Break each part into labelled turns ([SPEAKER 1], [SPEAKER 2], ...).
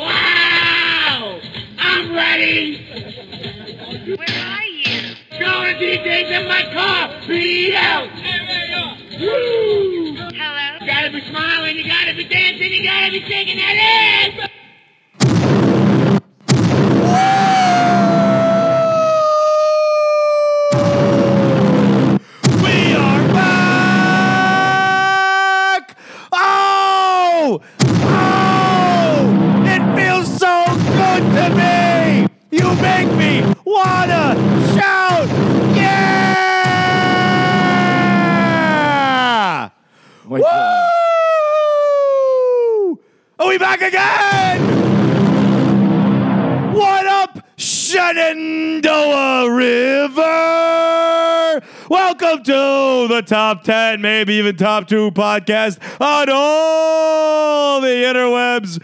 [SPEAKER 1] Wow! I'm ready!
[SPEAKER 2] Where are you?
[SPEAKER 1] Going to the days in my car! Be out! Woo!
[SPEAKER 2] Hello?
[SPEAKER 1] You gotta be smiling, you gotta be dancing, you gotta be shaking that ass!
[SPEAKER 3] We are back! Oh! Oh! It feels so good to me! You make me wanna shout! Yeah! Woo! Are we back again? What up, Shenandoah River? Welcome to the top 10, maybe even top 2 podcast on all the interwebs.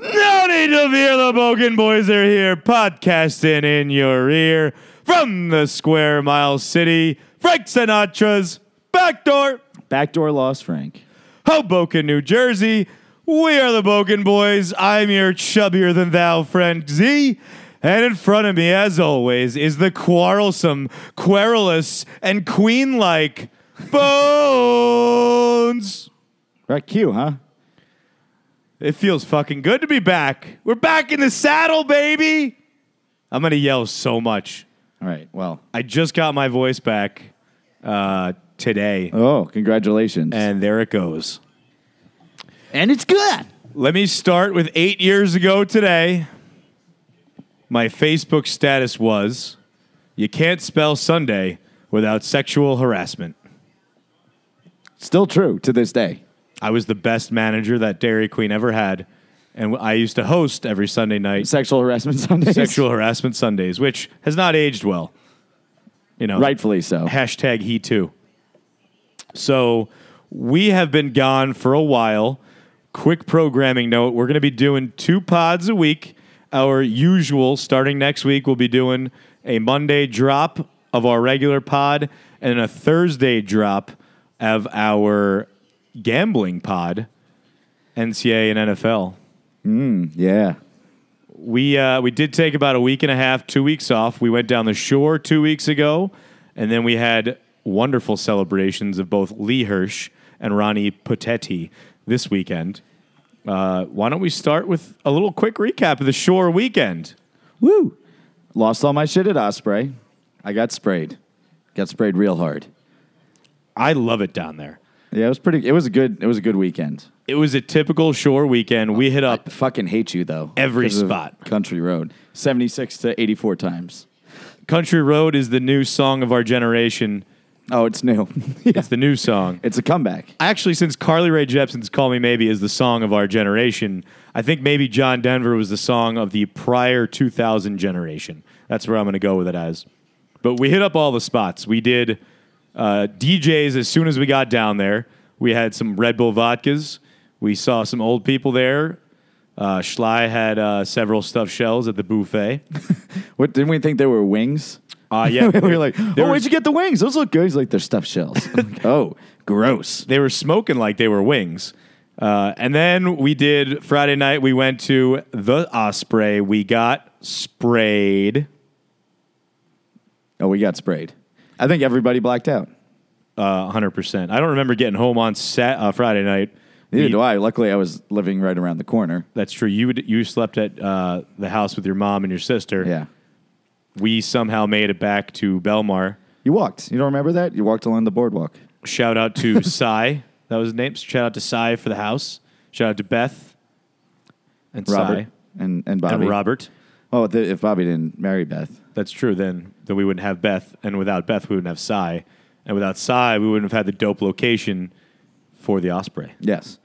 [SPEAKER 3] No need to fear the Bogan Boys are here, podcasting in your ear from the square mile city, Frank Sinatra's backdoor.
[SPEAKER 4] Backdoor loss, Frank.
[SPEAKER 3] Hoboken, New Jersey. We are the Bogan Boys. I'm your chubbier than thou friend Z. And in front of me, as always, is the quarrelsome, querulous, and queen like Bones.
[SPEAKER 4] Right, Q, huh?
[SPEAKER 3] It feels fucking good to be back. We're back in the saddle, baby. I'm going to yell so much.
[SPEAKER 4] All right. Well.
[SPEAKER 3] I just got my voice back uh, today,
[SPEAKER 4] Oh, congratulations.
[SPEAKER 3] and there it goes.
[SPEAKER 4] and it's good.
[SPEAKER 3] Let me start with eight years ago today. My Facebook status was You can't spell Sunday without sexual harassment.
[SPEAKER 4] Still true to this day.
[SPEAKER 3] I was the best manager that Dairy Queen ever had. And I used to host every Sunday night
[SPEAKER 4] Sexual harassment Sundays.
[SPEAKER 3] sexual harassment Sundays, which has not aged well. You know,
[SPEAKER 4] Rightfully so.
[SPEAKER 3] Hashtag he too. So we have been gone for a while. Quick programming note we're going to be doing two pods a week. Our usual, starting next week, we'll be doing a Monday drop of our regular pod and a Thursday drop of our gambling pod, NCAA and NFL
[SPEAKER 4] Yeah.
[SPEAKER 3] we uh, we did take about a week and a half, two weeks off. We went down the shore two weeks ago, and then we had wonderful celebrations of both Lee Hirsch and Ronnie Potetti this weekend. Uh, why don't we start with a little quick recap of the shore weekend?
[SPEAKER 4] Woo. Lost all my shit at Osprey. I got sprayed. Got sprayed real hard.
[SPEAKER 3] I love it down there.
[SPEAKER 4] Yeah, it was pretty. It was a good. It was a good weekend.
[SPEAKER 3] It was a typical shore weekend. We hit up
[SPEAKER 4] I fucking hate you though.
[SPEAKER 3] Every
[SPEAKER 4] 'Cause of
[SPEAKER 3] spot.
[SPEAKER 4] Country road. Seventy six to eighty four times.
[SPEAKER 3] Country Road is the new song of our generation.
[SPEAKER 4] Oh, it's new. yeah.
[SPEAKER 3] It's the new song.
[SPEAKER 4] It's a comeback.
[SPEAKER 3] actually, since Carly Rae Jepsen's "Call Me Maybe" is the song of our generation, I think maybe John Denver was the song of the prior 2000 generation. That's where I'm going to go with it as. But we hit up all the spots. We did uh, DJs as soon as we got down there. We had some Red Bull vodkas. We saw some old people there. Uh, Schley had uh, several stuffed shells at the buffet.
[SPEAKER 4] What didn't we think they were wings?
[SPEAKER 3] Uh, yeah,
[SPEAKER 4] we were like,
[SPEAKER 3] there
[SPEAKER 4] oh,
[SPEAKER 3] was-
[SPEAKER 4] where'd you get the wings? Those look good. He's like, they're stuffed shells. I'm like, oh, gross.
[SPEAKER 3] they were smoking like they were wings. Uh, and then we did Friday night. We went to the Osprey. We got sprayed.
[SPEAKER 4] Oh, we got sprayed. I think everybody blacked out.
[SPEAKER 3] uh, hundred percent. I don't remember getting home on set uh, Friday night.
[SPEAKER 4] Neither
[SPEAKER 3] We-
[SPEAKER 4] do I. Luckily, I was living right around the corner.
[SPEAKER 3] That's true. You would- you slept at uh, the house with your mom and your sister.
[SPEAKER 4] Yeah.
[SPEAKER 3] We somehow made it back to Belmar.
[SPEAKER 4] You walked. You don't remember that? You walked along the boardwalk.
[SPEAKER 3] Shout out to Cy. That was his name. Shout out to Cy for the house. Shout out to Beth and
[SPEAKER 4] Robert
[SPEAKER 3] Cy
[SPEAKER 4] and, and Bobby.
[SPEAKER 3] and Robert.
[SPEAKER 4] Oh, th- if Bobby didn't marry Beth.
[SPEAKER 3] That's true. Then then we wouldn't have Beth, and without Beth, we wouldn't have Cy, and without Cy, we wouldn't have had the dope location for the Osprey.
[SPEAKER 4] Yes.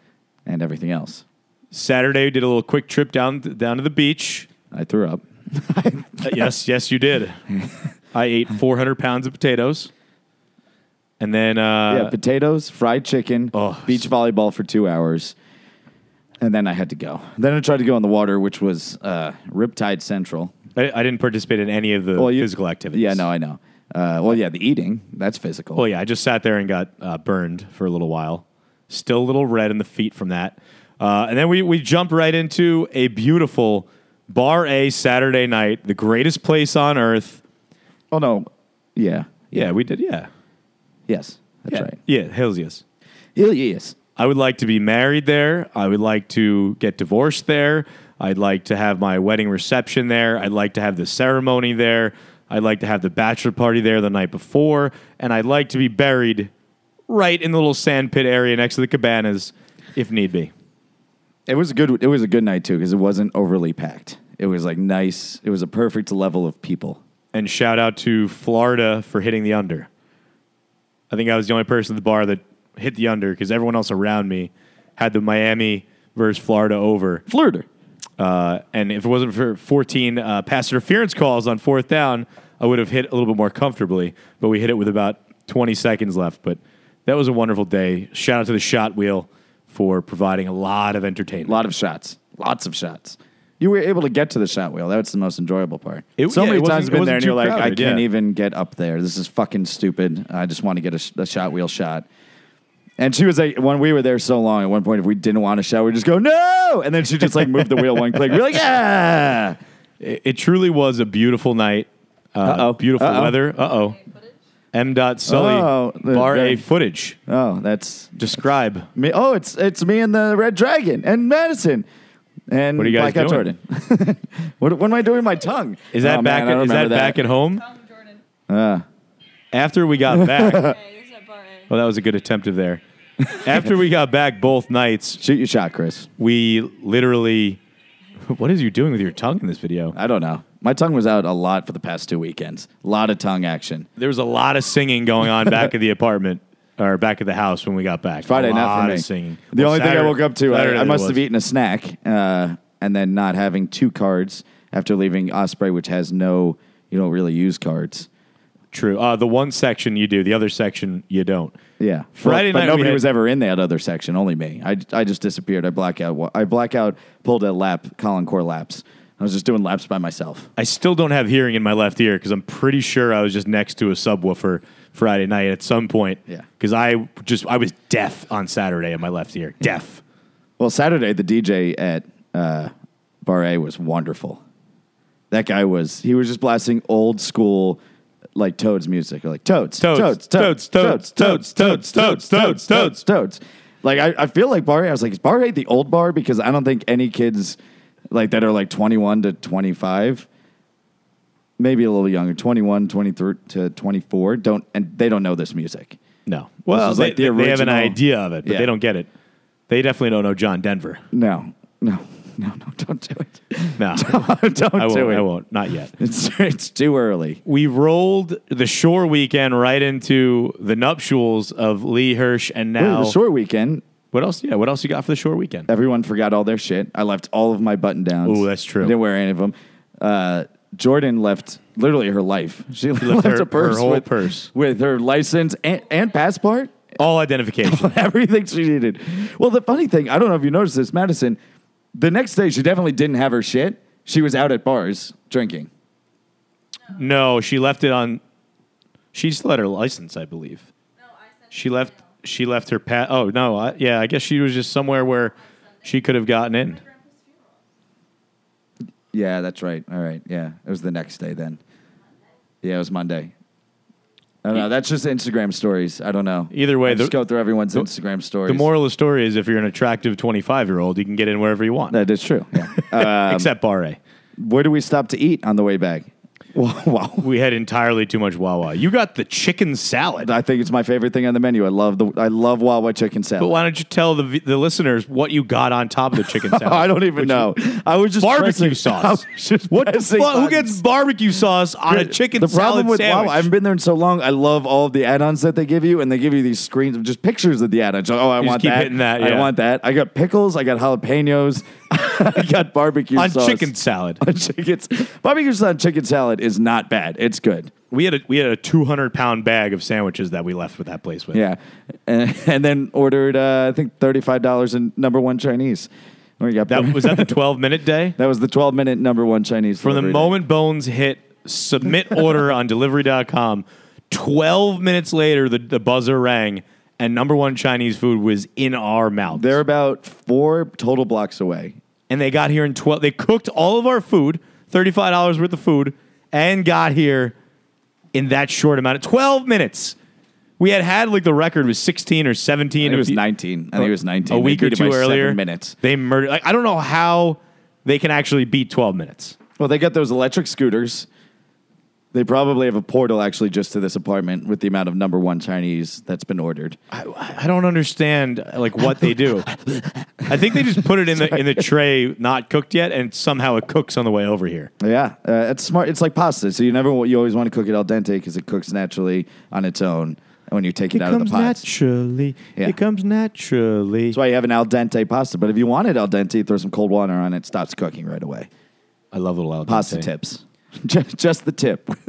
[SPEAKER 4] And everything else.
[SPEAKER 3] Saturday, we did a little quick trip down down to the beach.
[SPEAKER 4] I threw up.
[SPEAKER 3] Uh, yes, yes, you did. I ate 400 pounds of potatoes, and then uh,
[SPEAKER 4] yeah, potatoes, fried chicken,
[SPEAKER 3] Oh.
[SPEAKER 4] beach volleyball for two hours. And then I had to go. Then I tried to go on the water, which was uh, Riptide Central.
[SPEAKER 3] I, I didn't participate in any of the
[SPEAKER 4] you-
[SPEAKER 3] physical activities.
[SPEAKER 4] Yeah, no, I know. Uh, well, yeah, the eating, that's physical.
[SPEAKER 3] Well, yeah, I just sat there and got uh, burned for a little while. Still a little red in the feet from that. Uh, and then we, we jump right into a beautiful Bar A Saturday night, the greatest place on earth.
[SPEAKER 4] Oh no, yeah,
[SPEAKER 3] Yeah, we did. Yeah.
[SPEAKER 4] yes, that's right.
[SPEAKER 3] Yeah, hells yes.
[SPEAKER 4] Yeah, yes,
[SPEAKER 3] I would like to be married there. I would like to get divorced there. I'd like to have my wedding reception there. I'd like to have the ceremony there. I'd like to have the bachelor party there the night before. And I'd like to be buried right in the little sand pit area next to the cabanas if need be.
[SPEAKER 4] it was a good. It was a good night too because it wasn't overly packed. It was like nice. It was a perfect level of people.
[SPEAKER 3] And shout out to Florida for hitting the under. I think I was the only person at the bar that hit the under because everyone else around me had the Miami versus Florida over.
[SPEAKER 4] Flirter.
[SPEAKER 3] Uh, and if it wasn't for 14 uh, pass interference calls on fourth down, I would have hit a little bit more comfortably. But we hit it with about 20 seconds left. But that was a wonderful day. Shout out to the shot wheel for providing a lot of
[SPEAKER 4] A
[SPEAKER 3] entertainment.
[SPEAKER 4] lot of shots. Lots of shots. You were able to get to the shot wheel. That's the most enjoyable part.
[SPEAKER 3] It-
[SPEAKER 4] so
[SPEAKER 3] yeah,
[SPEAKER 4] many
[SPEAKER 3] it wasn't-
[SPEAKER 4] times
[SPEAKER 3] it
[SPEAKER 4] been
[SPEAKER 3] wasn't
[SPEAKER 4] there, and you're
[SPEAKER 3] too
[SPEAKER 4] like, I
[SPEAKER 3] crowded,
[SPEAKER 4] can't
[SPEAKER 3] yeah.
[SPEAKER 4] even get up there. This is fucking stupid. I just want to get a, sh- a shot wheel shot. And she was like, when we were there so long, at one point, if we didn't want a shot, we'd just go no, and then she just like moved the wheel one click. We're like, ah,
[SPEAKER 3] It, it truly was a beautiful night. Uh,
[SPEAKER 4] Uh-oh.
[SPEAKER 3] beautiful
[SPEAKER 4] Uh-oh.
[SPEAKER 3] weather. Uh oh. M. Dot Sully,
[SPEAKER 4] Oh, the-
[SPEAKER 3] bar A
[SPEAKER 4] the-
[SPEAKER 3] footage.
[SPEAKER 4] oh, that's
[SPEAKER 3] Describe.
[SPEAKER 4] me. Oh, it's it's me and the Red Dragon and Madison and
[SPEAKER 3] What are you guys
[SPEAKER 4] Blackout
[SPEAKER 3] doing?
[SPEAKER 4] Jordan. what, what am I doing with my tongue?
[SPEAKER 3] Is that
[SPEAKER 4] Oh, man,
[SPEAKER 3] back?
[SPEAKER 4] I don't
[SPEAKER 3] at, is that,
[SPEAKER 4] remember Uh.
[SPEAKER 3] back at home?
[SPEAKER 5] Tom Jordan.
[SPEAKER 3] After we got back,
[SPEAKER 5] Okay, this is at bar A.
[SPEAKER 3] well, that was a good attempt of there. After we got back both nights,
[SPEAKER 4] Shoot your shot, Chris.
[SPEAKER 3] we literally what is you doing with your tongue in this video
[SPEAKER 4] I don't know. My tongue was out a lot for the past two weekends. A lot of tongue action.
[SPEAKER 3] there was a lot of singing going on back at the apartment or back at the house when we got back
[SPEAKER 4] Friday
[SPEAKER 3] a
[SPEAKER 4] night
[SPEAKER 3] lot
[SPEAKER 4] for me.
[SPEAKER 3] of singing
[SPEAKER 4] The
[SPEAKER 3] Well,
[SPEAKER 4] only thing
[SPEAKER 3] Saturday-
[SPEAKER 4] I woke up to,
[SPEAKER 3] Saturday
[SPEAKER 4] I, I
[SPEAKER 3] it
[SPEAKER 4] must
[SPEAKER 3] was.
[SPEAKER 4] have eaten a snack uh, and then not having two cards after leaving Osprey, which has no, you don't really use cards.
[SPEAKER 3] true uh, the one section you do the other section you don't
[SPEAKER 4] Yeah,
[SPEAKER 3] Friday
[SPEAKER 4] but,
[SPEAKER 3] night we
[SPEAKER 4] But nobody
[SPEAKER 3] had-
[SPEAKER 4] was ever in that other section. Only me. I, I just disappeared. I blackout. I blackout. Pulled a lap. Colin Core laps. I was just doing laps by myself.
[SPEAKER 3] i still don't have hearing in my left ear because i'm pretty sure i was just next to a subwoofer friday night at some point
[SPEAKER 4] Yeah.
[SPEAKER 3] because i just i was deaf on saturday in my left ear deaf
[SPEAKER 4] Well, Saturday the DJ at uh, Bar A was wonderful. That guy was he was just blasting old school like Toads music, like Toads,
[SPEAKER 3] Toads, Toads, Toads, Toads, Toads, Toads, Toads, Toads.
[SPEAKER 4] Toads. Like I, I feel like Bar A. I was like, is Bar A the old bar? Because I don't think any kids like that are like twenty one to twenty five. Maybe a little younger, 21, 23 to 24, don't, and they don't know this music.
[SPEAKER 3] no well
[SPEAKER 4] is
[SPEAKER 3] they,
[SPEAKER 4] like the
[SPEAKER 3] they have an
[SPEAKER 4] original-
[SPEAKER 3] idea of it but
[SPEAKER 4] Yeah.
[SPEAKER 3] they don't get it they definitely don't know john denver
[SPEAKER 4] No, no, no, no, don't do it.
[SPEAKER 3] no
[SPEAKER 4] don't do
[SPEAKER 3] I won't.
[SPEAKER 4] it.
[SPEAKER 3] I won't. Not yet.
[SPEAKER 4] It's, it's too early.
[SPEAKER 3] We rolled the shore weekend right into the nuptials of Lee Hirsch and now.
[SPEAKER 4] Ooh, the short weekend,
[SPEAKER 3] What else? Yeah. What else you got for the shore weekend?
[SPEAKER 4] everyone forgot all their shit. I left all of my button downs.
[SPEAKER 3] Ooh, that's true.
[SPEAKER 4] I didn't wear any of them. Uh, Jordan left literally her life. She left,
[SPEAKER 3] left her-
[SPEAKER 4] a purse,
[SPEAKER 3] her whole
[SPEAKER 4] with,
[SPEAKER 3] purse.
[SPEAKER 4] with her license and, and passport,
[SPEAKER 3] All identification.
[SPEAKER 4] everything she needed. Well, the funny thing, I don't know if you noticed this, Madison. The next day, she definitely didn't have her shit. She was out at bars drinking.
[SPEAKER 3] no, she left it on. She still had her license, I believe.
[SPEAKER 5] No, I sent
[SPEAKER 3] She left. She left her pat. Oh no. I, yeah. I guess she was just somewhere where she could have gotten in.
[SPEAKER 5] Grandpa's funeral.
[SPEAKER 4] Yeah, that's right. All right. Yeah. It was the next day then. Yeah, it was Monday. I don't know. That's just Instagram stories. I don't know.
[SPEAKER 3] Either way,
[SPEAKER 4] I just
[SPEAKER 3] the-
[SPEAKER 4] go through everyone's Instagram stories.
[SPEAKER 3] The moral of the story is, if you're an attractive 25 year old, you can get in wherever you want,
[SPEAKER 4] that is true. Yeah. Uh,
[SPEAKER 3] except bar A.
[SPEAKER 4] where do we stop to eat on the way back? Wow, wow.
[SPEAKER 3] We had entirely too much Wawa. You got the chicken salad.
[SPEAKER 4] I think it's my favorite thing on the menu. I love the I love Wawa chicken
[SPEAKER 3] But
[SPEAKER 4] salad.
[SPEAKER 3] why don't you tell the v- the listeners what you got on top of the chicken salad?
[SPEAKER 4] I don't even
[SPEAKER 3] Which-
[SPEAKER 4] know. I was just
[SPEAKER 3] Barbecue
[SPEAKER 4] pressing- I
[SPEAKER 3] sauce.
[SPEAKER 4] was just
[SPEAKER 3] What the
[SPEAKER 4] pressing
[SPEAKER 3] fuck? Who
[SPEAKER 4] buttons.
[SPEAKER 3] gets barbecue sauce on a
[SPEAKER 4] The-
[SPEAKER 3] chicken
[SPEAKER 4] the
[SPEAKER 3] salad
[SPEAKER 4] problem with
[SPEAKER 3] sandwich?
[SPEAKER 4] Wawa, I haven't been there in so long. I love all of the add-ons that they give you, and they give you these screens of just pictures of the add-ons. Oh, I
[SPEAKER 3] just
[SPEAKER 4] want
[SPEAKER 3] keep
[SPEAKER 4] that.
[SPEAKER 3] hitting that, yeah.
[SPEAKER 4] I want that. I got pickles. I got jalapenos. I got barbecue
[SPEAKER 3] on
[SPEAKER 4] sauce.
[SPEAKER 3] chicken salad.
[SPEAKER 4] On chickens. Barbecue sauce on chicken salad is not bad. It's good.
[SPEAKER 3] We had a we had a two hundred pound bag of sandwiches that we left with that place with.
[SPEAKER 4] Yeah, and, and then ordered uh, I think thirty-five dollars in number one Chinese. Or you got
[SPEAKER 3] That was that the twelve minute day.
[SPEAKER 4] that was the twelve-minute number one Chinese
[SPEAKER 3] From the
[SPEAKER 4] delivery day.
[SPEAKER 3] moment Bones hit submit order on delivery.com, twelve minutes later the, the buzzer rang and number one Chinese food was in our mouths.
[SPEAKER 4] They're about four total blocks away.
[SPEAKER 3] and they got here in 12 they cooked all of our food $35 worth of food and got here in that short amount of 12 minutes we had had like the record was 16 or 17
[SPEAKER 4] I think it
[SPEAKER 3] a
[SPEAKER 4] was
[SPEAKER 3] few-
[SPEAKER 4] 19. I think it was 19.
[SPEAKER 3] a
[SPEAKER 4] They
[SPEAKER 3] week
[SPEAKER 4] beat
[SPEAKER 3] or
[SPEAKER 4] it by
[SPEAKER 3] two
[SPEAKER 4] seven
[SPEAKER 3] earlier
[SPEAKER 4] minutes.
[SPEAKER 3] they murdered like i don't know how they can actually beat 12 minutes
[SPEAKER 4] Well, they got those electric scooters. They probably have a portal actually just to this apartment with the amount of number one Chinese that's been ordered.
[SPEAKER 3] i, I don't understand like what they do i think they just put it in the in the tray not cooked yet and somehow it cooks on the way over here
[SPEAKER 4] Yeah, uh, it's smart. It's like pasta, so you never wa- you always want to cook it al dente because it cooks naturally on its own when you take it, out of the pot.
[SPEAKER 3] naturally
[SPEAKER 4] Yeah.
[SPEAKER 3] it comes naturally
[SPEAKER 4] That's why you have an al dente pasta. But if you want it al dente, throw some cold water on it. Stops cooking right away.
[SPEAKER 3] i love a little al
[SPEAKER 4] Pasta
[SPEAKER 3] dente.
[SPEAKER 4] tips, just, just the tip.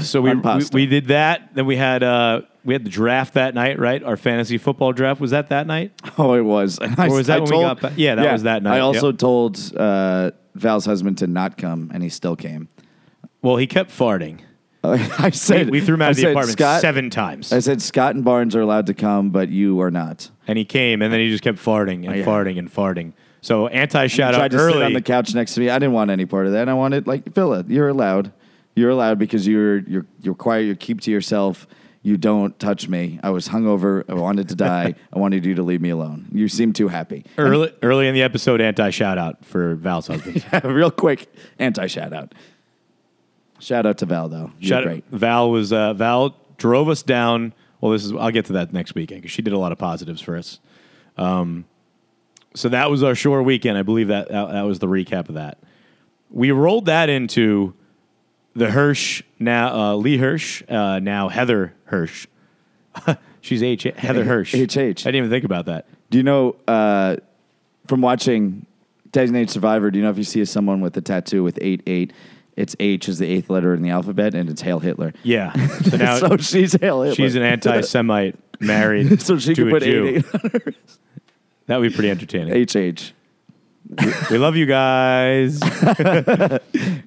[SPEAKER 3] So we,
[SPEAKER 4] on
[SPEAKER 3] we
[SPEAKER 4] pasta.
[SPEAKER 3] we did that. Then we had uh we had the draft that night, right? Our fantasy football draft was that that night.
[SPEAKER 4] oh, it was. And I,
[SPEAKER 3] Or was that
[SPEAKER 4] I
[SPEAKER 3] when we
[SPEAKER 4] told,
[SPEAKER 3] got back? Yeah, that was that night,
[SPEAKER 4] I also
[SPEAKER 3] yep.
[SPEAKER 4] told uh, Val's husband to not come, and he still came.
[SPEAKER 3] Well, he kept farting.
[SPEAKER 4] I said
[SPEAKER 3] We threw him out
[SPEAKER 4] I
[SPEAKER 3] of the
[SPEAKER 4] said,
[SPEAKER 3] apartment
[SPEAKER 4] Scott,
[SPEAKER 3] seven times,
[SPEAKER 4] I said Scott and Barnes are allowed to come, but you are not.
[SPEAKER 3] and he came, and then he just kept farting and
[SPEAKER 4] Oh, yeah.
[SPEAKER 3] farting and farting. So anti shout
[SPEAKER 4] tried
[SPEAKER 3] out
[SPEAKER 4] to sit
[SPEAKER 3] early.
[SPEAKER 4] on the couch next to me. I didn't want any part of that. I wanted like Villa. You're allowed. You're allowed because you're you're you're quiet. You keep to yourself. You don't touch me. I was hungover. I wanted to die. I wanted you to leave me alone. You seem too happy.
[SPEAKER 3] early early in the episode, anti shout out for Val's husband.
[SPEAKER 4] Real quick, anti shout out. Shout out to Val though. You're
[SPEAKER 3] Shout
[SPEAKER 4] great.
[SPEAKER 3] Val was uh, Val drove us down. Well, this is I'll get to that next weekend because she did a lot of positives for us. Um, so that was our shore weekend. I believe that, that that was the recap of that. We rolled that into the Hirsch now uh, Lee Hirsch uh, now Heather Hirsch. She's H Heather Hirsch.
[SPEAKER 4] H- H.
[SPEAKER 3] I didn't even think about that.
[SPEAKER 4] Do you know uh, from watching Designated Survivor? Do you know if you see someone with a tattoo with eight eight? It's H is the eighth letter in the alphabet, and it's Hail Hitler.
[SPEAKER 3] Yeah. So now
[SPEAKER 4] so she's Hail Hitler.
[SPEAKER 3] she's an anti Semite married
[SPEAKER 4] so she
[SPEAKER 3] to
[SPEAKER 4] could
[SPEAKER 3] a
[SPEAKER 4] put
[SPEAKER 3] Jew.
[SPEAKER 4] eight
[SPEAKER 3] That would be pretty entertaining.
[SPEAKER 4] eight H H.
[SPEAKER 3] We love you guys.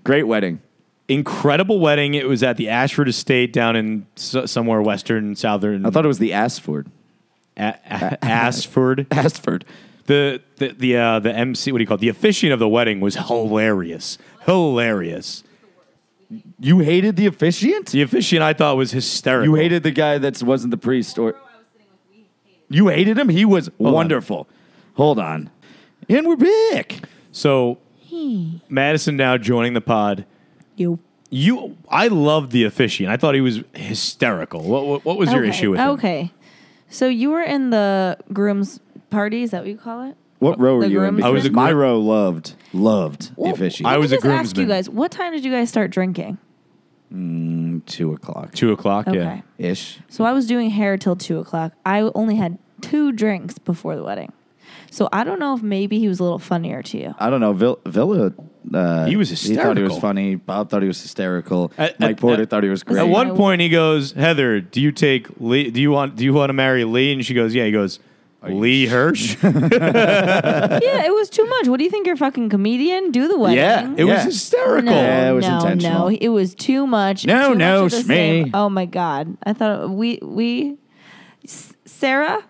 [SPEAKER 4] Great wedding.
[SPEAKER 3] incredible wedding. It was at the Ashford Estate down in s- somewhere western southern
[SPEAKER 4] I thought it was the Asford.
[SPEAKER 3] A- A- Ashford.
[SPEAKER 4] Asford.
[SPEAKER 3] The the the uh, the MC what do you call it? the officiant of the wedding was hilarious, hilarious.
[SPEAKER 4] You hated the officiant.
[SPEAKER 3] The officiant I thought was hysterical.
[SPEAKER 4] You hated the guy that wasn't the priest, or
[SPEAKER 5] Bro, I was sitting with we hated.
[SPEAKER 4] you hated him. He was
[SPEAKER 3] on.
[SPEAKER 4] wonderful. Hold on, and we're back.
[SPEAKER 3] so Madison now joining the pod.
[SPEAKER 6] You.
[SPEAKER 3] You, I loved the officiant. I thought he was hysterical. What what, what was your issue with him?
[SPEAKER 6] Okay. So you were in the groom's party. Is that what you call it?
[SPEAKER 4] What row were
[SPEAKER 6] The
[SPEAKER 4] you in?
[SPEAKER 6] groomsmen? I
[SPEAKER 3] was a
[SPEAKER 4] my
[SPEAKER 3] groom-
[SPEAKER 4] row loved loved the officiant.
[SPEAKER 6] let
[SPEAKER 3] I
[SPEAKER 6] me
[SPEAKER 3] was a
[SPEAKER 6] just ask you
[SPEAKER 3] groomsman.
[SPEAKER 6] guys, what time did you guys start drinking?
[SPEAKER 4] two o'clock
[SPEAKER 3] Two o'clock.
[SPEAKER 6] Okay.
[SPEAKER 3] Yeah.
[SPEAKER 4] ish.
[SPEAKER 6] So I was doing hair till two o'clock. I only had two drinks before the wedding. So I don't know if maybe he was a little funnier to you.
[SPEAKER 4] I don't know. Vil- Villa. Uh,
[SPEAKER 3] He was
[SPEAKER 4] He thought he was
[SPEAKER 3] hysterical.
[SPEAKER 4] funny. Bob thought he was hysterical.
[SPEAKER 3] At-
[SPEAKER 4] Mike
[SPEAKER 3] at-
[SPEAKER 4] Porter
[SPEAKER 3] at-
[SPEAKER 4] thought he was great.
[SPEAKER 3] At
[SPEAKER 6] Yeah.
[SPEAKER 3] one point, he goes, "Heather, do you take Lee? Do you want do you want to marry Lee?" And she goes, "Yeah." He goes, "Lee Hirsch." it
[SPEAKER 6] yeah, it was too much. What do you think? You're a fucking comedian? Do the wedding.
[SPEAKER 4] Yeah, it
[SPEAKER 3] was
[SPEAKER 4] Yeah.
[SPEAKER 3] hysterical.
[SPEAKER 6] No,
[SPEAKER 4] Yeah, it was
[SPEAKER 6] no,
[SPEAKER 4] intentional.
[SPEAKER 6] no. It was too much.
[SPEAKER 4] No,
[SPEAKER 6] too much
[SPEAKER 4] no,
[SPEAKER 6] of the
[SPEAKER 4] Shmee.
[SPEAKER 6] same. Oh my god! I thought we we S- Sarah,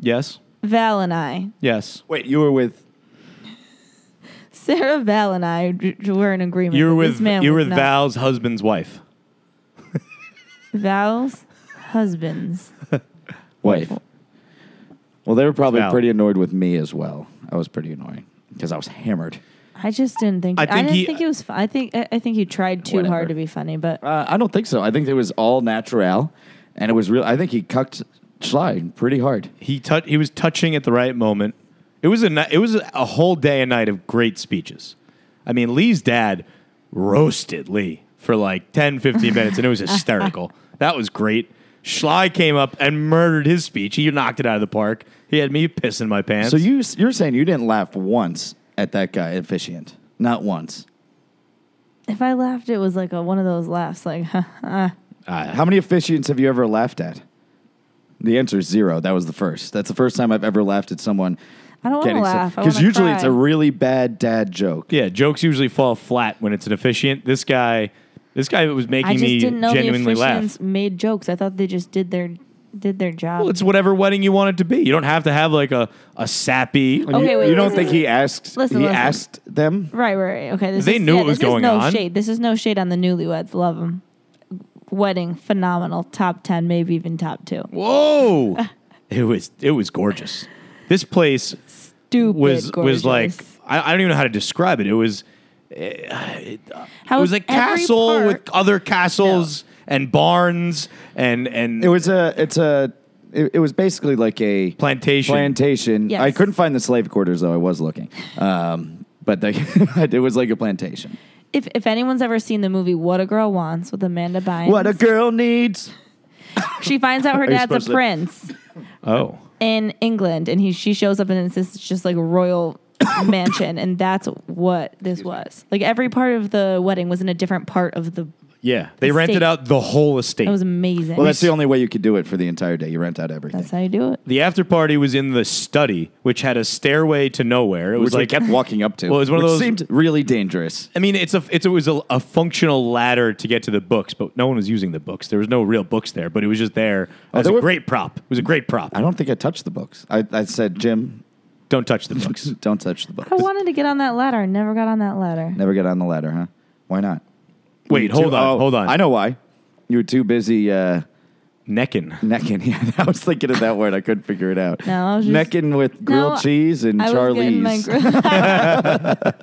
[SPEAKER 3] Yes,
[SPEAKER 6] Val, and I.
[SPEAKER 3] yes.
[SPEAKER 4] Wait, you were with
[SPEAKER 6] Sarah, Val, and I d- d- were in agreement.
[SPEAKER 3] You were
[SPEAKER 6] that
[SPEAKER 3] with
[SPEAKER 6] this man
[SPEAKER 3] you were
[SPEAKER 6] was
[SPEAKER 3] with
[SPEAKER 6] not-
[SPEAKER 3] Val's husband's wife.
[SPEAKER 6] Val's husbands.
[SPEAKER 4] wife. Well, they were probably
[SPEAKER 3] Val.
[SPEAKER 4] pretty annoyed with me as well. I was pretty annoyed because I was hammered.
[SPEAKER 6] I just didn't think.
[SPEAKER 3] I
[SPEAKER 6] I,
[SPEAKER 3] think
[SPEAKER 6] didn't
[SPEAKER 3] he-
[SPEAKER 6] think it was. fu- I think. I, I think you tried too
[SPEAKER 4] Whatever.
[SPEAKER 6] hard to be funny, but
[SPEAKER 4] Uh, I don't think so. I think it was all natural, and it was real. I think he cucked Schley pretty hard.
[SPEAKER 3] He tou- he was touching at the right moment. It was a ni- it was a whole day and night of great speeches. I mean, Lee's dad roasted Lee for like 10, 15 minutes, and it was hysterical. That was great. Schley came up and murdered his speech. He knocked it out of the park. He had me pissing my pants.
[SPEAKER 4] So you you're saying you didn't laugh once at that guy officiant? Not once.
[SPEAKER 6] if I laughed, it was like a, one of those laughs, like
[SPEAKER 4] How many officiants have you ever laughed at? The answer is zero. That was the first. That's the first time I've ever laughed at someone.
[SPEAKER 6] I don't wanna laugh. I
[SPEAKER 4] because
[SPEAKER 6] wanna
[SPEAKER 4] usually it's a
[SPEAKER 6] cry.
[SPEAKER 4] really bad dad joke.
[SPEAKER 3] Yeah, jokes usually fall flat when it's an officiant. This guy, this guy was making
[SPEAKER 6] I just
[SPEAKER 3] me
[SPEAKER 6] didn't know the
[SPEAKER 3] genuinely
[SPEAKER 6] officiants
[SPEAKER 3] laugh.
[SPEAKER 6] made jokes. I thought they just did their did their job.
[SPEAKER 3] Well, it's whatever wedding you want it to be. You don't have to have like a, a sappy.
[SPEAKER 4] And
[SPEAKER 6] Okay,
[SPEAKER 4] you,
[SPEAKER 6] wait,
[SPEAKER 4] you don't
[SPEAKER 6] listen,
[SPEAKER 4] think he asked?
[SPEAKER 6] Listen,
[SPEAKER 4] he
[SPEAKER 6] listen.
[SPEAKER 4] asked them.
[SPEAKER 6] right, right, right. Okay, this
[SPEAKER 3] They
[SPEAKER 6] is,
[SPEAKER 3] knew
[SPEAKER 6] yeah,
[SPEAKER 3] what was
[SPEAKER 6] this is
[SPEAKER 3] going
[SPEAKER 6] no
[SPEAKER 3] on.
[SPEAKER 6] Shade. This is no shade on the newlyweds. Love them. Wedding phenomenal. Top ten, maybe even top two.
[SPEAKER 3] Whoa! it was it was gorgeous. This place
[SPEAKER 6] Stupid.
[SPEAKER 3] was was like
[SPEAKER 6] gorgeous.
[SPEAKER 3] I, I don't even know how to describe it. It was
[SPEAKER 6] How
[SPEAKER 3] it was a
[SPEAKER 6] Oh, every
[SPEAKER 3] castle
[SPEAKER 6] part-
[SPEAKER 3] with other castles and barns and and
[SPEAKER 4] It was a. It's a. It, it was basically like a
[SPEAKER 3] plantation.
[SPEAKER 4] plantation.
[SPEAKER 6] Yes.
[SPEAKER 4] I couldn't find the slave quarters though. I was looking, um, but they, it was like a plantation.
[SPEAKER 6] If if anyone's ever seen the movie What a Girl Wants with Amanda Bynes,
[SPEAKER 4] What a girl needs.
[SPEAKER 6] she finds out her
[SPEAKER 4] you
[SPEAKER 6] dad's a
[SPEAKER 4] supposed to-
[SPEAKER 6] prince
[SPEAKER 3] oh,
[SPEAKER 6] in England, and he she shows up and it's this just like royal mansion, and that's what this was. Like every part of the wedding was in a different part of the.
[SPEAKER 3] yeah. They
[SPEAKER 6] Estate.
[SPEAKER 3] rented out the whole estate.
[SPEAKER 6] That was amazing.
[SPEAKER 4] Well, that's the only way you could do it for the entire day. You rent out everything.
[SPEAKER 6] That's how you do it.
[SPEAKER 3] the after party was in the study, which had a stairway to nowhere. It was
[SPEAKER 4] which we
[SPEAKER 3] like
[SPEAKER 4] kept walking up to.
[SPEAKER 3] Well, it was one of
[SPEAKER 4] which
[SPEAKER 3] those-
[SPEAKER 4] seemed really dangerous.
[SPEAKER 3] I mean, it's a it's, it was a, a functional ladder to get to the books, but no one was using the books. There was no real books there, but it was just there as
[SPEAKER 4] Oh, there
[SPEAKER 3] a
[SPEAKER 4] were-
[SPEAKER 3] great prop. It was a great prop.
[SPEAKER 4] I don't think I touched the books. I, I said, Jim,
[SPEAKER 3] Don't touch the books.
[SPEAKER 4] don't touch the books.
[SPEAKER 6] I wanted to get on that ladder. I never got on that ladder.
[SPEAKER 4] Never get on the ladder, huh? Why not?
[SPEAKER 3] Wait,
[SPEAKER 4] You were
[SPEAKER 3] hold
[SPEAKER 4] too-
[SPEAKER 3] on,
[SPEAKER 4] oh,
[SPEAKER 3] hold on.
[SPEAKER 4] I know why. You were too busy uh,
[SPEAKER 3] necking.
[SPEAKER 4] necking. Yeah, I was thinking of that word. I couldn't figure it out.
[SPEAKER 6] No, I was just-
[SPEAKER 4] necking with grilled
[SPEAKER 6] No,
[SPEAKER 4] cheese and
[SPEAKER 6] I was
[SPEAKER 4] Charlie's.
[SPEAKER 6] getting my gr-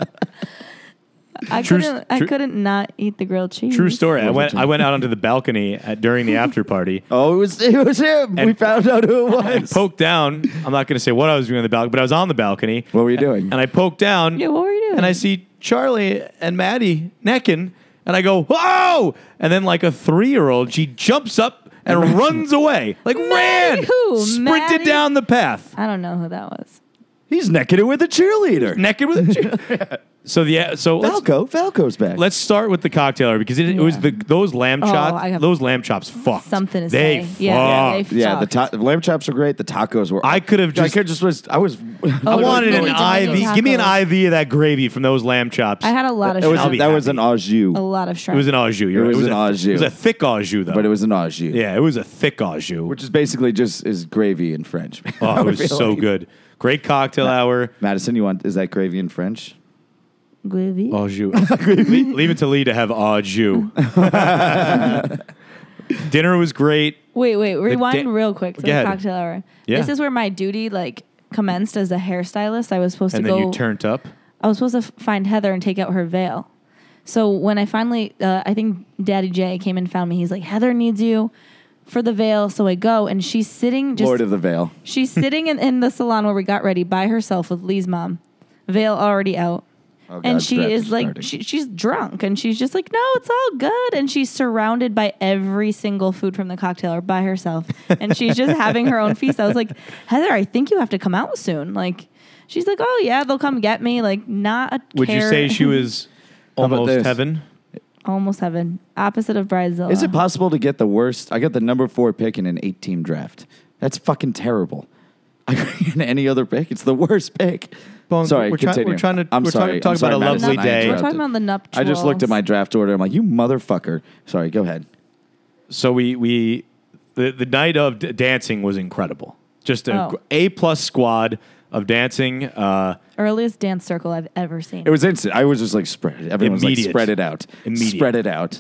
[SPEAKER 6] I
[SPEAKER 3] True s-
[SPEAKER 6] couldn't. I
[SPEAKER 3] true-
[SPEAKER 6] couldn't not eat the grilled cheese.
[SPEAKER 3] True story. I
[SPEAKER 4] What
[SPEAKER 3] went
[SPEAKER 4] was it?
[SPEAKER 3] I went out onto the balcony at, during the after party.
[SPEAKER 4] oh, it was it was him. we
[SPEAKER 3] And-
[SPEAKER 4] found out who it
[SPEAKER 3] and
[SPEAKER 4] was.
[SPEAKER 3] poked down. I'm not going to say what I was doing on the balcony, but I was on the balcony.
[SPEAKER 4] What were you doing?
[SPEAKER 3] And I poked down.
[SPEAKER 6] Yeah, what were you doing?
[SPEAKER 3] And I see Charlie and Maddie necking, and I go, "Whoa!" And then like a three year old, she jumps up and runs away, like ran,
[SPEAKER 6] who?
[SPEAKER 3] sprinted
[SPEAKER 6] Maddie?
[SPEAKER 3] down the path,
[SPEAKER 6] I don't know who that was.
[SPEAKER 4] He's necking it with a cheerleader.
[SPEAKER 3] necking with. A chick. so the so let's,
[SPEAKER 4] Falco. Falco's back.
[SPEAKER 3] let's start with the cocktailer because it, it was the those lamb
[SPEAKER 6] Oh,
[SPEAKER 3] chops.
[SPEAKER 6] I have
[SPEAKER 3] those lamb chops fucked.
[SPEAKER 6] something to
[SPEAKER 3] they
[SPEAKER 6] say. Yeah,
[SPEAKER 3] fucked.
[SPEAKER 6] they-
[SPEAKER 4] yeah, the
[SPEAKER 6] Fuck.
[SPEAKER 4] ta- lamb chops were great. The tacos were.
[SPEAKER 3] I could have
[SPEAKER 4] I
[SPEAKER 3] just.
[SPEAKER 4] could just was. I was.
[SPEAKER 3] I
[SPEAKER 6] Oh,
[SPEAKER 3] wanted an
[SPEAKER 6] really delicious
[SPEAKER 3] IV. Give me an
[SPEAKER 6] tacos.
[SPEAKER 3] IV of that gravy from those lamb chops.
[SPEAKER 6] I had a lot of.
[SPEAKER 4] It was
[SPEAKER 3] I'll
[SPEAKER 6] shrimp.
[SPEAKER 3] be
[SPEAKER 4] that was an au jus,
[SPEAKER 6] a lot of
[SPEAKER 3] It
[SPEAKER 6] shrimp.
[SPEAKER 3] was an au jus.
[SPEAKER 4] It
[SPEAKER 3] You're right.
[SPEAKER 4] was an
[SPEAKER 3] a-
[SPEAKER 4] au jus.
[SPEAKER 3] It was a thick au jus, though.
[SPEAKER 4] but it was an au jus,
[SPEAKER 3] yeah, it was a thick au jus.
[SPEAKER 4] which is basically just is gravy in French.
[SPEAKER 3] oh, it was so good. Great cocktail hour.
[SPEAKER 4] Madison, you want is that gravy in French?
[SPEAKER 6] Gravy.
[SPEAKER 3] Au jus. Le- leave it to Lee to have au jus. Dinner was great.
[SPEAKER 6] Wait, wait, rewind
[SPEAKER 3] da-
[SPEAKER 6] real quick to
[SPEAKER 3] Go
[SPEAKER 6] the
[SPEAKER 3] ahead.
[SPEAKER 6] cocktail hour.
[SPEAKER 3] Yeah.
[SPEAKER 6] This is where my duty like commenced as a hairstylist. I was supposed
[SPEAKER 3] And
[SPEAKER 6] to
[SPEAKER 3] then
[SPEAKER 6] go.
[SPEAKER 3] you turned up.
[SPEAKER 6] I was supposed to f- find Heather and take out her veil. So when I finally, uh, I think Daddy Jay came and found me. He's like, Heather needs you for the veil. So I go, and she's sitting just
[SPEAKER 4] Lord of the Vale.
[SPEAKER 6] She's sitting in, in the salon where we got ready by herself with Lee's mom, veil already out.
[SPEAKER 4] Oh, God,
[SPEAKER 6] and she
[SPEAKER 4] draft
[SPEAKER 6] is
[SPEAKER 4] is
[SPEAKER 6] like,
[SPEAKER 4] starting.
[SPEAKER 6] she, she's drunk and she's just like, no, it's all good. And she's surrounded by every single food from the cocktailer by herself. And she's just having her own feast. I was like, Heather, I think you have to come out soon. Like, she's like, oh, yeah, they'll come get me. Like, not a
[SPEAKER 3] Would you
[SPEAKER 6] care.
[SPEAKER 3] say she was
[SPEAKER 4] How about
[SPEAKER 3] almost
[SPEAKER 4] this?
[SPEAKER 3] heaven?
[SPEAKER 6] almost heaven? Opposite of Bridezilla.
[SPEAKER 4] Is it possible to get the worst? I got the number four pick in an eight team draft. That's fucking terrible. I couldn't get any other pick. It's the worst pick.
[SPEAKER 3] Bong,
[SPEAKER 4] sorry,
[SPEAKER 3] we're try-
[SPEAKER 4] continue.
[SPEAKER 3] we're trying to-
[SPEAKER 4] I'm
[SPEAKER 3] we're trying
[SPEAKER 4] sorry.
[SPEAKER 3] to talk
[SPEAKER 4] I'm sorry,
[SPEAKER 3] about a
[SPEAKER 4] Madison,
[SPEAKER 3] lovely
[SPEAKER 4] I
[SPEAKER 3] day.
[SPEAKER 6] We're talking
[SPEAKER 4] interrupted.
[SPEAKER 6] about the nuptials.
[SPEAKER 4] I just looked at my draft order. I'm like, you motherfucker. Sorry, go ahead.
[SPEAKER 3] So we we the the night of d- dancing was incredible. Just a
[SPEAKER 6] Oh.
[SPEAKER 3] gr- a plus squad of dancing. Uh,
[SPEAKER 6] earliest dance circle I've ever seen.
[SPEAKER 4] It was instant. I was just like spread. Everyone was like
[SPEAKER 3] Immediate.
[SPEAKER 4] spread it out.
[SPEAKER 3] Immediate.
[SPEAKER 4] Spread it out.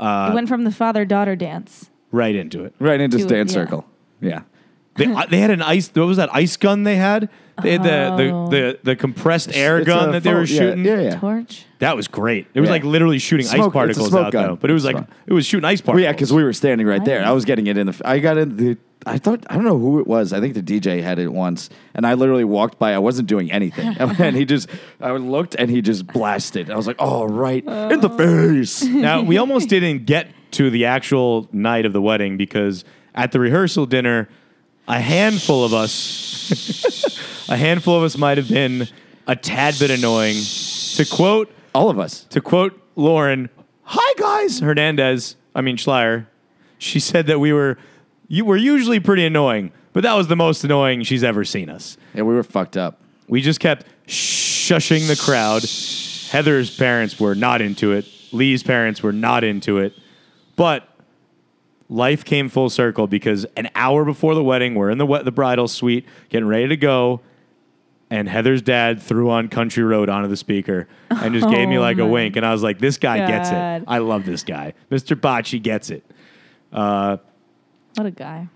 [SPEAKER 6] it went from the father daughter dance.
[SPEAKER 3] right into it.
[SPEAKER 4] Right into
[SPEAKER 6] To-
[SPEAKER 4] stand
[SPEAKER 6] yeah.
[SPEAKER 4] circle. Yeah.
[SPEAKER 3] They, uh, they had an ice. What was that ice gun they had? They had the
[SPEAKER 6] Oh.
[SPEAKER 3] the, the, the compressed air
[SPEAKER 4] It's
[SPEAKER 3] gun
[SPEAKER 4] a
[SPEAKER 3] that they
[SPEAKER 4] phone-
[SPEAKER 3] were
[SPEAKER 4] yeah,
[SPEAKER 3] shooting.
[SPEAKER 4] Yeah, yeah.
[SPEAKER 6] Torch.
[SPEAKER 3] That was great. It was
[SPEAKER 4] Yeah.
[SPEAKER 3] like literally shooting
[SPEAKER 4] Smoke-
[SPEAKER 3] ice
[SPEAKER 4] it's a
[SPEAKER 3] particles
[SPEAKER 4] smoke
[SPEAKER 3] out
[SPEAKER 4] gun.
[SPEAKER 3] though. But it was
[SPEAKER 4] It's
[SPEAKER 3] like
[SPEAKER 4] fun.
[SPEAKER 3] it was shooting ice
[SPEAKER 4] Well,
[SPEAKER 3] particles.
[SPEAKER 4] yeah, because we were standing right there.
[SPEAKER 6] Nice.
[SPEAKER 4] I was getting it in the. I got in the. I thought I don't know who it was. I think the DJ had it once, and I literally walked by. I wasn't doing anything, and he just. I looked, and he just blasted. I was like, "Oh, right
[SPEAKER 3] Uh.
[SPEAKER 4] in the face!"
[SPEAKER 3] now we almost didn't get to the actual night of the wedding because at the rehearsal dinner, a handful of us, a handful of us might have been a tad bit annoying. To quote
[SPEAKER 4] All of us.
[SPEAKER 3] To quote Lauren, "Hi guys, Hernandez. I mean Schleier. She said that we were you were usually pretty annoying, but that was the most annoying she's ever seen us.
[SPEAKER 4] Yeah, we were fucked up.
[SPEAKER 3] We just kept shushing the crowd. Heather's parents were not into it. Lee's parents were not into it, but." life came full circle because an hour before the wedding, we're in the wet, the bridal suite, getting ready to go, and Heather's dad threw on Country Road onto the speaker and just gave me
[SPEAKER 6] Oh
[SPEAKER 3] like a
[SPEAKER 6] my
[SPEAKER 3] wink, and I was like, "This guy gets
[SPEAKER 6] God.
[SPEAKER 3] it. I love this guy, Mr. Bocce gets it."
[SPEAKER 6] What a guy.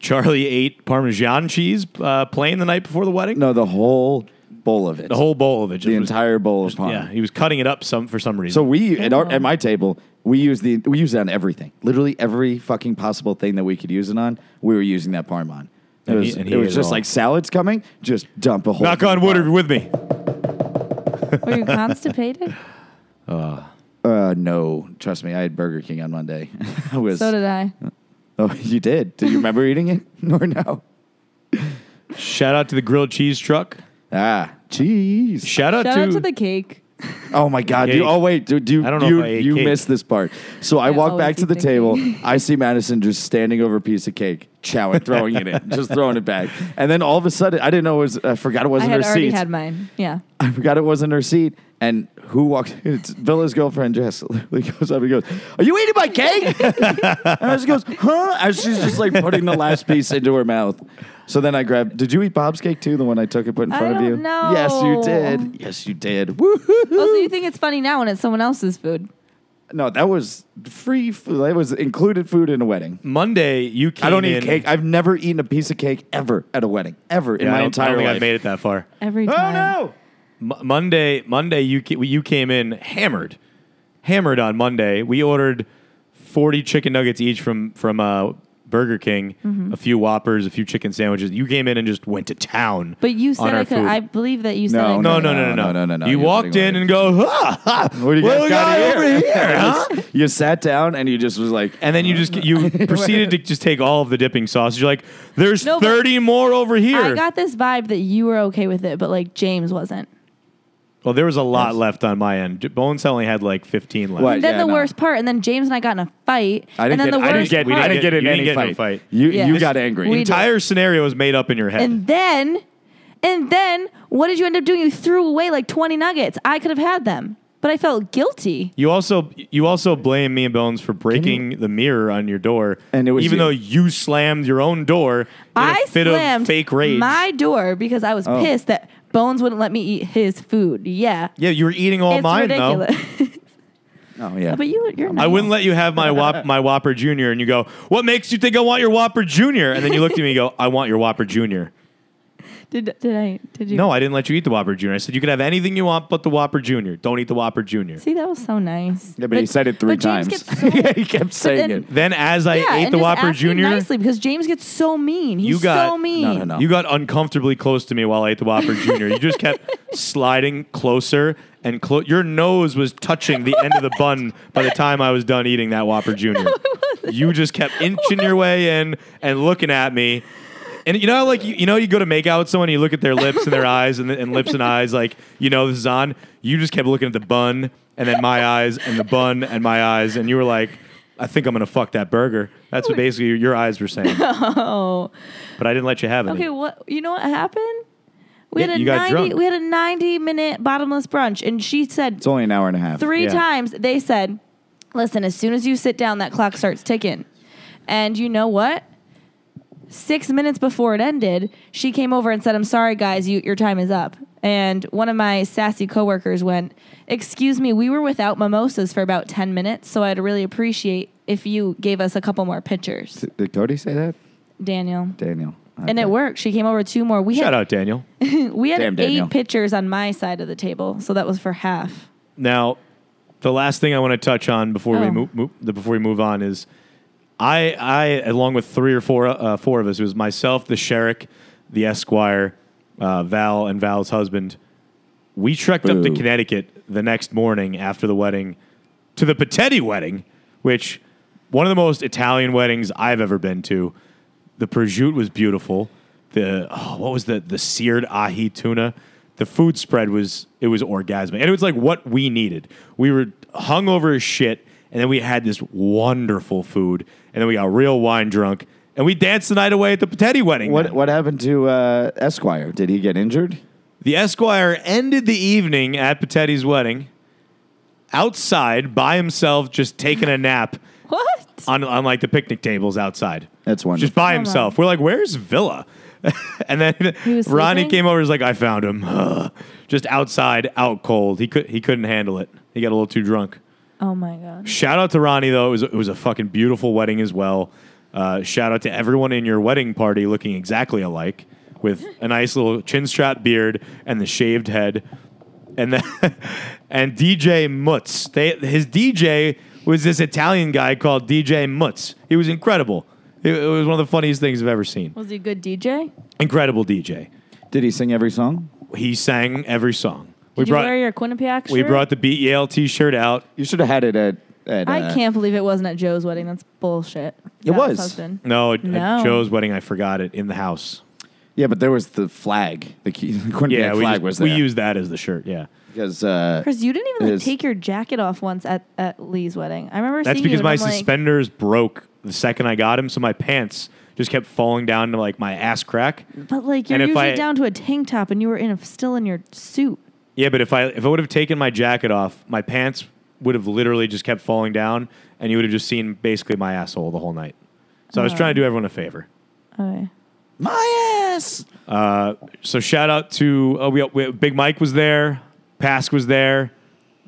[SPEAKER 3] Charlie ate Parmesan cheese uh, plain the night before the wedding.
[SPEAKER 4] No, the whole bowl of it.
[SPEAKER 3] The whole bowl of it. Just
[SPEAKER 4] the
[SPEAKER 3] was-
[SPEAKER 4] entire bowl of parm.
[SPEAKER 3] Yeah, he was cutting it up some for some reason.
[SPEAKER 4] So we at, our,
[SPEAKER 6] Mm-hmm.
[SPEAKER 4] at my table, we use the we use it on everything. Literally every fucking possible thing that we could use it on, we were using that parm on. It
[SPEAKER 3] And
[SPEAKER 4] was,
[SPEAKER 3] he- and he
[SPEAKER 4] it
[SPEAKER 3] ate
[SPEAKER 4] was
[SPEAKER 3] it
[SPEAKER 4] just
[SPEAKER 3] all.
[SPEAKER 4] like salads coming, just dump a whole. Uh,
[SPEAKER 3] knock on wood, are you with me?
[SPEAKER 6] Were you constipated?
[SPEAKER 4] Uh, no, trust me, I had Burger King on Monday. I was.
[SPEAKER 6] so did I.
[SPEAKER 4] Oh, you did? Did you remember eating it or no?
[SPEAKER 3] Shout out to the grilled cheese truck.
[SPEAKER 4] Ah, cheese.
[SPEAKER 3] Shout out,
[SPEAKER 6] Shout
[SPEAKER 3] to,
[SPEAKER 6] out to the cake.
[SPEAKER 4] Oh my god!
[SPEAKER 3] Cake.
[SPEAKER 4] You, oh wait, dude, you
[SPEAKER 3] I don't know
[SPEAKER 4] you,
[SPEAKER 3] if I ate
[SPEAKER 4] you
[SPEAKER 3] cake.
[SPEAKER 4] missed this part. So I,
[SPEAKER 6] I
[SPEAKER 4] walk
[SPEAKER 6] always
[SPEAKER 4] back to
[SPEAKER 6] eat
[SPEAKER 4] the
[SPEAKER 6] the
[SPEAKER 4] table.
[SPEAKER 6] cake.
[SPEAKER 4] I see Madison just standing over a piece of cake, chowing, throwing it in, just throwing it back. And then all of a sudden, I didn't know it was. I forgot it
[SPEAKER 6] I
[SPEAKER 4] wasn't
[SPEAKER 6] had
[SPEAKER 4] her
[SPEAKER 6] already
[SPEAKER 4] seat.
[SPEAKER 6] had mine. Yeah.
[SPEAKER 4] I forgot it wasn't her seat. And who walks? It's Villa's girlfriend Jess. Literally goes up and goes, "Are you eating my cake?" and I just goes, "Huh?" As she's just like putting the last piece into her mouth. So then I grabbed. Did you eat Bob's cake too? The one I took and put in
[SPEAKER 6] I
[SPEAKER 4] front of
[SPEAKER 6] don't
[SPEAKER 4] you?
[SPEAKER 6] know.
[SPEAKER 4] Yes, you did. Yes, you did. Woohoo!
[SPEAKER 6] Oh, so you think it's funny now when it's someone else's food?
[SPEAKER 4] No, that was free food. That was included food in a wedding.
[SPEAKER 3] Monday. You came
[SPEAKER 4] I don't
[SPEAKER 3] in-
[SPEAKER 4] eat cake. I've never eaten a piece of cake ever at a wedding, ever in
[SPEAKER 3] Yeah, I
[SPEAKER 4] my
[SPEAKER 3] don't- I
[SPEAKER 4] entire
[SPEAKER 3] don't think
[SPEAKER 4] life.
[SPEAKER 3] I've made it that far.
[SPEAKER 6] Every
[SPEAKER 4] oh
[SPEAKER 6] time.
[SPEAKER 4] no!
[SPEAKER 3] M- Monday, Monday, you ca- you came in hammered, hammered on Monday. We ordered forty chicken nuggets each from from uh, Burger King,
[SPEAKER 6] Mm-hmm.
[SPEAKER 3] a few Whoppers, a few chicken sandwiches. You came in and just went to town.
[SPEAKER 6] But you said
[SPEAKER 3] on our
[SPEAKER 6] I could.
[SPEAKER 3] food.
[SPEAKER 6] I believe that you said I
[SPEAKER 4] No,
[SPEAKER 6] could.
[SPEAKER 3] no, no, no, no, no,
[SPEAKER 4] No, no, no, no.
[SPEAKER 3] You
[SPEAKER 4] You're
[SPEAKER 3] walked in
[SPEAKER 4] getting
[SPEAKER 3] and go, ha, ha,
[SPEAKER 4] What do you guys
[SPEAKER 3] we
[SPEAKER 4] got
[SPEAKER 3] over
[SPEAKER 4] here?"
[SPEAKER 3] here? huh?
[SPEAKER 4] You sat down and you just was like,
[SPEAKER 3] And then you just you proceeded to just take all of the dipping sauce. You're like, "There's
[SPEAKER 6] No, but
[SPEAKER 3] 30 more over here."
[SPEAKER 6] I got this vibe that you were okay with it, but like James wasn't.
[SPEAKER 4] Uh,
[SPEAKER 3] well, there was a lot left on my end. J- Bones only had like 15 left.
[SPEAKER 4] What?
[SPEAKER 6] And then
[SPEAKER 4] Yeah,
[SPEAKER 6] the
[SPEAKER 4] no.
[SPEAKER 6] worst part, and then James and I got in a fight.
[SPEAKER 4] I didn't
[SPEAKER 6] and then
[SPEAKER 4] get-
[SPEAKER 6] the
[SPEAKER 4] I didn't
[SPEAKER 6] worst
[SPEAKER 4] get-
[SPEAKER 3] we
[SPEAKER 6] part,
[SPEAKER 4] I didn't get in
[SPEAKER 3] you
[SPEAKER 4] any
[SPEAKER 3] didn't get in a
[SPEAKER 4] fight.
[SPEAKER 3] fight.
[SPEAKER 4] You
[SPEAKER 6] Yeah.
[SPEAKER 4] you
[SPEAKER 6] This-
[SPEAKER 4] got angry.
[SPEAKER 6] we- did.
[SPEAKER 3] Entire scenario was made up in your head.
[SPEAKER 6] And then, and then, what did you end up doing? You threw away like 20 nuggets. I could have had them, but I felt guilty.
[SPEAKER 3] You also you also blame me and Bones for breaking the mirror on your door,
[SPEAKER 4] And it was
[SPEAKER 3] even
[SPEAKER 4] you.
[SPEAKER 3] though you slammed your own door in
[SPEAKER 6] I
[SPEAKER 3] a fit
[SPEAKER 6] slammed
[SPEAKER 3] of fake rage.
[SPEAKER 6] my door because I was
[SPEAKER 4] Oh.
[SPEAKER 6] pissed that Bones wouldn't let me eat his food. Yeah.
[SPEAKER 3] yeah, you were eating all
[SPEAKER 6] it's
[SPEAKER 3] mine
[SPEAKER 6] ridiculous.
[SPEAKER 4] oh yeah.
[SPEAKER 6] but you, you're
[SPEAKER 3] though.
[SPEAKER 6] nice.
[SPEAKER 3] I wouldn't let you have my Whop- my Whopper Junior, and you go, "What makes you think I want your Whopper Junior?" And then you looked at me and go, "I want your Whopper Junior."
[SPEAKER 6] Did, did I? Did you?
[SPEAKER 3] No, I didn't let you eat the Whopper Junior. I said you could have anything you want, but the Whopper Junior. Don't eat the Whopper Junior.
[SPEAKER 6] See, that was so nice.
[SPEAKER 4] yeah, but he said it three
[SPEAKER 6] but James
[SPEAKER 4] times.
[SPEAKER 6] gets so-
[SPEAKER 4] yeah, he kept saying
[SPEAKER 6] then-
[SPEAKER 4] it.
[SPEAKER 3] Then as I
[SPEAKER 6] yeah,
[SPEAKER 3] ate
[SPEAKER 6] and
[SPEAKER 3] the
[SPEAKER 6] just
[SPEAKER 3] Whopper
[SPEAKER 6] ask me
[SPEAKER 3] Junior,
[SPEAKER 6] nicely because James gets so mean. He's
[SPEAKER 3] You got-
[SPEAKER 6] so mean.
[SPEAKER 4] No, no, no.
[SPEAKER 3] You got uncomfortably close to me while I ate the Whopper Junior. You just kept sliding closer and clo- your nose was touching the end of the bun by the time I was done eating that Whopper Junior. you just kept
[SPEAKER 6] Oh
[SPEAKER 3] inching your way in and looking at me. And you know, how, like you, you know, you go to make out with someone, you look at their lips and their eyes, and, and lips and eyes, like you know this is on. You just kept looking at the bun, and then my eyes, and the bun, and my eyes, and you were like, "I think I'm gonna fuck that burger." That's what basically your eyes were saying.
[SPEAKER 6] Oh.
[SPEAKER 3] But I didn't let you have any.
[SPEAKER 6] Okay, what you know what happened? We
[SPEAKER 3] Yeah,
[SPEAKER 6] had a
[SPEAKER 3] you got
[SPEAKER 6] ninety
[SPEAKER 3] drunk.
[SPEAKER 6] we had a ninety minute bottomless brunch and she said
[SPEAKER 4] It's only an hour and a half.
[SPEAKER 6] three
[SPEAKER 3] yeah.
[SPEAKER 6] times they said, Listen, as soon as you sit down, that clock starts ticking. And you know what? Six minutes before it ended, she came over and said, I'm sorry guys, you your time is up. And one of my sassy coworkers went, Excuse me, we were without mimosas for about ten minutes, so I'd really appreciate if you gave us a couple more pictures.
[SPEAKER 4] Did, did Cody say that?
[SPEAKER 6] Daniel.
[SPEAKER 4] Daniel.
[SPEAKER 6] And
[SPEAKER 4] Okay.
[SPEAKER 6] it worked. She came over with two more. We had
[SPEAKER 3] Shout out, Daniel.
[SPEAKER 6] We had
[SPEAKER 4] Damn, Daniel.
[SPEAKER 6] eight pitchers on my side of the table, so that was for half.
[SPEAKER 3] Now, the last thing I want to touch on before we
[SPEAKER 6] Oh.
[SPEAKER 3] move, move the- before we move on is I I along with three or four uh, four of us it was myself, the Sherrick, the Esquire, uh, Val, and Val's husband. We trekked up to
[SPEAKER 4] Boo.
[SPEAKER 3] Connecticut the next morning after the wedding to the Patetti wedding, which one of the most Italian weddings I've ever been to. The prosciutto was beautiful. The oh, what was the the seared ahi tuna? The food spread was it was orgasmic, and it was like what we needed. We were hung over as shit, and then we had this wonderful food, and then we got real wine drunk, and we danced the night away at the Patetti wedding.
[SPEAKER 4] What
[SPEAKER 3] then.
[SPEAKER 4] What happened to uh, Esquire? Did he get injured?
[SPEAKER 3] The Esquire ended the evening at Patetti's wedding outside by himself, just taking a nap.
[SPEAKER 6] What? What?
[SPEAKER 3] on, on like the picnic tables outside.
[SPEAKER 4] That's wonderful.
[SPEAKER 3] Just by
[SPEAKER 6] Come
[SPEAKER 3] himself. We're like, where's Villa? and then
[SPEAKER 6] was
[SPEAKER 3] Ronnie
[SPEAKER 6] sleeping?
[SPEAKER 3] came over. and was like, I found him. Just outside, out cold. He could he couldn't handle it. He got a little too drunk.
[SPEAKER 6] Oh my god.
[SPEAKER 3] Shout out to Ronnie though. It was it was a fucking beautiful wedding as well. Uh, shout out to everyone in your wedding party looking exactly alike with a nice little chin strap beard and the shaved head. And then and DJ Mutz. They his DJ was this Italian guy called DJ Mutz. He was incredible. It, it was one of the funniest things I've ever seen.
[SPEAKER 6] Was he a good DJ?
[SPEAKER 3] Incredible DJ.
[SPEAKER 4] Did he sing every song?
[SPEAKER 3] He sang every song.
[SPEAKER 6] Did you wear your Quinnipiac shirt?
[SPEAKER 3] we brought the Beat Yale t-shirt out.
[SPEAKER 4] You should have had it at. at
[SPEAKER 6] I
[SPEAKER 4] uh,
[SPEAKER 6] can't believe it wasn't at Joe's wedding. That's bullshit.
[SPEAKER 4] It was.
[SPEAKER 6] husband.
[SPEAKER 3] No, at- at
[SPEAKER 6] No.
[SPEAKER 3] Joe's wedding I forgot it in the house.
[SPEAKER 4] Yeah, but there was the flag. The, key, the Quinnipiac
[SPEAKER 3] Yeah, we,
[SPEAKER 4] flag
[SPEAKER 3] just-
[SPEAKER 4] was there.
[SPEAKER 3] we used that as the shirt. Yeah,
[SPEAKER 4] because uh,
[SPEAKER 6] Chris, you didn't even like,
[SPEAKER 4] His-
[SPEAKER 6] take your jacket off once at, at Lee's wedding. I remember
[SPEAKER 3] that's
[SPEAKER 6] seeing you
[SPEAKER 3] because
[SPEAKER 6] and
[SPEAKER 3] my
[SPEAKER 6] I'm like,
[SPEAKER 3] suspenders broke the second I got him, so my pants just kept falling down to like my ass crack.
[SPEAKER 6] But like you're
[SPEAKER 3] and if
[SPEAKER 6] usually
[SPEAKER 3] I-
[SPEAKER 6] down to a tank top, and you were in a, still in your suit.
[SPEAKER 3] Yeah, but if I if I would have taken my jacket off, my pants would have literally just kept falling down, and you would have just seen basically my asshole the whole night. So I was
[SPEAKER 6] Oh.
[SPEAKER 3] trying to do everyone a favor.
[SPEAKER 6] Okay.
[SPEAKER 4] my ass.
[SPEAKER 3] So shout out to oh, we, we, Big Mike was there, Pask was there,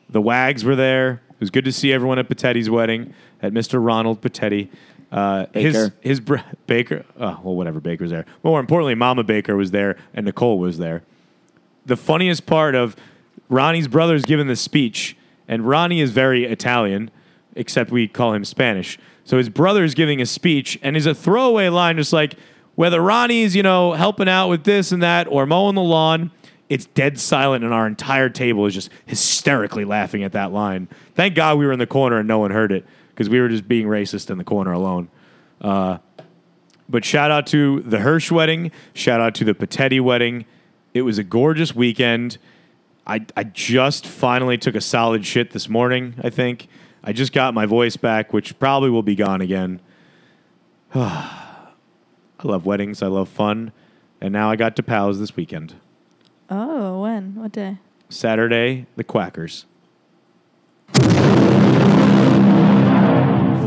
[SPEAKER 3] the Wags were there. It was good to see everyone at Patetti's wedding at Mr. Ronald Patetti. Uh, his
[SPEAKER 4] Baker.
[SPEAKER 3] his br- Baker. Oh, well, whatever. Baker was there. More importantly, Mama Baker was there and Nicole was there. The funniest part of Ronnie's brother's giving the speech, and Ronnie is very Italian, except we call him Spanish. So his brother's giving a speech, and is a throwaway line, just like whether Ronnie's you know helping out with this and that or mowing the lawn. It's dead silent, and our entire table is just hysterically laughing at that line. Thank God we were in the corner and no one heard it because we were just being racist in the corner alone. But shout out to the Hirsch wedding. Shout out to the Patetti wedding. It was a gorgeous weekend. I, I just finally took a solid shit this morning, I think. I just got my voice back, which probably will be gone again. I love weddings. I love fun. And now I got to Pow's this weekend.
[SPEAKER 6] Oh, when? What day?
[SPEAKER 3] Saturday, the Quackers.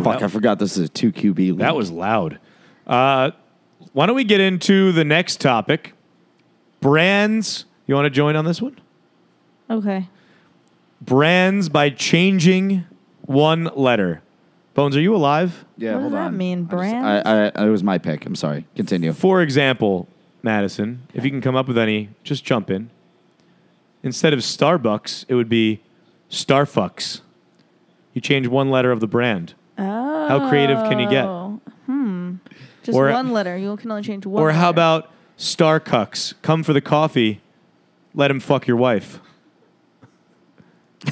[SPEAKER 4] Fuck, I forgot this is a two QB. League.
[SPEAKER 3] Oh, That was loud. Uh, why don't we get into the next topic? Brands. You want to join on this one?
[SPEAKER 6] Okay.
[SPEAKER 3] brands by changing one letter. Bones, are you alive?
[SPEAKER 4] yeah.
[SPEAKER 6] what does
[SPEAKER 4] hold
[SPEAKER 6] that
[SPEAKER 4] on.
[SPEAKER 6] mean,
[SPEAKER 4] I just-
[SPEAKER 6] brand?
[SPEAKER 4] I, I, it was my pick. I'm sorry. Continue.
[SPEAKER 3] For example, Madison, if you can come up with any, just jump in. Instead of Starbucks, it would be Starfucks. You change one letter of the brand.
[SPEAKER 6] Oh.
[SPEAKER 3] How creative can you
[SPEAKER 4] Oh.
[SPEAKER 3] get?
[SPEAKER 6] Hmm. Just
[SPEAKER 3] Or-
[SPEAKER 6] one letter. You can only change one.
[SPEAKER 3] Or how
[SPEAKER 6] letter.
[SPEAKER 3] about Star Cucks? Come for the coffee, let him fuck your wife.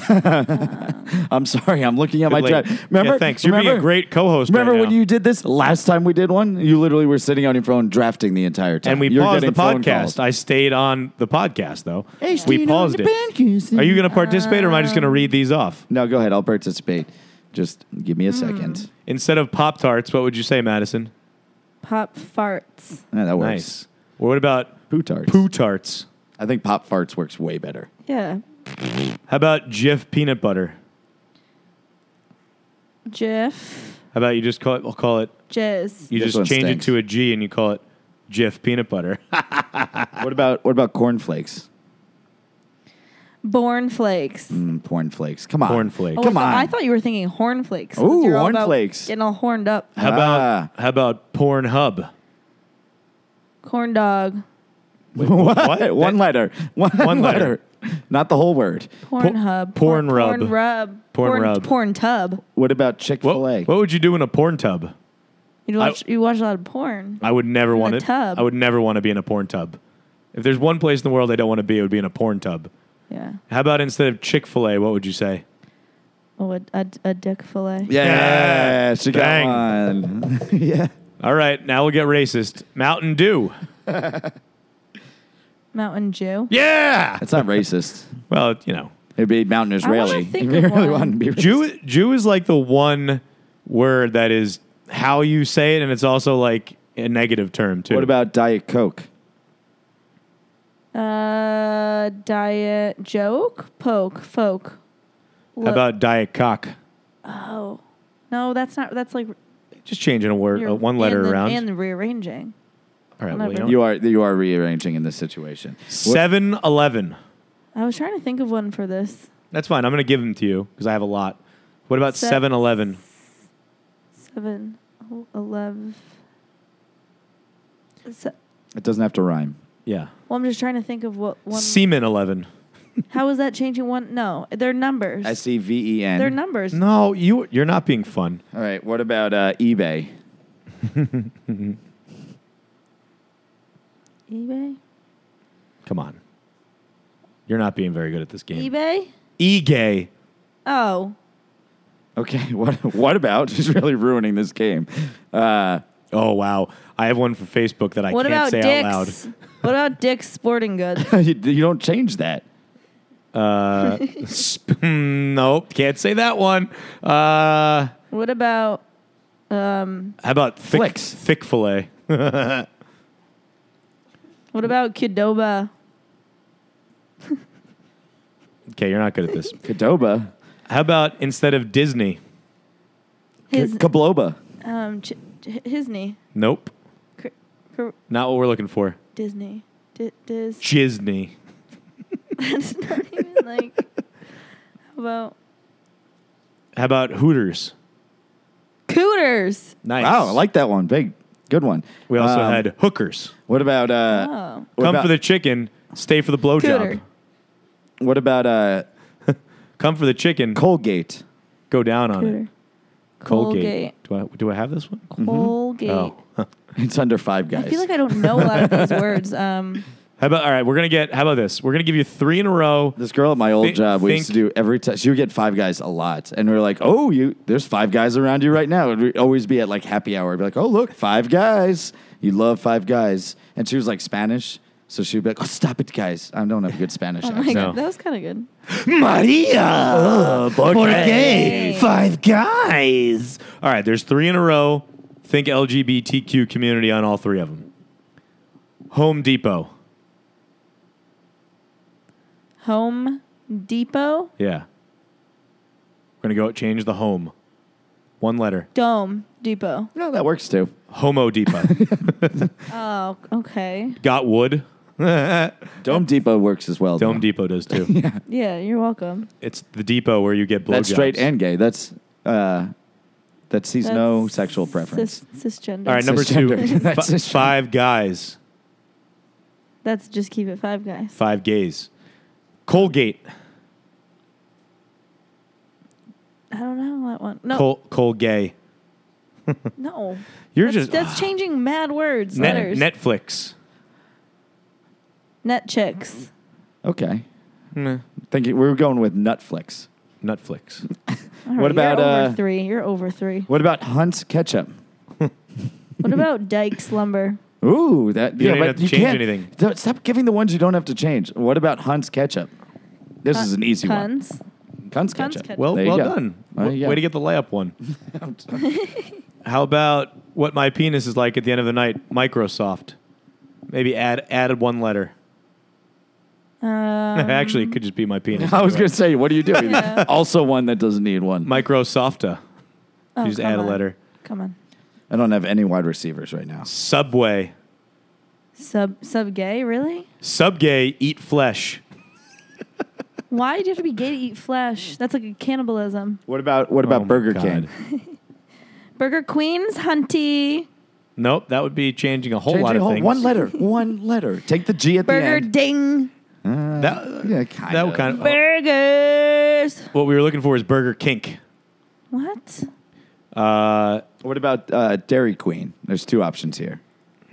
[SPEAKER 4] I'm sorry. I'm looking at my
[SPEAKER 3] Good lady.
[SPEAKER 4] chat. Remember?
[SPEAKER 3] Yeah, thanks. You're being a
[SPEAKER 4] remember-
[SPEAKER 3] great co host.
[SPEAKER 4] Remember when you did this last time we did one? You literally were sitting on your phone drafting the entire time.
[SPEAKER 3] And we
[SPEAKER 4] You're
[SPEAKER 3] paused the
[SPEAKER 4] getting phone
[SPEAKER 3] podcast.
[SPEAKER 4] calls.
[SPEAKER 3] I stayed on the podcast, though.
[SPEAKER 4] Hey,
[SPEAKER 3] we
[SPEAKER 4] Steve, on
[SPEAKER 3] paused
[SPEAKER 4] the
[SPEAKER 3] it.
[SPEAKER 4] podcast.
[SPEAKER 3] Are you going to
[SPEAKER 6] Mm-hmm.
[SPEAKER 3] participate or am I
[SPEAKER 6] Um,
[SPEAKER 3] just going to read these off?
[SPEAKER 4] No, go ahead. I'll participate. Just give me a
[SPEAKER 3] Mm.
[SPEAKER 4] second.
[SPEAKER 3] Instead of Pop Tarts, what would you say, Madison?
[SPEAKER 6] pop farts?
[SPEAKER 4] Yeah, that works.
[SPEAKER 3] Nice. Or what about
[SPEAKER 4] Poo tarts.
[SPEAKER 3] Poo Tarts?
[SPEAKER 4] I think pop farts works way better.
[SPEAKER 6] Yeah.
[SPEAKER 3] How about Jif Peanut Butter?
[SPEAKER 6] Jiff.
[SPEAKER 3] How about you just call it, we'll call it,
[SPEAKER 6] Jizz.
[SPEAKER 3] you
[SPEAKER 4] This one
[SPEAKER 3] just change
[SPEAKER 4] stinks.
[SPEAKER 3] it to a G and you call it Jif Peanut Butter. Ah.
[SPEAKER 4] what about what about cornflakes?
[SPEAKER 6] Born flakes.
[SPEAKER 4] Mm, porn flakes. Come on.
[SPEAKER 3] Cornflakes.
[SPEAKER 6] Oh,
[SPEAKER 4] Come
[SPEAKER 6] I thought-
[SPEAKER 4] on.
[SPEAKER 6] I thought you were thinking horn flakes. 'cause
[SPEAKER 4] Ooh,
[SPEAKER 6] you're all
[SPEAKER 4] horn
[SPEAKER 6] about
[SPEAKER 4] flakes.
[SPEAKER 6] Getting all horned up.
[SPEAKER 3] How
[SPEAKER 4] Ah.
[SPEAKER 3] about, how about Pornhub?
[SPEAKER 6] Corn dog.
[SPEAKER 4] what?
[SPEAKER 3] What?
[SPEAKER 4] One
[SPEAKER 3] That-
[SPEAKER 4] letter. One,
[SPEAKER 3] One letter.
[SPEAKER 4] letter. Not the whole word.
[SPEAKER 6] Porn hub.
[SPEAKER 3] porn rub.
[SPEAKER 6] Porn rub.
[SPEAKER 3] Porn rub.
[SPEAKER 6] Porn tub.
[SPEAKER 4] What about Chick
[SPEAKER 3] What,
[SPEAKER 4] Fil A?
[SPEAKER 3] what would you do in a porn tub?
[SPEAKER 6] You watch, you watch a lot of porn.
[SPEAKER 3] I would never want
[SPEAKER 6] a
[SPEAKER 3] to.
[SPEAKER 6] tub.
[SPEAKER 3] I would never want to be in a porn tub. If there's one place in the world I don't want to be, it would be in a porn tub.
[SPEAKER 6] Yeah.
[SPEAKER 3] How about instead of Chick Fil A, what would you say?
[SPEAKER 6] Oh, a, a, a dick fillet.
[SPEAKER 4] Yeah,
[SPEAKER 3] Yeah.
[SPEAKER 4] she
[SPEAKER 3] Bang.
[SPEAKER 4] got one. yeah.
[SPEAKER 3] All right, now we'll get racist. Mountain Dew.
[SPEAKER 6] Mountain Jew.
[SPEAKER 3] Yeah.
[SPEAKER 4] It's not racist.
[SPEAKER 3] Well, you know,
[SPEAKER 4] It'd be Mountain
[SPEAKER 6] I wanna
[SPEAKER 4] Israeli. If
[SPEAKER 6] think
[SPEAKER 4] you
[SPEAKER 6] of
[SPEAKER 4] really
[SPEAKER 6] one.
[SPEAKER 4] want to be racist.
[SPEAKER 3] Jew Jew is like the one word that is how you say it, and it's also like a negative term too.
[SPEAKER 4] What about Diet Coke?
[SPEAKER 6] Uh, diet joke? Poke. Folk.
[SPEAKER 3] how about diet cock?
[SPEAKER 6] Oh. No, that's not. That's like
[SPEAKER 3] Just changing a word,
[SPEAKER 6] You're-
[SPEAKER 3] uh, one letter
[SPEAKER 6] and the-
[SPEAKER 3] around.
[SPEAKER 6] And the rearranging.
[SPEAKER 3] All right, well, you
[SPEAKER 6] whatever.
[SPEAKER 3] know,
[SPEAKER 4] You are you are rearranging in this situation. What-
[SPEAKER 3] seven eleven.
[SPEAKER 6] I was trying to think of one for this.
[SPEAKER 3] That's fine. I'm going to give them to you because I have a lot. What about
[SPEAKER 6] Se-
[SPEAKER 3] seven eleven?
[SPEAKER 6] Seven, el- eleven. Se-
[SPEAKER 4] It doesn't have to rhyme.
[SPEAKER 3] Yeah,
[SPEAKER 6] well, I'm just trying to think of what one.
[SPEAKER 3] semen eleven.
[SPEAKER 6] how is that changing one? No, they're numbers.
[SPEAKER 4] S e v e n.
[SPEAKER 6] They're numbers.
[SPEAKER 3] No, you you're not being fun.
[SPEAKER 4] All right. What about uh, eBay?
[SPEAKER 6] eBay.
[SPEAKER 3] Come on, you're not being very good at this game.
[SPEAKER 6] eBay.
[SPEAKER 3] E-gay.
[SPEAKER 6] Oh,
[SPEAKER 4] Okay. What what about? Just really ruining this game. Uh,
[SPEAKER 3] Oh wow, I have one for Facebook that I
[SPEAKER 6] what
[SPEAKER 3] can't
[SPEAKER 6] about
[SPEAKER 3] say
[SPEAKER 6] Dick's? what about Dick's Sporting Goods?
[SPEAKER 4] you, you don't change that.
[SPEAKER 3] out loud. Uh, sp- nope, can't say that one. Uh,
[SPEAKER 6] What about um
[SPEAKER 3] how about thick,
[SPEAKER 4] Flicks.
[SPEAKER 3] thick fillet?
[SPEAKER 6] what about Kidoba?
[SPEAKER 3] Okay, you're not good at this.
[SPEAKER 4] Kadoba.
[SPEAKER 3] How about instead of Disney?
[SPEAKER 6] His
[SPEAKER 4] Kabloba.
[SPEAKER 6] um ch- ch- his knee.
[SPEAKER 3] Nope,
[SPEAKER 6] Cr- cr-
[SPEAKER 3] not what we're looking for.
[SPEAKER 6] Disney. D- Dis.
[SPEAKER 3] Jisney.
[SPEAKER 6] That's not even like How about
[SPEAKER 3] How about Hooters?
[SPEAKER 6] Cooters?
[SPEAKER 3] Nice.
[SPEAKER 4] Wow, I like that one. Big, good one.
[SPEAKER 3] We also
[SPEAKER 4] Um,
[SPEAKER 3] had hookers.
[SPEAKER 4] What about uh?
[SPEAKER 6] Oh.
[SPEAKER 4] what
[SPEAKER 3] Come
[SPEAKER 4] about-
[SPEAKER 3] for the chicken, stay for the blowjob.
[SPEAKER 6] Cooter.
[SPEAKER 4] What about uh?
[SPEAKER 3] Come for the chicken,
[SPEAKER 4] Colgate.
[SPEAKER 3] go down on it.
[SPEAKER 6] Cooter.
[SPEAKER 3] Colgate. Do I do I have this one?
[SPEAKER 6] Colgate.
[SPEAKER 3] Oh. How
[SPEAKER 4] It's under five
[SPEAKER 6] I
[SPEAKER 4] guys.
[SPEAKER 6] feel like I don't know a lot of these words. Um
[SPEAKER 3] about all right, we're gonna get how about this? We're gonna give you three in a row.
[SPEAKER 4] this girl at my old
[SPEAKER 3] Thi-
[SPEAKER 4] job, we used to
[SPEAKER 3] think-
[SPEAKER 4] do every time. She would get five guys a lot, and we were like, "Oh, you, there's five guys around you right now." And we'd always be at like happy hour, We'd be like, "Oh, look, five guys." You love five guys, and she was like Spanish, so she'd be like, "Oh, stop it, guys! I don't have a good Spanish
[SPEAKER 6] oh my
[SPEAKER 4] accent."
[SPEAKER 6] god, that was kinda good.
[SPEAKER 3] Maria por
[SPEAKER 6] gay.
[SPEAKER 3] Five guys. All right, there's three in a row. Think LGBTQ community on all three of them. Home Depot.
[SPEAKER 6] Home Depot.
[SPEAKER 3] Yeah. We're gonna go change the home. One letter.
[SPEAKER 6] Dome Depot.
[SPEAKER 4] No, that works too.
[SPEAKER 3] Homo Depot.
[SPEAKER 6] Oh, okay.
[SPEAKER 3] Got wood.
[SPEAKER 4] Dome Depot works as well.
[SPEAKER 3] Dome
[SPEAKER 4] though.
[SPEAKER 3] Depot does too.
[SPEAKER 6] Yeah, you're welcome.
[SPEAKER 3] It's the depot where you get blowjobs.
[SPEAKER 4] That's straight and gay. That's uh, that sees no
[SPEAKER 6] That's
[SPEAKER 4] sexual preference.
[SPEAKER 6] Cis- cisgender.
[SPEAKER 3] All right, number two,
[SPEAKER 4] Cisgender. That's
[SPEAKER 3] Fi-
[SPEAKER 4] cisgender.
[SPEAKER 3] five guys,
[SPEAKER 6] That's just keep it five guys.
[SPEAKER 3] five gays. Colgate,
[SPEAKER 6] I don't know that one. No,
[SPEAKER 3] Col, Colgay.
[SPEAKER 6] no.
[SPEAKER 3] You're
[SPEAKER 6] that's,
[SPEAKER 3] just ah.
[SPEAKER 6] that's changing mad words.
[SPEAKER 3] Net-
[SPEAKER 6] letters. Net,
[SPEAKER 3] Netflix.
[SPEAKER 6] chicks.
[SPEAKER 4] Okay. Thank you. We were going with Nutflix.
[SPEAKER 3] Netflix.
[SPEAKER 6] All right,
[SPEAKER 4] What about,
[SPEAKER 6] you're
[SPEAKER 4] uh,
[SPEAKER 6] over three? You're over three.
[SPEAKER 4] What about Hunt's ketchup?
[SPEAKER 6] What about Dyke's lumber?
[SPEAKER 4] Ooh, that
[SPEAKER 3] You
[SPEAKER 4] yeah,
[SPEAKER 3] don't even
[SPEAKER 4] but
[SPEAKER 3] have to
[SPEAKER 4] you
[SPEAKER 3] change
[SPEAKER 4] can't-
[SPEAKER 3] anything.
[SPEAKER 4] don't- stop giving the ones you don't have to change. What about Hunt's ketchup? This is an easy
[SPEAKER 6] Puns.
[SPEAKER 4] one. Hunt's
[SPEAKER 6] Hunt's
[SPEAKER 4] ketchup.
[SPEAKER 6] ketchup.
[SPEAKER 3] Well,
[SPEAKER 4] There you
[SPEAKER 3] well
[SPEAKER 4] go.
[SPEAKER 3] done.
[SPEAKER 4] There
[SPEAKER 3] W-
[SPEAKER 4] you go.
[SPEAKER 3] Way to get the layup one. How about what my penis is like at the end of the night? Microsoft. Maybe add added one letter.
[SPEAKER 6] Um,
[SPEAKER 3] Actually, it could just be my penis.
[SPEAKER 4] I was
[SPEAKER 3] anyway.
[SPEAKER 4] gonna say, what are you doing?
[SPEAKER 6] Yeah.
[SPEAKER 4] Also, one that doesn't need one.
[SPEAKER 3] Microsofta.
[SPEAKER 6] oh,
[SPEAKER 3] You just
[SPEAKER 6] come
[SPEAKER 3] add a
[SPEAKER 6] on.
[SPEAKER 3] letter.
[SPEAKER 6] Come on.
[SPEAKER 4] I don't have any wide receivers right now.
[SPEAKER 3] Subway.
[SPEAKER 6] Sub sub gay, really?
[SPEAKER 3] Subgay. Eat flesh.
[SPEAKER 6] Why do you have to be gay to eat flesh? That's like a cannibalism.
[SPEAKER 4] What about what about
[SPEAKER 3] Oh my
[SPEAKER 4] Burger
[SPEAKER 3] God.
[SPEAKER 4] King?
[SPEAKER 6] Burger Queen's hunty.
[SPEAKER 3] Nope, that would be changing a whole
[SPEAKER 4] Change
[SPEAKER 3] lot
[SPEAKER 4] it
[SPEAKER 3] of
[SPEAKER 4] whole-
[SPEAKER 3] things.
[SPEAKER 4] One letter. One letter. Take the G at the
[SPEAKER 6] Burger
[SPEAKER 4] end.
[SPEAKER 6] ding.
[SPEAKER 3] That,
[SPEAKER 4] Yeah, kind
[SPEAKER 3] that
[SPEAKER 4] of.
[SPEAKER 3] would kind of.
[SPEAKER 6] Burgers.
[SPEAKER 3] What we were looking for is Burger Kink.
[SPEAKER 6] What?
[SPEAKER 3] Uh,
[SPEAKER 4] What about uh, Dairy Queen? There's two options here.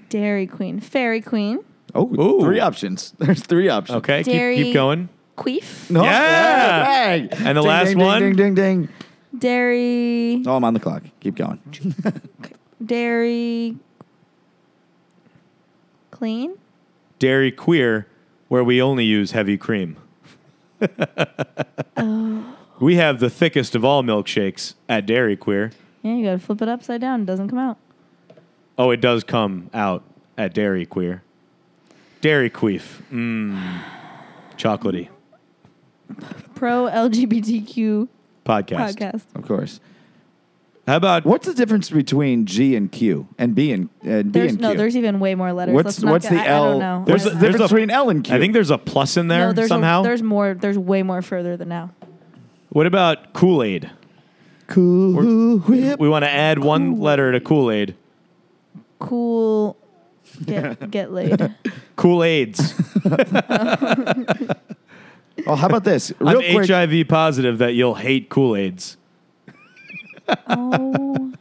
[SPEAKER 6] Dairy Queen. Fairy Queen.
[SPEAKER 4] Oh,
[SPEAKER 3] Ooh.
[SPEAKER 4] three options. There's three options.
[SPEAKER 3] okay, keep,
[SPEAKER 6] Dairy.
[SPEAKER 3] keep going.
[SPEAKER 6] Queef.
[SPEAKER 4] No,
[SPEAKER 3] Yeah.
[SPEAKER 4] bang.
[SPEAKER 3] And the last
[SPEAKER 4] ding,
[SPEAKER 3] one?
[SPEAKER 4] Ding, ding, ding, ding.
[SPEAKER 6] Dairy.
[SPEAKER 4] Oh, I'm on the clock. Keep going.
[SPEAKER 6] Dairy. Clean.
[SPEAKER 3] Dairy Queer, where we only use heavy cream. We have the thickest of all milkshakes at Dairy Queer.
[SPEAKER 6] Yeah, you gotta flip it upside down. It doesn't come out.
[SPEAKER 3] Oh, it does come out at Dairy Queer. Dairy Queef. Mmm. Chocolatey.
[SPEAKER 6] Pro LGBTQ
[SPEAKER 3] Podcast.
[SPEAKER 6] podcast.
[SPEAKER 4] Of course.
[SPEAKER 3] How about
[SPEAKER 4] What's the difference between G and Q and B and, and B
[SPEAKER 6] There's
[SPEAKER 4] and
[SPEAKER 6] no,
[SPEAKER 4] Q?
[SPEAKER 6] there's even way more letters.
[SPEAKER 4] What's-
[SPEAKER 6] Let's not
[SPEAKER 4] what's
[SPEAKER 6] get-
[SPEAKER 4] the
[SPEAKER 6] I- I
[SPEAKER 4] L?
[SPEAKER 6] don't know.
[SPEAKER 4] There's a-
[SPEAKER 6] I don't know.
[SPEAKER 4] difference between L and Q?
[SPEAKER 3] I think there's a plus in there
[SPEAKER 6] no, there's a-
[SPEAKER 3] somehow.
[SPEAKER 6] there's more. There's way more further than now.
[SPEAKER 3] what about Kool Aid?
[SPEAKER 4] Cool whip.
[SPEAKER 3] We want to add one letter to Kool Aid.
[SPEAKER 6] Cool. Get, get laid.
[SPEAKER 3] Kool Aids.
[SPEAKER 4] Oh, how about this? Real
[SPEAKER 3] I'm
[SPEAKER 4] quick.
[SPEAKER 3] HIV positive that you'll hate Kool Aids.
[SPEAKER 6] Oh,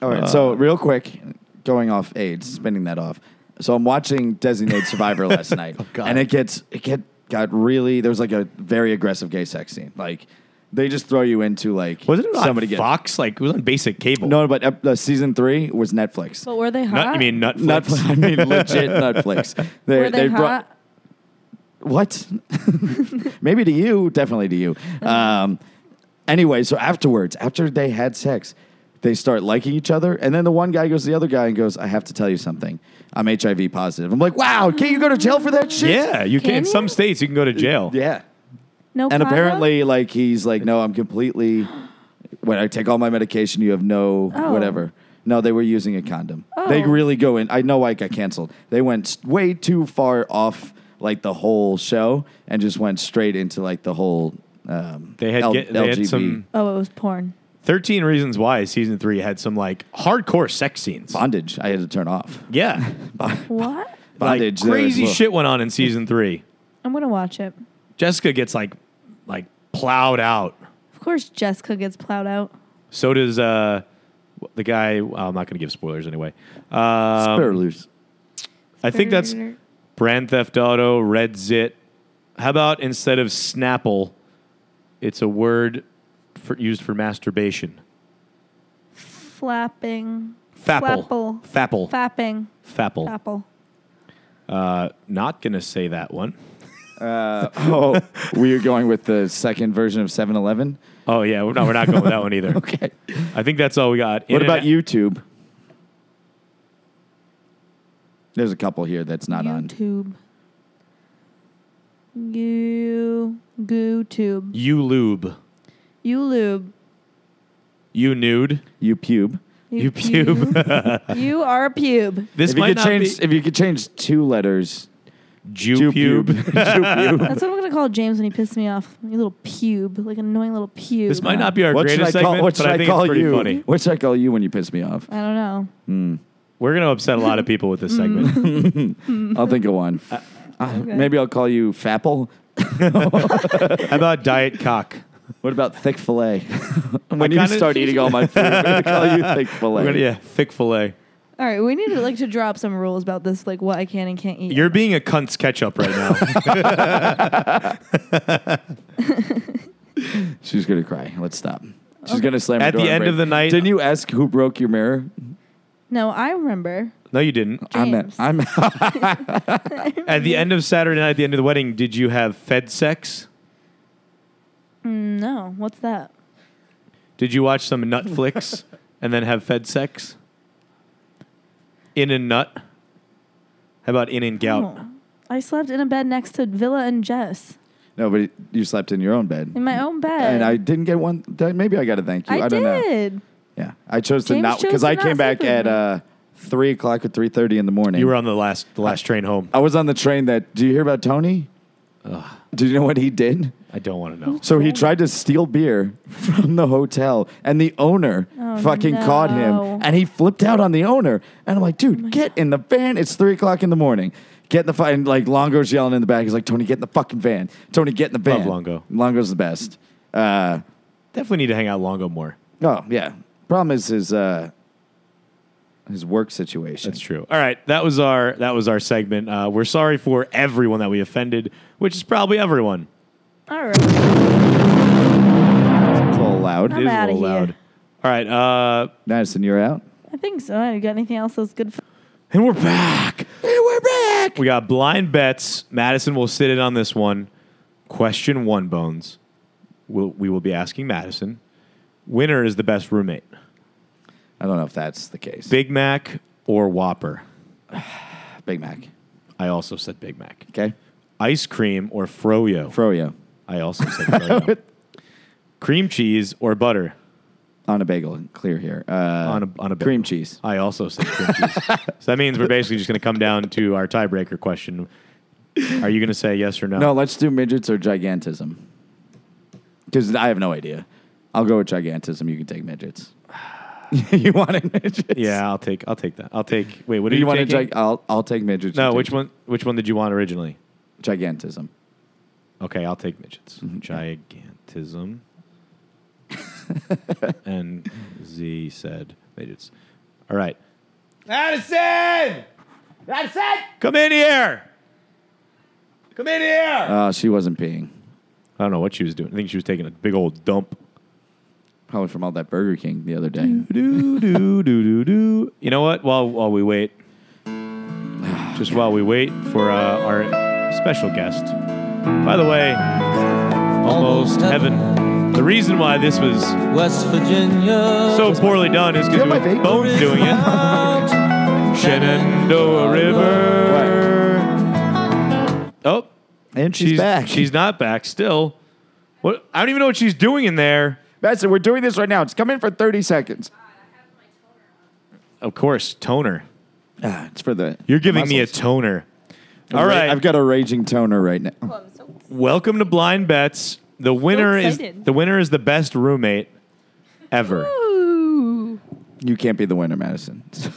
[SPEAKER 4] All right.
[SPEAKER 3] Uh,
[SPEAKER 4] so real quick, going off AIDS, spinning that off. So I'm watching Designated Survivor last night,
[SPEAKER 3] Oh, God.
[SPEAKER 4] and it gets it get got really there was like a very aggressive gay sex scene. Like they just throw you into like
[SPEAKER 3] Wasn't it on
[SPEAKER 4] somebody get-
[SPEAKER 3] Fox? Like it was on basic cable.
[SPEAKER 4] No, but ep- uh, season three was Netflix.
[SPEAKER 6] but were they hot?
[SPEAKER 3] Nut, you mean Netflix?
[SPEAKER 4] Netflix. I mean, legit Netflix. They,
[SPEAKER 6] Were they,
[SPEAKER 4] they
[SPEAKER 6] hot?
[SPEAKER 4] brought what? Maybe to you, definitely to you. Um, anyway, so afterwards, after they had sex, they start liking each other, and then the one guy goes to the other guy and goes, "I have to tell you something. I'm HIV positive." I'm like, "Wow, can you go to jail for that shit?"
[SPEAKER 3] Yeah, you can.
[SPEAKER 6] Can
[SPEAKER 3] in
[SPEAKER 6] you?
[SPEAKER 3] some states, you can go to jail.
[SPEAKER 4] yeah.
[SPEAKER 6] no.
[SPEAKER 4] And
[SPEAKER 6] Prada?
[SPEAKER 4] apparently, like he's like, "No, I'm completely. When I take all my medication, you have no
[SPEAKER 6] Oh.
[SPEAKER 4] whatever." No, they were using a condom. They
[SPEAKER 6] Oh.
[SPEAKER 4] really go in. I know why it got canceled. They went s- way too far off like the whole show and just went straight into like the whole. Um,
[SPEAKER 3] They had
[SPEAKER 4] L-
[SPEAKER 3] get, they
[SPEAKER 4] LGB.
[SPEAKER 3] had some
[SPEAKER 6] Oh, it was porn.
[SPEAKER 3] Thirteen Reasons Why season three had some like hardcore sex scenes.
[SPEAKER 4] bondage. I had to turn off
[SPEAKER 3] Yeah,
[SPEAKER 6] What?
[SPEAKER 4] bondage.
[SPEAKER 3] like
[SPEAKER 4] there as
[SPEAKER 3] crazy
[SPEAKER 4] well.
[SPEAKER 3] shit went on in season three.
[SPEAKER 6] I'm gonna watch it.
[SPEAKER 3] Jessica gets like like plowed out.
[SPEAKER 6] Of course, Jessica gets plowed out.
[SPEAKER 3] So does uh the guy. I'm not going to give spoilers anyway. Um,
[SPEAKER 4] Spare loose.
[SPEAKER 3] I think that's Brand Theft Auto, Red Zit. How about instead of Snapple, it's a word for, used for masturbation.
[SPEAKER 6] flapping,
[SPEAKER 3] Fapple.
[SPEAKER 6] Flapple.
[SPEAKER 3] Fapple.
[SPEAKER 6] fapping,
[SPEAKER 3] Fapple.
[SPEAKER 6] apple.
[SPEAKER 3] Uh, not going to say that one.
[SPEAKER 4] Oh, we are going with the second version of 7 Eleven.
[SPEAKER 3] Oh, yeah. we're- No, we're not going with that one either.
[SPEAKER 4] Okay.
[SPEAKER 3] I think that's all we got. In
[SPEAKER 4] What about
[SPEAKER 3] and-
[SPEAKER 4] YouTube? There's a couple here that's not on.
[SPEAKER 6] YouTube. You goo tube.
[SPEAKER 3] You lube.
[SPEAKER 6] You lube.
[SPEAKER 3] You nude.
[SPEAKER 4] You pube.
[SPEAKER 3] You pube.
[SPEAKER 6] you are a pube.
[SPEAKER 3] this
[SPEAKER 4] If you
[SPEAKER 3] might
[SPEAKER 4] could
[SPEAKER 3] not
[SPEAKER 4] change,
[SPEAKER 3] be
[SPEAKER 4] if you could change two letters,
[SPEAKER 3] Jew
[SPEAKER 4] Jew
[SPEAKER 3] pube.
[SPEAKER 6] That's what I'm gonna call James when he pisses me off. You little pube, like an annoying little pube.
[SPEAKER 3] This might not be our
[SPEAKER 4] what should I
[SPEAKER 3] greatest
[SPEAKER 4] call?
[SPEAKER 3] segment,
[SPEAKER 4] What
[SPEAKER 3] but
[SPEAKER 4] should
[SPEAKER 3] I
[SPEAKER 4] I,
[SPEAKER 3] think
[SPEAKER 4] call
[SPEAKER 3] it's pretty
[SPEAKER 4] you?
[SPEAKER 3] funny.
[SPEAKER 4] What should I call you when you piss me off?
[SPEAKER 6] I don't know.
[SPEAKER 3] We're going to upset a lot of people with this segment.
[SPEAKER 4] I'll think of one. Uh, Maybe I'll call you Fapple.
[SPEAKER 3] How about diet cock?
[SPEAKER 4] What about thick fillet? when
[SPEAKER 3] I
[SPEAKER 4] you
[SPEAKER 3] kinda-
[SPEAKER 4] start eating all my food, I'm gonna call you thick fillet.
[SPEAKER 3] We're gonna- yeah, thick fillet.
[SPEAKER 6] All right, we need to like to drop some rules about this, like what I can and can't eat.
[SPEAKER 3] You're being a cunt's ketchup right now.
[SPEAKER 4] She's gonna cry. Let's stop. She's gonna slam her
[SPEAKER 3] At the
[SPEAKER 4] door and
[SPEAKER 3] end of
[SPEAKER 4] break-
[SPEAKER 3] the night-
[SPEAKER 4] Didn't you ask who broke your mirror?
[SPEAKER 6] no, I remember.
[SPEAKER 3] no, you didn't.
[SPEAKER 6] James.
[SPEAKER 4] I'm. I'm
[SPEAKER 3] At the end of Saturday night, at the end of the wedding, did you have fed sex?
[SPEAKER 6] No, what's that?
[SPEAKER 3] Did you watch some nut flicks and then have fed sex? In and nut? How about in and gout?
[SPEAKER 6] Oh. I slept in a bed next to Villa and Jess
[SPEAKER 4] no, but you slept in your own bed,
[SPEAKER 6] in my own bed.
[SPEAKER 4] and I didn't get one. th- Maybe I got to thank you. I,
[SPEAKER 6] I
[SPEAKER 4] don't know.
[SPEAKER 6] did.
[SPEAKER 4] Yeah, I chose to
[SPEAKER 6] James
[SPEAKER 4] not
[SPEAKER 6] chose
[SPEAKER 4] because
[SPEAKER 6] to
[SPEAKER 4] I
[SPEAKER 6] not
[SPEAKER 4] came back
[SPEAKER 6] sleep
[SPEAKER 4] at
[SPEAKER 6] with me.
[SPEAKER 4] uh, three o'clock or three thirty in the morning.
[SPEAKER 3] You were on the last the last train home.
[SPEAKER 4] I was on the train. That do you hear about Tony? Do you know what he did?
[SPEAKER 3] I don't want to know.
[SPEAKER 4] So he tried to steal beer from the hotel, and the owner
[SPEAKER 6] Oh,
[SPEAKER 4] fucking
[SPEAKER 6] no. Oh
[SPEAKER 4] caught him, and he flipped out on the owner. And I'm like, dude, get in the van. It's three o'clock in the morning. Get in the fucking like Longo's yelling in the back. He's like, Tony, get in the fucking van. Tony, get in the van.
[SPEAKER 3] Love Longo.
[SPEAKER 4] Longo's the best. Uh,
[SPEAKER 3] Definitely need to hang out Longo more.
[SPEAKER 4] oh yeah. Problem is his uh, his work situation.
[SPEAKER 3] That's true. All right, that was our that was our segment. Uh, we're sorry for everyone that we offended, which is probably everyone.
[SPEAKER 6] All right.
[SPEAKER 4] It's a little loud.
[SPEAKER 6] I'm
[SPEAKER 3] It is a
[SPEAKER 6] outta
[SPEAKER 3] little
[SPEAKER 6] here.
[SPEAKER 3] loud. All right, uh,
[SPEAKER 4] Madison, you're out.
[SPEAKER 6] I think so. You got anything else that's good for
[SPEAKER 3] and we're back.
[SPEAKER 4] we're back.
[SPEAKER 3] We got blind bets. Madison will sit in on this one. Question one, Bones. We'll, we will be asking Madison. Winner is the best roommate.
[SPEAKER 4] I don't know if that's the case. Big,
[SPEAKER 3] Big Mac or Whopper?
[SPEAKER 4] Mac.
[SPEAKER 3] I also said Big Mac.
[SPEAKER 4] Okay.
[SPEAKER 3] Ice cream or Froyo?
[SPEAKER 4] Froyo.
[SPEAKER 3] I also said Froyo. Cream cheese or butter?
[SPEAKER 4] on a bagel. Clear here. Uh, on
[SPEAKER 3] a- on a bagel.
[SPEAKER 4] cream cheese.
[SPEAKER 3] I also said cream cheese. so that means we're basically just going to come down to our tiebreaker question. Are you going to say yes or no?
[SPEAKER 4] No, let's do midgets or gigantism. Because I have no idea. I'll go with gigantism. You can take midgets. you wanted midgets?
[SPEAKER 3] Yeah, I'll take. I'll take that. I'll take. Wait, what
[SPEAKER 4] Do
[SPEAKER 3] do
[SPEAKER 4] you,
[SPEAKER 3] you,
[SPEAKER 4] want to?
[SPEAKER 3] taking?
[SPEAKER 4] Gig- I'll I'll take midgets. you
[SPEAKER 3] no,
[SPEAKER 4] take
[SPEAKER 3] which one? Which one did you want originally?
[SPEAKER 4] Gigantism.
[SPEAKER 3] Okay, I'll take midgets.
[SPEAKER 4] Mm-hmm.
[SPEAKER 3] Gigantism. and Z said midgets. All right. Addison! Addison! Come in here! Come in here!
[SPEAKER 4] Uh, she wasn't peeing.
[SPEAKER 3] I don't know what she was doing. I think she was taking a big old dump.
[SPEAKER 4] Probably from all that Burger King the other day.
[SPEAKER 3] do, do, do, do, do. You know what? While, while we wait, just while we wait for uh, our special guest. By the way, almost,
[SPEAKER 7] Almost
[SPEAKER 3] heaven. The reason why this was
[SPEAKER 7] West Virginia.
[SPEAKER 3] so poorly done is because
[SPEAKER 4] Yeah,
[SPEAKER 3] we
[SPEAKER 4] my
[SPEAKER 3] were
[SPEAKER 4] vape.
[SPEAKER 3] both doing it. Shenandoah River. Oh,
[SPEAKER 4] And she's,
[SPEAKER 3] she's
[SPEAKER 4] back.
[SPEAKER 3] She's not back still. What? I don't even know what she's doing in there.
[SPEAKER 4] That's it. We're doing this right now. It's coming for thirty seconds.
[SPEAKER 3] Of course, toner.
[SPEAKER 4] Ah, it's for the.
[SPEAKER 3] You're giving me a
[SPEAKER 4] muscles.
[SPEAKER 3] toner. All
[SPEAKER 4] Ra-
[SPEAKER 3] right.
[SPEAKER 4] I've got a raging toner right now.
[SPEAKER 6] I'm so
[SPEAKER 3] Welcome to Blind Bets. The winner is
[SPEAKER 6] excited.
[SPEAKER 3] the winner is the best roommate ever.
[SPEAKER 4] You can't be the winner, Madison. So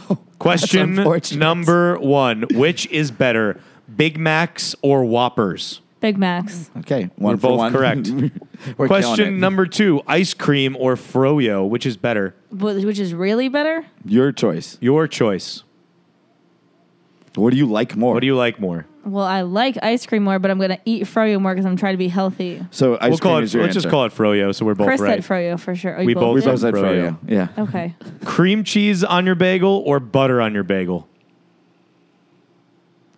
[SPEAKER 3] Question
[SPEAKER 4] that's unfortunate.
[SPEAKER 3] number 1, which is better, Big Macs or Whoppers?
[SPEAKER 6] Big Macs.
[SPEAKER 4] Okay, one
[SPEAKER 3] We're
[SPEAKER 4] for
[SPEAKER 3] both
[SPEAKER 4] one.
[SPEAKER 3] correct.
[SPEAKER 4] We're killing
[SPEAKER 3] Question
[SPEAKER 4] it.
[SPEAKER 3] number 2, ice cream or froyo, which is better?
[SPEAKER 6] Wh- Which is really better?
[SPEAKER 4] Your choice.
[SPEAKER 3] Your choice.
[SPEAKER 4] What do you like more?
[SPEAKER 3] What do you like more?
[SPEAKER 6] Well, I like ice cream more, but I'm going to eat froyo more because I'm trying to be healthy.
[SPEAKER 4] So ice
[SPEAKER 3] we'll call
[SPEAKER 4] cream
[SPEAKER 3] it
[SPEAKER 4] is your
[SPEAKER 3] let's just
[SPEAKER 4] answer.
[SPEAKER 3] call it froyo so we're both
[SPEAKER 6] Chris
[SPEAKER 3] right.
[SPEAKER 6] said froyo for sure. Oh, you
[SPEAKER 3] We both
[SPEAKER 4] We
[SPEAKER 6] did?
[SPEAKER 4] both said for
[SPEAKER 3] Froyo.
[SPEAKER 4] you. Yeah.
[SPEAKER 6] Okay.
[SPEAKER 3] Cream cheese on your bagel or butter on your bagel?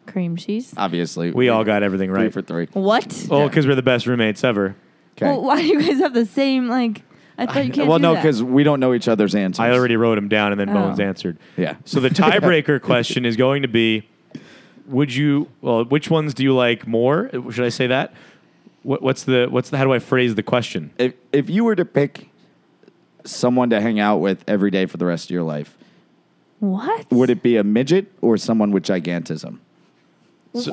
[SPEAKER 6] Cream cheese.
[SPEAKER 4] Obviously,
[SPEAKER 3] We all got everything
[SPEAKER 4] three
[SPEAKER 3] right.
[SPEAKER 4] for three.
[SPEAKER 6] What?
[SPEAKER 3] Oh, cuz we're the best roommates ever.
[SPEAKER 4] Okay.
[SPEAKER 6] Well, why do you guys have the same, like, I thought you can't
[SPEAKER 4] well,
[SPEAKER 6] do
[SPEAKER 4] no,
[SPEAKER 6] that.
[SPEAKER 4] because we don't know each other's answers.
[SPEAKER 3] I already wrote them down, and then
[SPEAKER 6] Oh.
[SPEAKER 3] Bones answered.
[SPEAKER 4] Yeah.
[SPEAKER 3] So the tiebreaker question is going to be: Would you? Well, which ones do you like more? Should I say that? What, what's the? What's the? How do I phrase the question?
[SPEAKER 4] If if you were to pick someone to hang out with every day for the rest of your life,
[SPEAKER 6] What?
[SPEAKER 4] would it be a midget or someone with gigantism?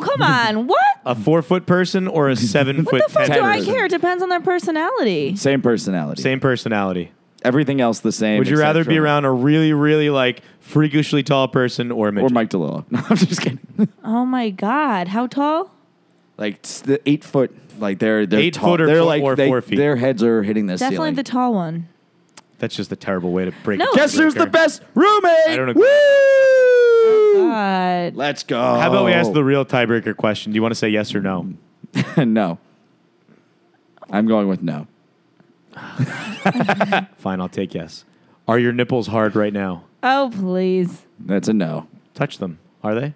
[SPEAKER 6] Come on, what?
[SPEAKER 3] A four-foot person or a seven-foot?
[SPEAKER 6] What the fuck do I
[SPEAKER 4] Terrorism.
[SPEAKER 6] care? It depends on their personality.
[SPEAKER 4] Same personality.
[SPEAKER 3] Same personality.
[SPEAKER 4] Everything else the same.
[SPEAKER 3] Would you
[SPEAKER 4] except
[SPEAKER 3] rather be
[SPEAKER 4] for-
[SPEAKER 3] around a really, really like freakishly tall person or a
[SPEAKER 4] or
[SPEAKER 3] midget?
[SPEAKER 4] Mike DeLillo? No, I'm just kidding.
[SPEAKER 6] Oh my god, how tall?
[SPEAKER 4] like s- the eight foot, like they're they're
[SPEAKER 3] Eight
[SPEAKER 4] tall.
[SPEAKER 3] foot or
[SPEAKER 4] they're
[SPEAKER 3] four-
[SPEAKER 4] like
[SPEAKER 3] or
[SPEAKER 4] they-
[SPEAKER 3] four feet.
[SPEAKER 4] Their heads are hitting the
[SPEAKER 6] Definitely
[SPEAKER 4] ceiling.
[SPEAKER 6] the tall one.
[SPEAKER 3] That's just a terrible way to break.
[SPEAKER 6] No.
[SPEAKER 3] a
[SPEAKER 4] Guess who's the
[SPEAKER 3] tiebreaker.
[SPEAKER 4] best roommate?
[SPEAKER 3] I don't agree.
[SPEAKER 4] Woo!
[SPEAKER 6] God.
[SPEAKER 4] Let's go.
[SPEAKER 3] How about we
[SPEAKER 4] Oh.
[SPEAKER 3] ask the real tiebreaker question? Do you want to say yes or no?
[SPEAKER 4] no. I'm going with no.
[SPEAKER 3] Fine, I'll take yes. Are your nipples hard right now?
[SPEAKER 6] Oh please.
[SPEAKER 4] That's a no.
[SPEAKER 3] Touch them. Are they?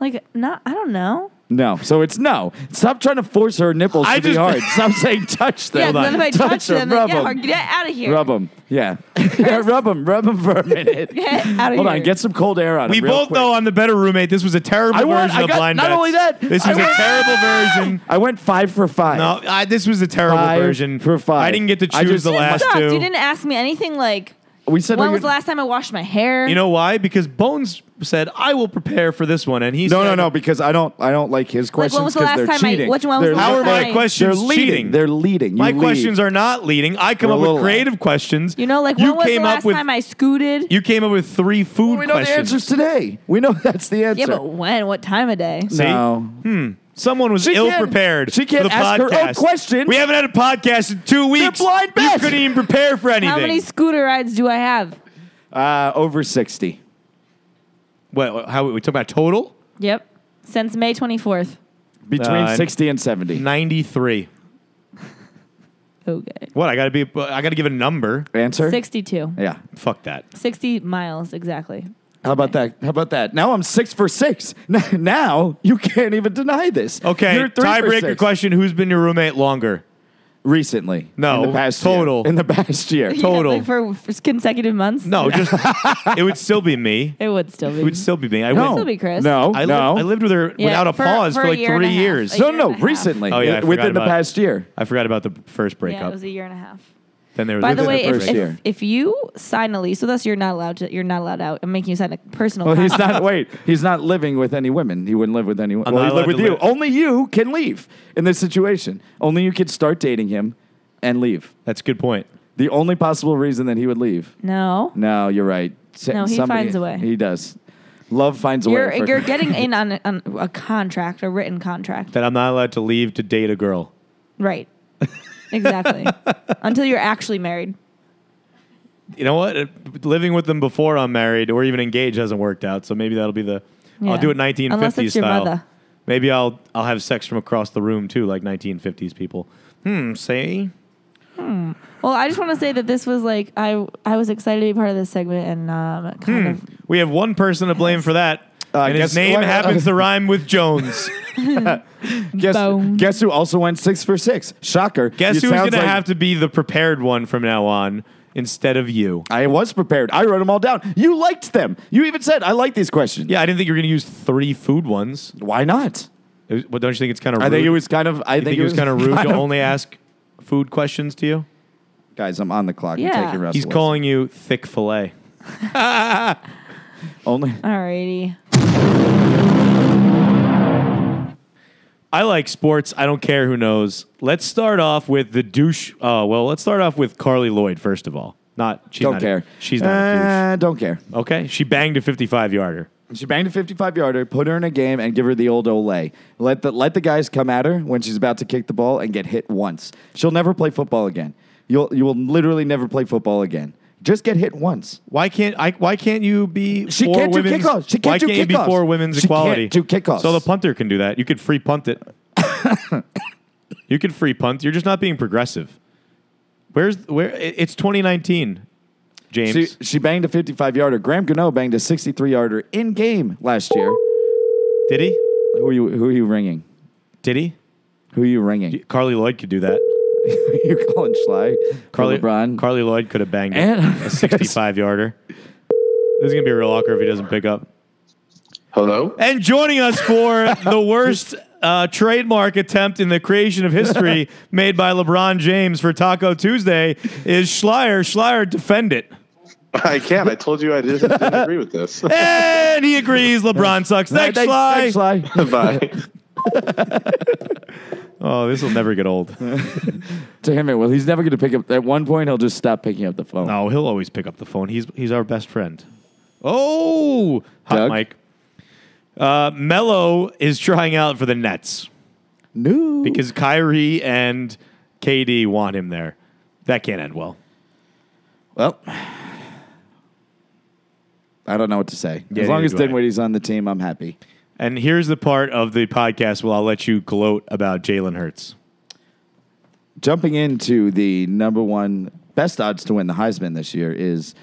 [SPEAKER 6] Like not I don't know.
[SPEAKER 4] No. So it's no. Stop trying to force her nipples
[SPEAKER 3] I
[SPEAKER 4] to be
[SPEAKER 3] just-
[SPEAKER 4] hard. Stop saying touch them.
[SPEAKER 6] yeah, then if I touch, them,
[SPEAKER 4] rub
[SPEAKER 6] then yeah,
[SPEAKER 4] them.
[SPEAKER 6] get out of here.
[SPEAKER 4] Rub them. Yeah. yeah. Rub them. Rub them for a minute.
[SPEAKER 6] Get out of
[SPEAKER 4] Hold
[SPEAKER 6] here.
[SPEAKER 4] on. Get some cold air on
[SPEAKER 3] We
[SPEAKER 4] 'em real
[SPEAKER 3] both
[SPEAKER 4] quick.
[SPEAKER 3] know I'm the better roommate. This was a terrible
[SPEAKER 4] I want-
[SPEAKER 3] version
[SPEAKER 4] I
[SPEAKER 3] of
[SPEAKER 4] got-
[SPEAKER 3] blind
[SPEAKER 4] not
[SPEAKER 3] Bets.
[SPEAKER 4] only that,
[SPEAKER 3] this
[SPEAKER 4] I
[SPEAKER 3] was a
[SPEAKER 4] went-
[SPEAKER 3] terrible version.
[SPEAKER 4] I went five for five.
[SPEAKER 3] No, I, this was a terrible
[SPEAKER 4] Five
[SPEAKER 3] version.
[SPEAKER 4] for five.
[SPEAKER 3] I didn't get to
[SPEAKER 4] I
[SPEAKER 3] choose
[SPEAKER 4] just-
[SPEAKER 3] the
[SPEAKER 6] You
[SPEAKER 3] last
[SPEAKER 6] sucked.
[SPEAKER 3] two.
[SPEAKER 6] You didn't ask me anything like
[SPEAKER 4] We said
[SPEAKER 6] when
[SPEAKER 4] we
[SPEAKER 6] was
[SPEAKER 4] were-
[SPEAKER 6] the last time I washed my hair?
[SPEAKER 3] You know why? Because Bones said I will prepare for this one, and he
[SPEAKER 4] No,
[SPEAKER 3] said,
[SPEAKER 4] no, no. Because I don't. I don't like his
[SPEAKER 6] Like,
[SPEAKER 4] questions
[SPEAKER 6] when was the
[SPEAKER 4] 'cause
[SPEAKER 6] last
[SPEAKER 4] they're
[SPEAKER 6] time I-
[SPEAKER 4] cheating.
[SPEAKER 6] which one was
[SPEAKER 4] They're
[SPEAKER 6] the
[SPEAKER 3] How
[SPEAKER 6] last
[SPEAKER 3] are my
[SPEAKER 6] time? They're
[SPEAKER 4] They're
[SPEAKER 3] questions
[SPEAKER 4] leading.
[SPEAKER 3] cheating?
[SPEAKER 4] They're leading. You
[SPEAKER 3] my
[SPEAKER 4] lead.
[SPEAKER 3] questions are not leading. I come
[SPEAKER 4] We're
[SPEAKER 3] up
[SPEAKER 4] a
[SPEAKER 3] with
[SPEAKER 4] little
[SPEAKER 3] creative questions.
[SPEAKER 6] You know, like
[SPEAKER 3] you
[SPEAKER 6] when was the
[SPEAKER 3] came
[SPEAKER 6] last
[SPEAKER 3] up with
[SPEAKER 6] time I scooted?
[SPEAKER 3] you came up with three food
[SPEAKER 4] We know the
[SPEAKER 3] questions.
[SPEAKER 4] answers today. We know that's the answer.
[SPEAKER 6] yeah, but when? What time of day?
[SPEAKER 3] See?
[SPEAKER 4] No.
[SPEAKER 3] Someone was
[SPEAKER 4] She can't-
[SPEAKER 3] ill prepared.
[SPEAKER 4] she can't
[SPEAKER 3] for the
[SPEAKER 4] ask her own
[SPEAKER 3] podcast.
[SPEAKER 4] question.
[SPEAKER 3] We haven't had a podcast in two weeks.
[SPEAKER 4] blind
[SPEAKER 3] you
[SPEAKER 4] bet.
[SPEAKER 3] couldn't even prepare for anything.
[SPEAKER 6] How many scooter rides do I have?
[SPEAKER 4] Uh, over sixty.
[SPEAKER 3] What? How we talk about total?
[SPEAKER 6] Yep. Since May 24th.
[SPEAKER 4] Between
[SPEAKER 3] Uh,
[SPEAKER 4] sixty and seventy.
[SPEAKER 3] Ninety three.
[SPEAKER 6] Okay.
[SPEAKER 3] What? I gotta be. I gotta give a number.
[SPEAKER 4] Answer.
[SPEAKER 6] 62.
[SPEAKER 4] Yeah.
[SPEAKER 3] Fuck that.
[SPEAKER 6] 60 miles exactly.
[SPEAKER 4] How about that? How about that? Now I'm six for six. N- Now you can't even deny this.
[SPEAKER 3] Okay.
[SPEAKER 4] You're three for
[SPEAKER 3] Tiebreaker
[SPEAKER 4] six.
[SPEAKER 3] question: Who's been your roommate longer?
[SPEAKER 4] Recently.
[SPEAKER 3] No,
[SPEAKER 4] In the past
[SPEAKER 3] total.
[SPEAKER 4] Year. In the past year.
[SPEAKER 3] To- Total.
[SPEAKER 6] like for, for consecutive months?
[SPEAKER 3] No, just it would still be me.
[SPEAKER 6] It would still be.
[SPEAKER 3] It would still be me. I
[SPEAKER 4] No.
[SPEAKER 3] went-
[SPEAKER 6] be Chris.
[SPEAKER 4] No.
[SPEAKER 3] I, li-
[SPEAKER 4] no.
[SPEAKER 3] I lived with her
[SPEAKER 6] Yeah,
[SPEAKER 3] without a
[SPEAKER 6] for-
[SPEAKER 3] pause
[SPEAKER 6] for
[SPEAKER 3] for,
[SPEAKER 6] a
[SPEAKER 3] like
[SPEAKER 6] year and
[SPEAKER 3] three
[SPEAKER 6] a half.
[SPEAKER 3] years.
[SPEAKER 6] A
[SPEAKER 4] no.
[SPEAKER 6] year
[SPEAKER 4] No.
[SPEAKER 6] and a half.
[SPEAKER 4] Recently.
[SPEAKER 3] Oh, yeah, I forgot
[SPEAKER 4] Within the
[SPEAKER 3] about-
[SPEAKER 4] past year.
[SPEAKER 3] I forgot about the first
[SPEAKER 6] yeah,
[SPEAKER 3] breakup.
[SPEAKER 6] it was a year and a half.
[SPEAKER 3] Then there was
[SPEAKER 6] By the
[SPEAKER 4] Within
[SPEAKER 6] way,
[SPEAKER 4] the
[SPEAKER 6] if,
[SPEAKER 4] first
[SPEAKER 6] if,
[SPEAKER 4] year.
[SPEAKER 6] if you sign a lease with us, you're not allowed to. You're not allowed out. I'm making you sign a personal.
[SPEAKER 4] Well, he's
[SPEAKER 6] contract.
[SPEAKER 4] not. Wait, he's not living with any women. He wouldn't live with anyone.
[SPEAKER 3] I'm
[SPEAKER 4] Well,
[SPEAKER 3] not
[SPEAKER 4] he lived
[SPEAKER 3] allowed
[SPEAKER 4] with
[SPEAKER 3] to
[SPEAKER 4] you.
[SPEAKER 3] live-
[SPEAKER 4] Only you can leave in this situation. Only you could start dating him and leave.
[SPEAKER 3] That's a good point.
[SPEAKER 4] The only possible reason that he would leave.
[SPEAKER 6] No,
[SPEAKER 4] No, you're right. S-
[SPEAKER 6] No, he finds a way.
[SPEAKER 4] He does. Love finds a
[SPEAKER 6] you're
[SPEAKER 4] way. for-
[SPEAKER 6] you're getting in on, a- on a contract, a written contract,
[SPEAKER 3] That I'm not allowed to leave to date a girl.
[SPEAKER 6] right? Exactly. Until you're actually married.
[SPEAKER 3] You know what? Uh, Living with them before I'm married or even engaged hasn't worked out. So maybe that'll be the.
[SPEAKER 6] Yeah.
[SPEAKER 3] I'll do it 1950s
[SPEAKER 6] Unless it's your
[SPEAKER 3] style.
[SPEAKER 6] mother.
[SPEAKER 3] Maybe I'll I'll have sex from across the room too, like 1950s people. Hmm. Say.
[SPEAKER 6] Well, I just want to say that this was like I I was excited to be part of this segment and um, kind of
[SPEAKER 3] We have one person to blame for that.
[SPEAKER 4] Uh,
[SPEAKER 3] and
[SPEAKER 4] guess-
[SPEAKER 3] his name
[SPEAKER 4] wait, wait,
[SPEAKER 3] happens to rhyme with Jones.
[SPEAKER 4] guess,
[SPEAKER 6] Bone.
[SPEAKER 4] guess who also went six for six? Shocker.
[SPEAKER 3] Guess
[SPEAKER 4] It
[SPEAKER 3] who's
[SPEAKER 4] sounds
[SPEAKER 3] going to
[SPEAKER 4] like-
[SPEAKER 3] have to be the prepared one from now on instead of you?
[SPEAKER 4] I was prepared. I wrote them all down. You liked them. You even said, I like these questions.
[SPEAKER 3] Yeah, I didn't think you were going to use three food ones.
[SPEAKER 4] Why not?
[SPEAKER 3] It was- But don't you think it's kind of rude?
[SPEAKER 4] I think it was kind of. I
[SPEAKER 3] You think it was kind of rude to only ask food questions to you?
[SPEAKER 4] Guys, I'm on the clock.
[SPEAKER 6] Yeah.
[SPEAKER 4] I'm taking Russell
[SPEAKER 3] He's
[SPEAKER 4] Wilson.
[SPEAKER 3] calling you thick filet.
[SPEAKER 4] Only.
[SPEAKER 6] alrighty.
[SPEAKER 3] I like sports. I don't care who knows. Let's start off with the douche. Uh, well, let's start off with Carly Lloyd first of all. Not she's
[SPEAKER 4] don't
[SPEAKER 3] not a-
[SPEAKER 4] care.
[SPEAKER 3] she's not a
[SPEAKER 4] Uh, don't care.
[SPEAKER 3] douche. Okay, she banged a fifty-five yarder.
[SPEAKER 4] She banged a 55 yarder, put her in a game, and give her the old Olay. Let the, let the guys come at her when she's about to kick the ball and get hit once. She'll never play football again. You'll, you will literally never play football again. Just get hit once.
[SPEAKER 3] Why can't I? Why can't you be?
[SPEAKER 4] She
[SPEAKER 3] for
[SPEAKER 4] can't do
[SPEAKER 3] women's-
[SPEAKER 4] kickoffs. She can't
[SPEAKER 3] why
[SPEAKER 4] do
[SPEAKER 3] can't you be
[SPEAKER 4] kickoffs.
[SPEAKER 3] for women's
[SPEAKER 4] She can't
[SPEAKER 3] equality?
[SPEAKER 4] do kickoffs.
[SPEAKER 3] So the punter can do that. You could free punt it. you could free punt. You're just not being progressive. Where's where? it- It's 2019, James.
[SPEAKER 4] She, she banged a 55 yarder. Graham Gano banged a 63 yarder in game last year.
[SPEAKER 3] Did he?
[SPEAKER 4] Who are you, who are you ringing?
[SPEAKER 3] Did he?
[SPEAKER 4] Who are you ringing?
[SPEAKER 3] Carly Lloyd could do that.
[SPEAKER 4] you calling Schley?
[SPEAKER 3] Carly
[SPEAKER 4] LeBron?
[SPEAKER 3] Carly Lloyd could have banged it.
[SPEAKER 4] And-
[SPEAKER 3] a 65 yarder. This is gonna be real awkward if he doesn't pick up.
[SPEAKER 8] Hello?
[SPEAKER 3] And joining us for the worst uh, trademark attempt in the creation of history made by LeBron James for Taco Tuesday is Schleier. Schleier, defend it.
[SPEAKER 8] I can't. I told you I didn't, didn't agree with this.
[SPEAKER 3] And he agrees LeBron sucks. Thanks,
[SPEAKER 4] Thanks,
[SPEAKER 3] Schly.
[SPEAKER 4] thanks, Schley.
[SPEAKER 8] Bye.
[SPEAKER 3] Oh, this will never get old.
[SPEAKER 4] to him it will. He's never going to pick up. At one point, he'll just stop picking up the phone.
[SPEAKER 3] No, he'll always pick up the phone. He's he's our best friend. Oh, hot
[SPEAKER 4] Doug?
[SPEAKER 3] mic. Uh, Mello is trying out for the Nets
[SPEAKER 4] No.
[SPEAKER 3] because Kyrie and KD want him there. That can't end well.
[SPEAKER 4] well, I don't know what to say.
[SPEAKER 3] Yeah,
[SPEAKER 4] as long
[SPEAKER 3] neither
[SPEAKER 4] as
[SPEAKER 3] do I.
[SPEAKER 4] Dinwiddie's on the team, I'm happy.
[SPEAKER 3] And here's the part of the podcast where I'll let you gloat about Jalen Hurts.
[SPEAKER 4] Jumping into the number one best odds to win the Heisman this year is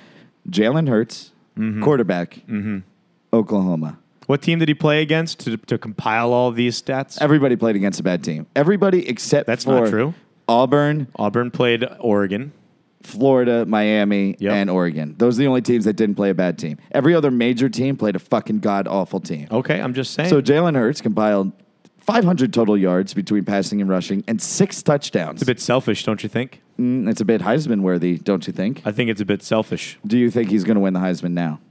[SPEAKER 4] Jalen Hurts,
[SPEAKER 3] Mm-hmm.
[SPEAKER 4] quarterback, Oklahoma.
[SPEAKER 3] What team did he play against to, to compile all these stats?
[SPEAKER 4] Everybody played against a bad team. Everybody except
[SPEAKER 3] That's
[SPEAKER 4] for
[SPEAKER 3] not true.
[SPEAKER 4] Auburn,
[SPEAKER 3] Auburn played Oregon.
[SPEAKER 4] Florida, Miami,
[SPEAKER 3] Yep.
[SPEAKER 4] and Oregon. Those are the only teams that didn't play a bad team. Every other major team played a fucking god awful team.
[SPEAKER 3] Okay, I'm just saying.
[SPEAKER 4] So Jalen Hurts compiled 500 total yards between passing and rushing and six touchdowns.
[SPEAKER 3] it's a bit selfish, don't you think?
[SPEAKER 4] Mm, it's a bit Heisman worthy, don't you think?
[SPEAKER 3] I think it's a bit selfish.
[SPEAKER 4] Do you think he's going to win the Heisman now?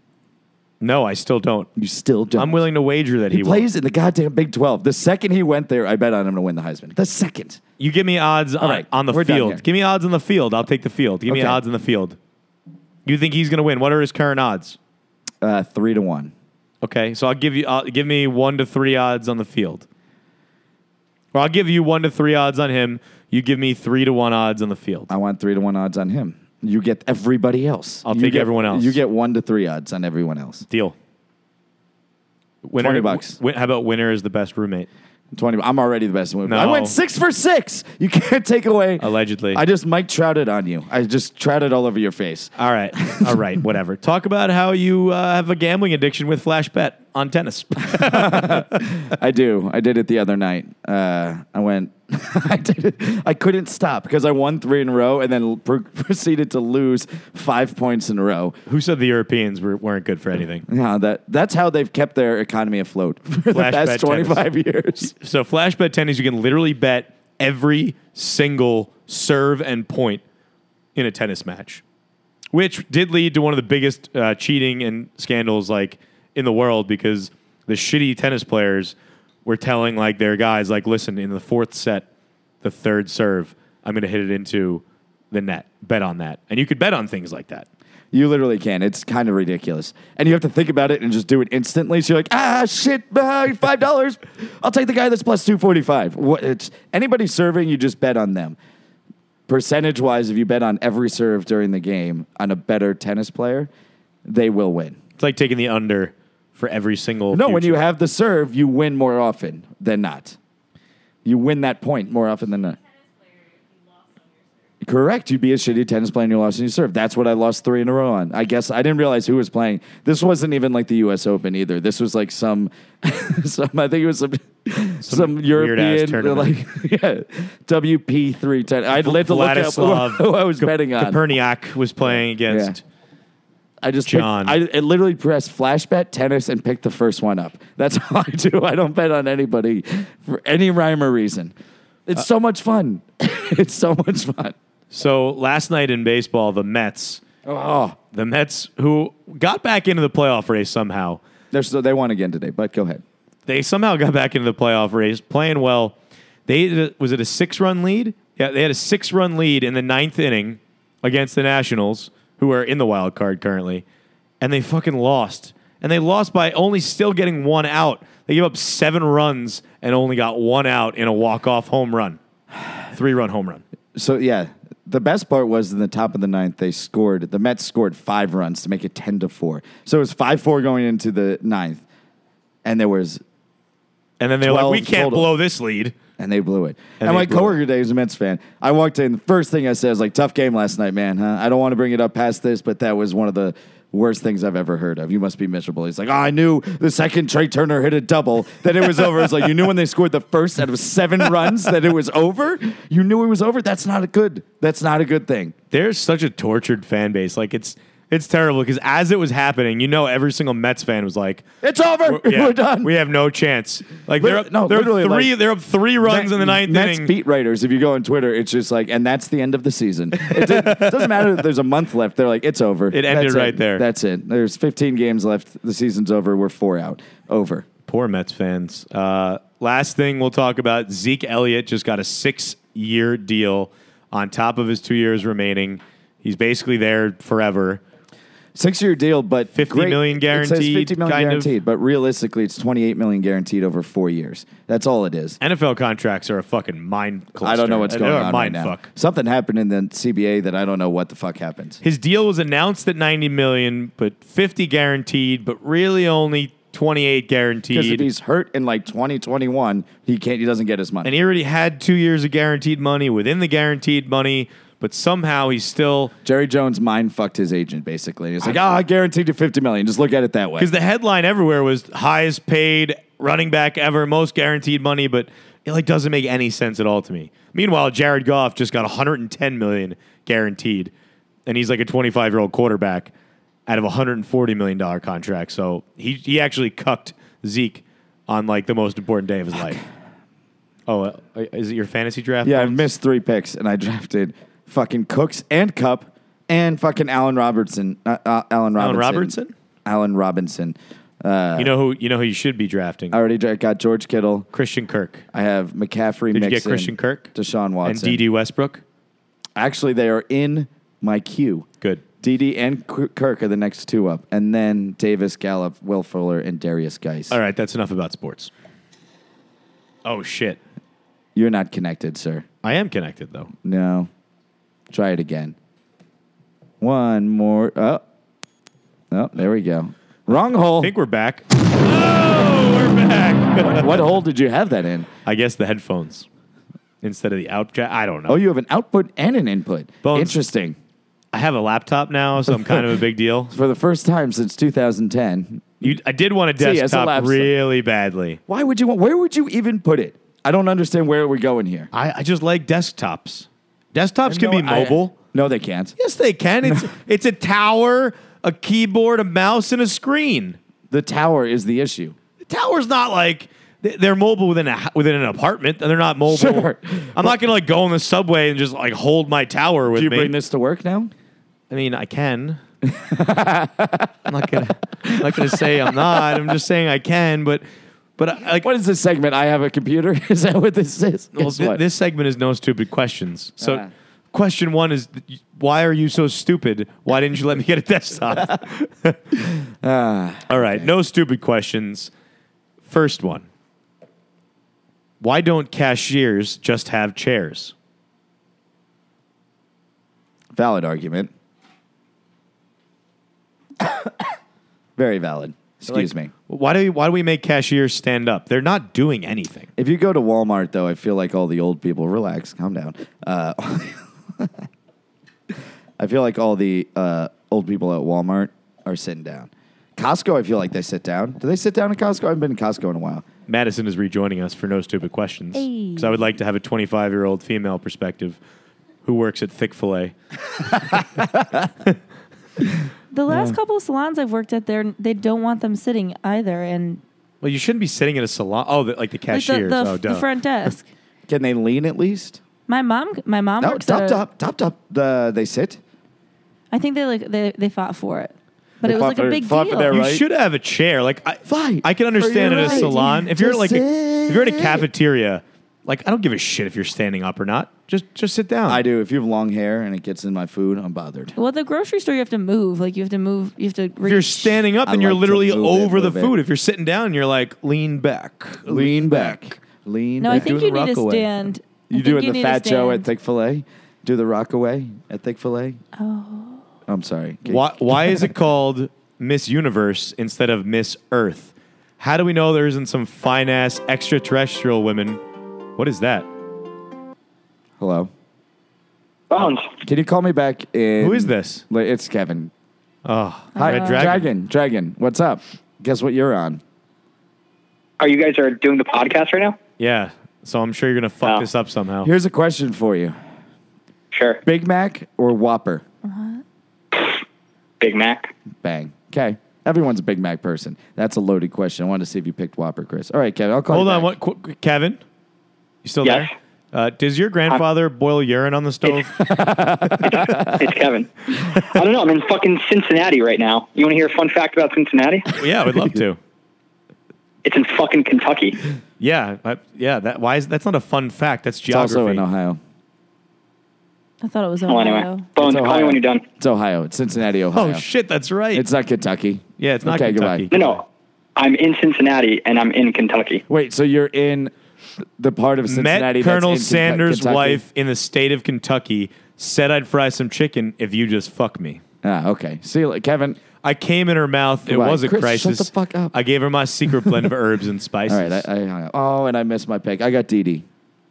[SPEAKER 3] No, I still don't.
[SPEAKER 4] You still don't.
[SPEAKER 3] I'm willing to wager that
[SPEAKER 4] He,
[SPEAKER 3] he, will.
[SPEAKER 4] plays in the goddamn Big 12. The second he went there, I bet on him to win the Heisman. The second.
[SPEAKER 3] You give me odds on,
[SPEAKER 4] right,
[SPEAKER 3] on the
[SPEAKER 4] we're done here.
[SPEAKER 3] field. Give me odds on the field. I'll take the field. Give me
[SPEAKER 4] Okay.
[SPEAKER 3] odds on the field. You think he's going to win? What are his current odds?
[SPEAKER 4] Uh, three to one.
[SPEAKER 3] Okay, so I'll give you uh, give me one to three odds on the field, or I'll give you one to three odds on him. You give me three to one odds on the field.
[SPEAKER 4] I want three to one odds on him. You get everybody else.
[SPEAKER 3] I'll
[SPEAKER 4] You
[SPEAKER 3] take
[SPEAKER 4] get-
[SPEAKER 3] everyone else.
[SPEAKER 4] You get one to three odds on everyone else.
[SPEAKER 3] Deal. Winner,
[SPEAKER 4] 20 bucks.
[SPEAKER 3] win- how about winner is the best roommate?
[SPEAKER 4] 20. I'm already the best. No.
[SPEAKER 3] No.
[SPEAKER 4] I went six for six. You can't take away.
[SPEAKER 3] Allegedly.
[SPEAKER 4] I just Mike Trouted on you. I just Trouted all over your face.
[SPEAKER 3] All right, all right, whatever. Talk about how you uh, have a gambling addiction with Flash Bet on tennis.
[SPEAKER 4] I do. I did it the other night. Uh, I went. I did it. I couldn't stop because I won three in a row and then l- pro- proceeded to lose five points in a row.
[SPEAKER 3] Who said the Europeans were, weren't good for anything?
[SPEAKER 4] Yeah, that that's how they've kept their economy afloat for the
[SPEAKER 3] Flash
[SPEAKER 4] past
[SPEAKER 3] bet
[SPEAKER 4] twenty
[SPEAKER 3] tennis.
[SPEAKER 4] five years.
[SPEAKER 3] So flash bet tennis, you can literally bet every single serve and point in a tennis match, which did lead to one of the biggest uh, cheating and scandals like in the world because the shitty tennis players were telling like their guys like, listen, in the fourth set, the third serve, I'm going to hit it into the net. Bet on that, and you could bet on things like that.
[SPEAKER 4] You literally can. It's kind of ridiculous. And you have to think about it and just do it instantly. So you're like, ah, shit, ah, $5. I'll take the guy that's plus 245. What, it's, anybody serving, you just bet on them. Percentage wise, if you bet on every serve during the game on a better tennis player, they will win.
[SPEAKER 3] It's like taking the under for every single.
[SPEAKER 4] No, when
[SPEAKER 3] future.
[SPEAKER 4] you have the serve, you win more often than not. You win that point more often than not. Correct. You'd be a shitty tennis player and you lost and you serve. That's what I lost three in a row on. I guess I didn't realize who was playing. This wasn't even like the U.S. Open either. This was like some, some I think it was some, some,
[SPEAKER 3] weird-ass
[SPEAKER 4] European like
[SPEAKER 3] tournament.
[SPEAKER 4] yeah, WP three ten. I'd live to look up
[SPEAKER 3] Vladislav
[SPEAKER 4] who I was
[SPEAKER 3] Ka-
[SPEAKER 4] betting on.
[SPEAKER 3] Koperniak was playing against.
[SPEAKER 4] I just picked-
[SPEAKER 3] John.
[SPEAKER 4] I, I literally pressed flash bet tennis and picked the first one up. That's all I do. I don't bet on anybody for any rhyme or reason. It's so much fun. it's so much fun.
[SPEAKER 3] So last night in baseball, the Mets,
[SPEAKER 4] Oh,
[SPEAKER 3] the Mets who got back into the playoff race somehow.
[SPEAKER 4] they're so they won again today. But go ahead.
[SPEAKER 3] They somehow got back into the playoff race, playing well. They was it a six run lead? Yeah, they had a six run lead in the ninth inning against the Nationals, who are in the wild card currently, and they fucking lost. And they lost by only still getting one out. They gave up seven runs and only got one out in a walk off home run, three run home run.
[SPEAKER 4] So yeah, the best part was in the top of the ninth they scored. The Mets scored five runs to make it ten to four. So it was five four going into the ninth, and there was
[SPEAKER 3] And then they're like,
[SPEAKER 4] 12
[SPEAKER 3] we can't
[SPEAKER 4] total.
[SPEAKER 3] blow this lead.
[SPEAKER 4] and they blew it.
[SPEAKER 3] And
[SPEAKER 4] And,
[SPEAKER 3] they
[SPEAKER 4] my
[SPEAKER 3] blew
[SPEAKER 4] coworker today was a Mets fan. I walked in. The first thing I said was like, "Tough game last night, man. Huh? I don't want to bring it up past this, but that was one of the worst things I've ever heard of. You must be miserable." He's like, oh, "I knew the second Trey Turner hit a double that it was over." It's like you knew when they scored the first out of seven runs that it was over. You knew it was over. That's not a good. That's not a good thing.
[SPEAKER 3] There's such a tortured fan base. Like it's it's terrible because as it was happening, you know, every single Mets fan was like,
[SPEAKER 4] It's over. We're,
[SPEAKER 3] yeah,
[SPEAKER 4] done.
[SPEAKER 3] We have no chance. Like they're up,
[SPEAKER 4] Lit- no,
[SPEAKER 3] they're up
[SPEAKER 4] literally,
[SPEAKER 3] three.
[SPEAKER 4] like-
[SPEAKER 3] they're up three runs in the ninth
[SPEAKER 4] Mets
[SPEAKER 3] inning.
[SPEAKER 4] beat writers, if you go on Twitter, it's just like, and that's the end of the season. It, did, it doesn't matter if there's a month left. They're like, it's over.
[SPEAKER 3] It ended
[SPEAKER 4] That's
[SPEAKER 3] right there.
[SPEAKER 4] That's it. There's 15 games left. The season's over. We're four out. Over.
[SPEAKER 3] Poor Mets fans. Uh, last thing we'll talk about: Zeke Elliott just got a six-year deal on top of his two years remaining. He's basically there forever.
[SPEAKER 4] Six year deal, but
[SPEAKER 3] 50
[SPEAKER 4] 50
[SPEAKER 3] million
[SPEAKER 4] million It says 50
[SPEAKER 3] guaranteed,
[SPEAKER 4] million
[SPEAKER 3] kind of.
[SPEAKER 4] guaranteed, but realistically, it's 28 million guaranteed over four years. That's all it is.
[SPEAKER 3] NFL contracts are a fucking mind. Cluster.
[SPEAKER 4] I don't know what's
[SPEAKER 3] They're
[SPEAKER 4] going
[SPEAKER 3] a
[SPEAKER 4] on right
[SPEAKER 3] mind
[SPEAKER 4] now.
[SPEAKER 3] fuck.
[SPEAKER 4] Something happened in the CBA that I don't know what the fuck happened.
[SPEAKER 3] His deal was announced at 90 million, but 50 guaranteed, but really only 28
[SPEAKER 4] Because if
[SPEAKER 3] guaranteed.
[SPEAKER 4] he's hurt in like 2021, he can't. He doesn't get his money.
[SPEAKER 3] And he already had 2 years of guaranteed money within the guaranteed money, but somehow he's still
[SPEAKER 4] Jerry Jones mind fucked his agent basically. He's like, ah, I guaranteed you fifty million. Just look at it that way.
[SPEAKER 3] cuz the headline everywhere was highest paid running back ever, most guaranteed money, but it like doesn't make any sense at all to me. Meanwhile, Jared Goff just got 110 million guaranteed, and he's like a 25-year-old quarterback out of a 140 million dollar contract. So, he he actually cucked Zeke on like the most important day of his life. Oh, uh, is it your fantasy draft?
[SPEAKER 4] yeah, I
[SPEAKER 3] Bones?
[SPEAKER 4] missed three picks, and I drafted fucking Cooks and Cup and fucking Allen Robertson. Uh, uh, Allen Robinson.
[SPEAKER 3] Robertson?
[SPEAKER 4] Allen Robinson. Uh,
[SPEAKER 3] You know who you know who you should be drafting?
[SPEAKER 4] I already dra- got George Kittle.
[SPEAKER 3] Christian Kirk.
[SPEAKER 4] I have McCaffrey.
[SPEAKER 3] Did you get
[SPEAKER 4] Mixon,
[SPEAKER 3] Christian Kirk?
[SPEAKER 4] Deshaun
[SPEAKER 3] And
[SPEAKER 4] Watson,
[SPEAKER 3] DD Westbrook.
[SPEAKER 4] Actually, they are in my queue.
[SPEAKER 3] Good.
[SPEAKER 4] DD and K- Kirk are the next two up, and then Davis, Gallup, Will Fuller, and Darius Geis.
[SPEAKER 3] All right, that's enough about sports. Oh shit.
[SPEAKER 4] You're not connected, sir.
[SPEAKER 3] I am connected though.
[SPEAKER 4] No. Try it again. One more. Oh. Oh, there we go. Wrong hole.
[SPEAKER 3] I think we're back. Oh, we're back.
[SPEAKER 4] what hole did you have that in?
[SPEAKER 3] I guess the headphones instead of the out jack. I don't know.
[SPEAKER 4] Oh, you have an output and an input.
[SPEAKER 3] Bones.
[SPEAKER 4] Interesting.
[SPEAKER 3] I have a laptop now, so I'm kind of a big deal.
[SPEAKER 4] For the first time since 2010.
[SPEAKER 3] You, I did want a
[SPEAKER 4] See, as a
[SPEAKER 3] desktop
[SPEAKER 4] laptop.
[SPEAKER 3] really badly.
[SPEAKER 4] Why would you want where would you even put it? I don't understand where we're going here.
[SPEAKER 3] I, I just like desktops. Desktops can
[SPEAKER 4] No,
[SPEAKER 3] be
[SPEAKER 4] I-
[SPEAKER 3] mobile.
[SPEAKER 4] no, they can't.
[SPEAKER 3] yes, they can. It's it's a tower, a keyboard, a mouse, and a screen.
[SPEAKER 4] The tower is the issue.
[SPEAKER 3] The tower's not like they- they're mobile within a h- within an apartment. They're not mobile.
[SPEAKER 4] Sure.
[SPEAKER 3] I'm not gonna like go on the subway and just like hold my tower with
[SPEAKER 4] Do you
[SPEAKER 3] me.
[SPEAKER 4] bring this to work now?
[SPEAKER 3] I mean, I can. I'm not gonna. I'm not gonna say I'm not. I'm just saying I can. But but I- like
[SPEAKER 4] What is this segment? I have a computer. is that what this is?
[SPEAKER 3] well,
[SPEAKER 4] Guess
[SPEAKER 3] thi-
[SPEAKER 4] what?
[SPEAKER 3] this segment is no stupid questions. So.
[SPEAKER 4] Ah.
[SPEAKER 3] Question one is, th- why are you so stupid? Why didn't you let me get a desktop?
[SPEAKER 4] Ah,
[SPEAKER 3] All right, no stupid questions. First one. Why don't cashiers just have chairs?
[SPEAKER 4] valid argument. Very valid. Excuse
[SPEAKER 3] Like,
[SPEAKER 4] me.
[SPEAKER 3] Why do why do we make cashiers stand up? They're not doing anything.
[SPEAKER 4] If you go to Walmart, though, I feel like all the old people relax, calm down. Uh, I feel like all the uh, old people at Walmart are sitting down. Costco, I feel like they sit down. Do they sit down at Costco? I haven't been to Costco in a while.
[SPEAKER 3] Madison is rejoining us for no stupid questions
[SPEAKER 6] Hey.
[SPEAKER 3] because I would like to have a 25 year old female perspective who works at Thick Filet.
[SPEAKER 6] The last couple of salons I've worked at, there they don't want them sitting either, and
[SPEAKER 3] Well, you shouldn't be sitting in a salon. Oh, the, like the
[SPEAKER 6] like the,
[SPEAKER 3] cashiers.
[SPEAKER 6] the,
[SPEAKER 3] oh,
[SPEAKER 6] the
[SPEAKER 3] duh.
[SPEAKER 6] front desk.
[SPEAKER 4] Can they lean at least?
[SPEAKER 6] My mom, my mom
[SPEAKER 4] No,
[SPEAKER 6] works
[SPEAKER 4] top,
[SPEAKER 6] at a-
[SPEAKER 4] top, top, top. The they sit.
[SPEAKER 6] I think they like they, they fought for it, but
[SPEAKER 4] They
[SPEAKER 6] it was
[SPEAKER 4] fought
[SPEAKER 6] like
[SPEAKER 4] for-
[SPEAKER 6] a big
[SPEAKER 4] fought for
[SPEAKER 6] deal.
[SPEAKER 4] their
[SPEAKER 3] You
[SPEAKER 4] right?
[SPEAKER 3] should have a chair. Like I,
[SPEAKER 4] Fight
[SPEAKER 3] I can
[SPEAKER 4] for
[SPEAKER 3] understand
[SPEAKER 4] your
[SPEAKER 3] at a
[SPEAKER 4] right
[SPEAKER 3] salon. If
[SPEAKER 4] to
[SPEAKER 3] you're at, like, a, if you're at a
[SPEAKER 4] sit.
[SPEAKER 3] cafeteria, like I don't give a shit if you're standing up or not. Just just sit down.
[SPEAKER 4] I do. If you have long hair and it gets in my food, I'm bothered.
[SPEAKER 6] well, at the grocery store you have to move. Like you have to move. You have to.
[SPEAKER 3] If you're standing up,
[SPEAKER 4] I
[SPEAKER 3] then you're
[SPEAKER 4] like to
[SPEAKER 3] literally
[SPEAKER 4] move it,
[SPEAKER 3] over the
[SPEAKER 4] move it.
[SPEAKER 3] food. If you're sitting down, you're like lean back.
[SPEAKER 4] Lean back. Lean.
[SPEAKER 6] No, I
[SPEAKER 4] back.
[SPEAKER 6] think
[SPEAKER 4] Do
[SPEAKER 6] you
[SPEAKER 4] the
[SPEAKER 6] need to
[SPEAKER 4] rockaway.
[SPEAKER 6] stand. I
[SPEAKER 4] You
[SPEAKER 6] think
[SPEAKER 4] doing
[SPEAKER 6] you
[SPEAKER 4] the
[SPEAKER 6] need to
[SPEAKER 4] Fat Joe at
[SPEAKER 6] stand.
[SPEAKER 4] Thick Filet? Do the Rockaway at Thick Filet? Oh. I'm sorry. Okay.
[SPEAKER 3] Why, why is it called Miss Universe instead of Miss Earth? How do we know there isn't some fine ass extraterrestrial women? What is that?
[SPEAKER 4] Hello.
[SPEAKER 9] Bones.
[SPEAKER 4] Can you call me back in?
[SPEAKER 3] Who is this?
[SPEAKER 4] Like, It's Kevin.
[SPEAKER 3] Oh,
[SPEAKER 4] Hi,
[SPEAKER 3] Red
[SPEAKER 4] Dragon.
[SPEAKER 3] Dragon.
[SPEAKER 4] Dragon. What's up? Guess what you're on?
[SPEAKER 9] Are you guys are doing the podcast right now?
[SPEAKER 3] Yeah. So I'm sure you're gonna fuck
[SPEAKER 9] Oh.
[SPEAKER 3] this up somehow.
[SPEAKER 4] Here's a question for you:
[SPEAKER 9] Sure.
[SPEAKER 4] Big Mac or Whopper?
[SPEAKER 9] Big Mac.
[SPEAKER 4] Bang. Okay. Everyone's a Big Mac person. That's a loaded question. I wanted to see if you picked Whopper, Chris. All right, Kevin. I'll call.
[SPEAKER 3] Hold
[SPEAKER 4] you
[SPEAKER 3] on,
[SPEAKER 4] back.
[SPEAKER 3] what, qu- qu- Kevin? You still
[SPEAKER 9] Yes.
[SPEAKER 3] there? Uh, does your grandfather boil urine on the stove?
[SPEAKER 9] It's Kevin. I don't know. I'm in fucking Cincinnati right now. You want to hear a fun fact about Cincinnati?
[SPEAKER 3] yeah, I would love to.
[SPEAKER 9] It's in fucking Kentucky.
[SPEAKER 3] Yeah, I- yeah. That why is that's not a fun fact. That's
[SPEAKER 4] It's
[SPEAKER 3] geography.
[SPEAKER 4] also in Ohio.
[SPEAKER 6] I thought it was Ohio.
[SPEAKER 9] Well, anyway, Bones,
[SPEAKER 4] It's
[SPEAKER 9] call me
[SPEAKER 4] Ohio.
[SPEAKER 9] when you're done.
[SPEAKER 4] It's Ohio. It's Cincinnati,
[SPEAKER 3] Oh
[SPEAKER 4] Ohio.
[SPEAKER 3] shit, that's right.
[SPEAKER 4] It's not Kentucky.
[SPEAKER 3] yeah, it's not
[SPEAKER 4] Okay, goodbye.
[SPEAKER 3] Kentucky.
[SPEAKER 9] No, no. I'm in Cincinnati and I'm in Kentucky.
[SPEAKER 4] Wait, so you're in the part of Cincinnati
[SPEAKER 3] Met
[SPEAKER 4] that's
[SPEAKER 3] Colonel
[SPEAKER 4] in Kentu-
[SPEAKER 3] Sanders'
[SPEAKER 4] Kentucky?
[SPEAKER 3] wife in the state of Kentucky said I'd fry some chicken if you just fuck me.
[SPEAKER 4] Ah, okay. See you, la- Kevin.
[SPEAKER 3] I came in her mouth. It
[SPEAKER 4] Right.
[SPEAKER 3] was a
[SPEAKER 4] Chris, shut
[SPEAKER 3] crisis.
[SPEAKER 4] the fuck up.
[SPEAKER 3] I gave her my secret blend of herbs and spices.
[SPEAKER 4] All right, I, I hung up. Oh, and I missed my pick. I got DD.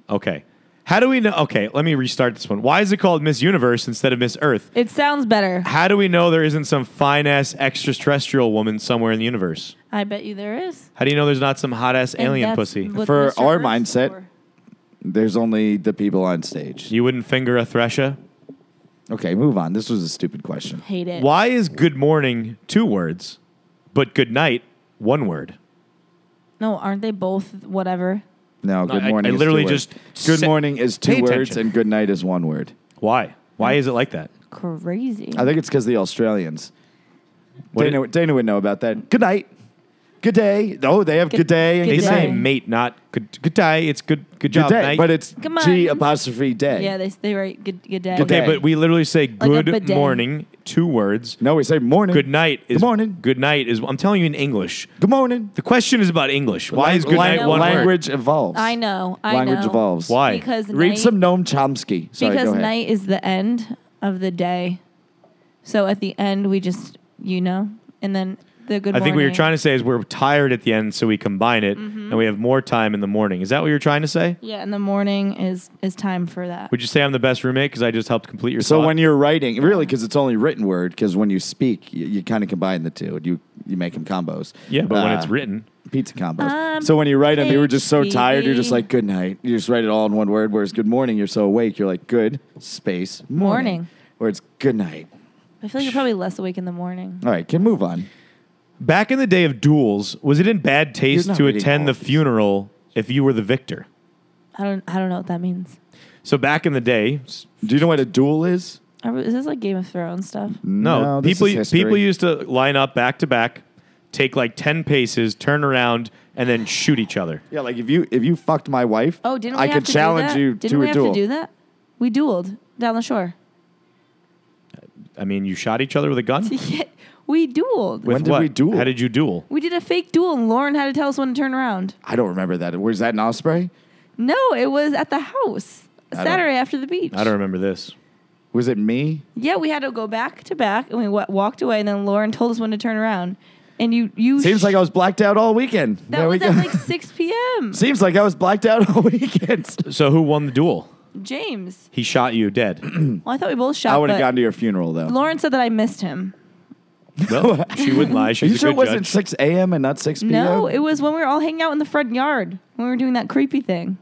[SPEAKER 3] okay. How do we know? Okay, let me restart this one. Why is it called Miss Universe instead of Miss Earth?
[SPEAKER 6] It sounds better.
[SPEAKER 3] How do we know there isn't some fine ass extraterrestrial woman somewhere in the universe?
[SPEAKER 6] I bet you there is.
[SPEAKER 3] How do you know there's not some hot ass
[SPEAKER 6] And
[SPEAKER 3] alien
[SPEAKER 6] that's
[SPEAKER 3] pussy?
[SPEAKER 6] what
[SPEAKER 4] For
[SPEAKER 6] Mr.
[SPEAKER 4] our
[SPEAKER 6] Burns is
[SPEAKER 4] mindset-
[SPEAKER 6] for.
[SPEAKER 4] There's only the people on stage.
[SPEAKER 3] You wouldn't finger a thresha?
[SPEAKER 4] Okay, move on. This was a stupid question.
[SPEAKER 6] hate it.
[SPEAKER 3] Why is good morning two words, but good night one word?
[SPEAKER 6] No, aren't they both whatever?
[SPEAKER 4] No, good
[SPEAKER 3] I-
[SPEAKER 4] morning.
[SPEAKER 3] I
[SPEAKER 4] is
[SPEAKER 3] literally
[SPEAKER 4] two words.
[SPEAKER 3] just
[SPEAKER 4] good
[SPEAKER 3] said-
[SPEAKER 4] morning is
[SPEAKER 3] Pay
[SPEAKER 4] two words
[SPEAKER 3] attention.
[SPEAKER 4] and good night is one word.
[SPEAKER 3] Why? Why is it like that?
[SPEAKER 6] Crazy.
[SPEAKER 4] I think it's because the Australians.
[SPEAKER 3] What
[SPEAKER 4] Dana, Dana would know about that. Good night. Good day. Oh, they have good,
[SPEAKER 6] Good-
[SPEAKER 4] day. And
[SPEAKER 3] They
[SPEAKER 6] good
[SPEAKER 4] good,
[SPEAKER 6] day.
[SPEAKER 3] say
[SPEAKER 4] night.
[SPEAKER 3] mate, not good. Good day. It's good. Good
[SPEAKER 4] Good
[SPEAKER 3] job.
[SPEAKER 4] day,
[SPEAKER 3] night.
[SPEAKER 4] but it's
[SPEAKER 6] Come on.
[SPEAKER 4] G apostrophe day.
[SPEAKER 6] yeah, they they write good good day.
[SPEAKER 4] Good
[SPEAKER 3] okay.
[SPEAKER 4] day.
[SPEAKER 3] But we literally say
[SPEAKER 6] a
[SPEAKER 3] good
[SPEAKER 6] bidet.
[SPEAKER 3] morning two words.
[SPEAKER 4] no, we say morning.
[SPEAKER 3] Good night is
[SPEAKER 4] Good morning.
[SPEAKER 3] Good night is. I'm telling you in English.
[SPEAKER 4] Good morning.
[SPEAKER 3] The question is about English. Why is good
[SPEAKER 4] Lang-
[SPEAKER 3] night one word?
[SPEAKER 4] language evolves?
[SPEAKER 6] I know. I
[SPEAKER 4] language
[SPEAKER 6] know.
[SPEAKER 4] evolves.
[SPEAKER 3] Why?
[SPEAKER 6] Because
[SPEAKER 4] Read
[SPEAKER 6] night,
[SPEAKER 4] some Noam Chomsky. Sorry,
[SPEAKER 6] because
[SPEAKER 4] go ahead.
[SPEAKER 6] night is the end of the day. So at the end we just you know, and then the good.
[SPEAKER 3] I think what
[SPEAKER 6] morning. Mm-hmm.
[SPEAKER 3] you're trying to say is we're tired at the end, so we combine it, and we have more time in the morning. Is that what you're trying to say?
[SPEAKER 6] Yeah, and the morning is is time for that.
[SPEAKER 3] Would you say I'm the best roommate because I just helped complete your?
[SPEAKER 4] So
[SPEAKER 3] thought?
[SPEAKER 4] when you're writing, really, because it's only written word. Because when you speak, you, you kind of combine the two. You you make them combos.
[SPEAKER 3] yeah, but when
[SPEAKER 4] Uh,
[SPEAKER 3] it's written,
[SPEAKER 4] pizza combos.
[SPEAKER 6] Um,
[SPEAKER 4] so when you write them, you were just so tired. You're just
[SPEAKER 6] HBD.
[SPEAKER 4] like good night. You just write it all in one word. Whereas good morning, you're so awake. You're like good space morning.
[SPEAKER 6] Morning.
[SPEAKER 4] Where it's good night.
[SPEAKER 6] I feel like you're probably less awake in the morning.
[SPEAKER 4] All right, can move on.
[SPEAKER 3] back in the day of duels, was it in bad taste
[SPEAKER 4] not
[SPEAKER 3] to
[SPEAKER 4] reading
[SPEAKER 3] attend
[SPEAKER 4] all
[SPEAKER 3] the
[SPEAKER 4] of these.
[SPEAKER 3] funeral if you were the victor?
[SPEAKER 6] I don't. I don't know what that means.
[SPEAKER 3] So back in the day, s-
[SPEAKER 4] Do you know what a duel is?
[SPEAKER 6] Are- Is this like Game of Thrones stuff?
[SPEAKER 3] no,
[SPEAKER 4] this
[SPEAKER 3] people
[SPEAKER 4] is history.
[SPEAKER 3] people used to line up back to back, take like ten paces, turn around, and then shoot each other.
[SPEAKER 4] Yeah, like if you if you fucked my wife,
[SPEAKER 6] Oh, didn't we
[SPEAKER 4] I
[SPEAKER 6] have
[SPEAKER 4] could
[SPEAKER 6] to
[SPEAKER 4] challenge
[SPEAKER 6] do that?
[SPEAKER 4] you
[SPEAKER 6] Didn't
[SPEAKER 4] to
[SPEAKER 6] we
[SPEAKER 4] a
[SPEAKER 6] have
[SPEAKER 4] duel.
[SPEAKER 6] to do that? We dueled down the shore.
[SPEAKER 3] I mean, you shot each other with a gun. With
[SPEAKER 6] Yeah, we dueled.
[SPEAKER 4] When did
[SPEAKER 3] what?
[SPEAKER 4] we duel?
[SPEAKER 3] How did you duel?
[SPEAKER 6] we did a fake duel, and Lauren had to tell us when to turn around.
[SPEAKER 4] I don't remember that. Was that in Osprey?
[SPEAKER 6] No, it was at the house
[SPEAKER 4] don't-
[SPEAKER 6] Saturday after the beach.
[SPEAKER 3] I don't remember this.
[SPEAKER 4] Was it me?
[SPEAKER 6] Yeah, we had to go back to back, and we wa- walked away, and then Lauren told us when to turn around. And you, you
[SPEAKER 4] Seems like I was blacked out all weekend.
[SPEAKER 6] that
[SPEAKER 4] There we
[SPEAKER 6] was at
[SPEAKER 4] go.
[SPEAKER 6] like six p.m.
[SPEAKER 4] Seems like I was blacked out all weekend.
[SPEAKER 3] So who won the duel?
[SPEAKER 6] James.
[SPEAKER 3] He shot you dead.
[SPEAKER 6] Well, I thought we both shot.
[SPEAKER 4] I would have
[SPEAKER 6] but
[SPEAKER 4] gone to your funeral though.
[SPEAKER 6] Lauren said that I missed him.
[SPEAKER 3] well, she wouldn't lie.
[SPEAKER 4] Are
[SPEAKER 3] She's
[SPEAKER 4] you
[SPEAKER 3] a
[SPEAKER 4] sure it
[SPEAKER 3] good
[SPEAKER 4] wasn't
[SPEAKER 3] judge.
[SPEAKER 4] six a.m. and not six p.m.?
[SPEAKER 6] No, it was when we were all hanging out in the front yard when we were doing that creepy thing.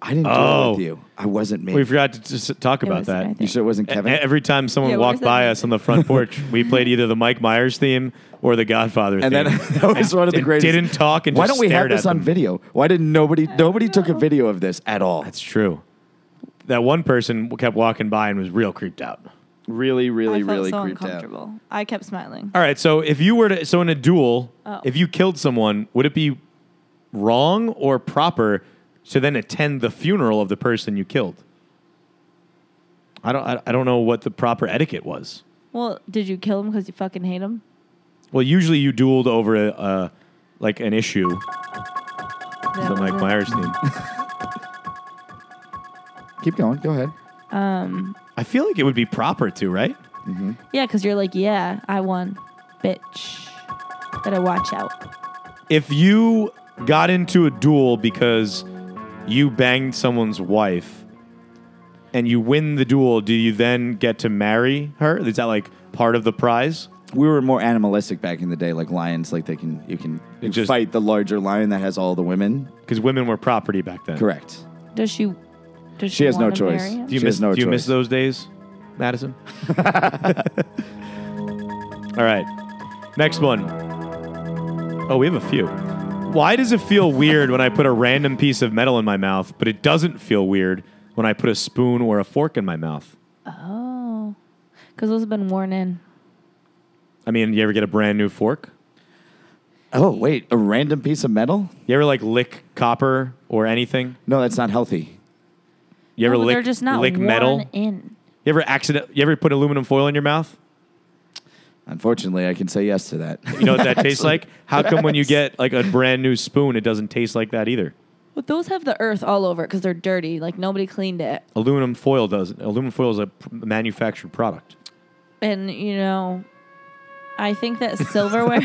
[SPEAKER 4] I didn't
[SPEAKER 3] Oh.
[SPEAKER 4] do it with you. I wasn't me.
[SPEAKER 3] We forgot to just talk
[SPEAKER 6] It
[SPEAKER 3] about
[SPEAKER 6] was
[SPEAKER 3] that.
[SPEAKER 6] right there.
[SPEAKER 4] you sure it wasn't Kevin?
[SPEAKER 3] E- Every time someone
[SPEAKER 6] Yeah, what
[SPEAKER 3] walked
[SPEAKER 6] does that
[SPEAKER 3] by
[SPEAKER 6] mean?
[SPEAKER 3] us on the front porch, we played either the Mike Myers theme or the Godfather
[SPEAKER 4] and
[SPEAKER 3] theme.
[SPEAKER 4] then that was one of the
[SPEAKER 3] It
[SPEAKER 4] greatest.
[SPEAKER 3] didn't talk and
[SPEAKER 4] Why
[SPEAKER 3] just
[SPEAKER 4] don't we have
[SPEAKER 3] stared at
[SPEAKER 4] this on
[SPEAKER 3] them.
[SPEAKER 4] video? Why didn't nobody nobody took a video of this at all?
[SPEAKER 3] That's true. That one person kept walking by and was real creeped out.
[SPEAKER 4] really, really,
[SPEAKER 6] I felt
[SPEAKER 4] really
[SPEAKER 6] so
[SPEAKER 4] creeped out.
[SPEAKER 6] uncomfortable. I kept smiling.
[SPEAKER 3] All right, so if you were to, so in a duel,
[SPEAKER 6] Oh.
[SPEAKER 3] if you killed someone, would it be wrong or proper to then attend the funeral of the person you killed? I don't, I, I don't know what the proper etiquette was.
[SPEAKER 6] Well, did you kill him because you fucking hate him?
[SPEAKER 3] Well, usually you dueled over a, a like an issue,
[SPEAKER 6] That
[SPEAKER 3] the Mike
[SPEAKER 6] was it.
[SPEAKER 3] Myers theme.
[SPEAKER 4] Keep going. Go ahead.
[SPEAKER 3] I feel like it would be proper to, right?
[SPEAKER 6] Yeah, because you're like, yeah, I won, bitch. Better watch out.
[SPEAKER 3] If you got into a duel because you banged someone's wife and you win the duel, do you then get to marry her? Is that like part of the prize?
[SPEAKER 4] We were more animalistic back in the day, like lions. Like they can, you can you
[SPEAKER 3] just-
[SPEAKER 4] fight the larger lion that has all the women.
[SPEAKER 3] Because women were property back then.
[SPEAKER 4] Correct.
[SPEAKER 6] Does she? Does she,
[SPEAKER 4] She has no
[SPEAKER 6] wanna
[SPEAKER 4] choice.
[SPEAKER 6] marry him?
[SPEAKER 3] Do you
[SPEAKER 4] She has
[SPEAKER 3] miss
[SPEAKER 4] no
[SPEAKER 3] do you
[SPEAKER 4] choice.
[SPEAKER 3] miss those days, Madison? All right. Next one. Oh, we have a few. Why does it feel weird when I put a random piece of metal in my mouth, but it doesn't feel weird when I put a spoon or a fork in my mouth?
[SPEAKER 6] Oh, because those have been worn in.
[SPEAKER 3] I mean, you ever get a brand new fork?
[SPEAKER 4] Oh wait, a random piece of metal?
[SPEAKER 3] You ever like lick copper or anything?
[SPEAKER 4] No, that's not healthy.
[SPEAKER 3] You ever
[SPEAKER 6] No, but
[SPEAKER 3] lick
[SPEAKER 6] Oh, they're just not
[SPEAKER 3] lick
[SPEAKER 6] worn
[SPEAKER 3] metal?
[SPEAKER 6] in.
[SPEAKER 3] You ever accident? You ever put aluminum foil in your mouth?
[SPEAKER 4] Unfortunately, I can say yes to that.
[SPEAKER 3] You know what that tastes like? How come when you get like a brand new spoon, it doesn't taste like that either?
[SPEAKER 6] But those have the earth all over it because they're dirty. Like nobody cleaned it,
[SPEAKER 3] Aluminum foil doesn't. Aluminum foil is a pr- manufactured product.
[SPEAKER 6] and you know, I think that silverware.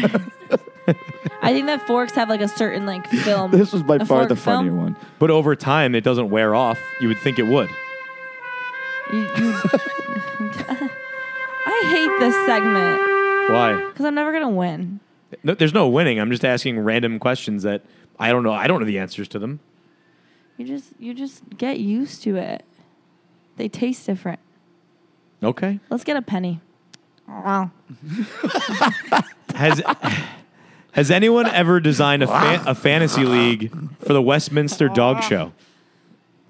[SPEAKER 6] I think that forks have like a certain like film.
[SPEAKER 4] This was by
[SPEAKER 6] a
[SPEAKER 4] far
[SPEAKER 6] fork
[SPEAKER 4] the funnier
[SPEAKER 6] film.
[SPEAKER 4] one.
[SPEAKER 3] But over time, it doesn't wear off. You would think it would.
[SPEAKER 6] You- you- I hate this segment
[SPEAKER 3] Why?
[SPEAKER 6] because I'm never gonna win.
[SPEAKER 3] No, there's no winning. I'm just asking random questions that I don't know. I don't know the answers to them.
[SPEAKER 6] You just you just get used to it. They taste different.
[SPEAKER 3] Okay.
[SPEAKER 6] Let's get a penny. Wow.
[SPEAKER 3] Has Has anyone ever designed a, fa- a fantasy league for the Westminster Dog Show?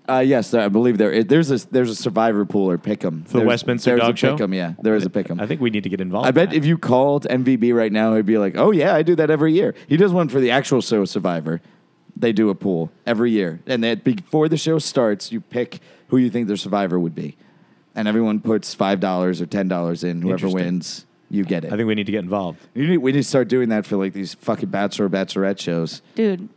[SPEAKER 4] Uh, yes, there- I believe there is. There's a there's a survivor pool or pick'em.
[SPEAKER 3] the Westminster
[SPEAKER 4] there's
[SPEAKER 3] Dog
[SPEAKER 4] a
[SPEAKER 3] Show?
[SPEAKER 4] Pick'em, yeah, there is a pick'em.
[SPEAKER 3] I think we need to get involved.
[SPEAKER 4] I
[SPEAKER 3] in
[SPEAKER 4] bet
[SPEAKER 3] that.
[SPEAKER 4] if you called MVB right now, he'd be like, "Oh yeah, I do that every year." He does one for the actual show Survivor. They do a pool every year, and that before the show starts, you pick who you think their survivor would be, and everyone puts five dollars or ten dollars in. Whoever
[SPEAKER 3] Interesting.
[SPEAKER 4] wins, you get it.
[SPEAKER 3] I think we need to get involved.
[SPEAKER 4] you need, we need to start doing that for like these fucking bachelor bachelorette shows.
[SPEAKER 6] Dude.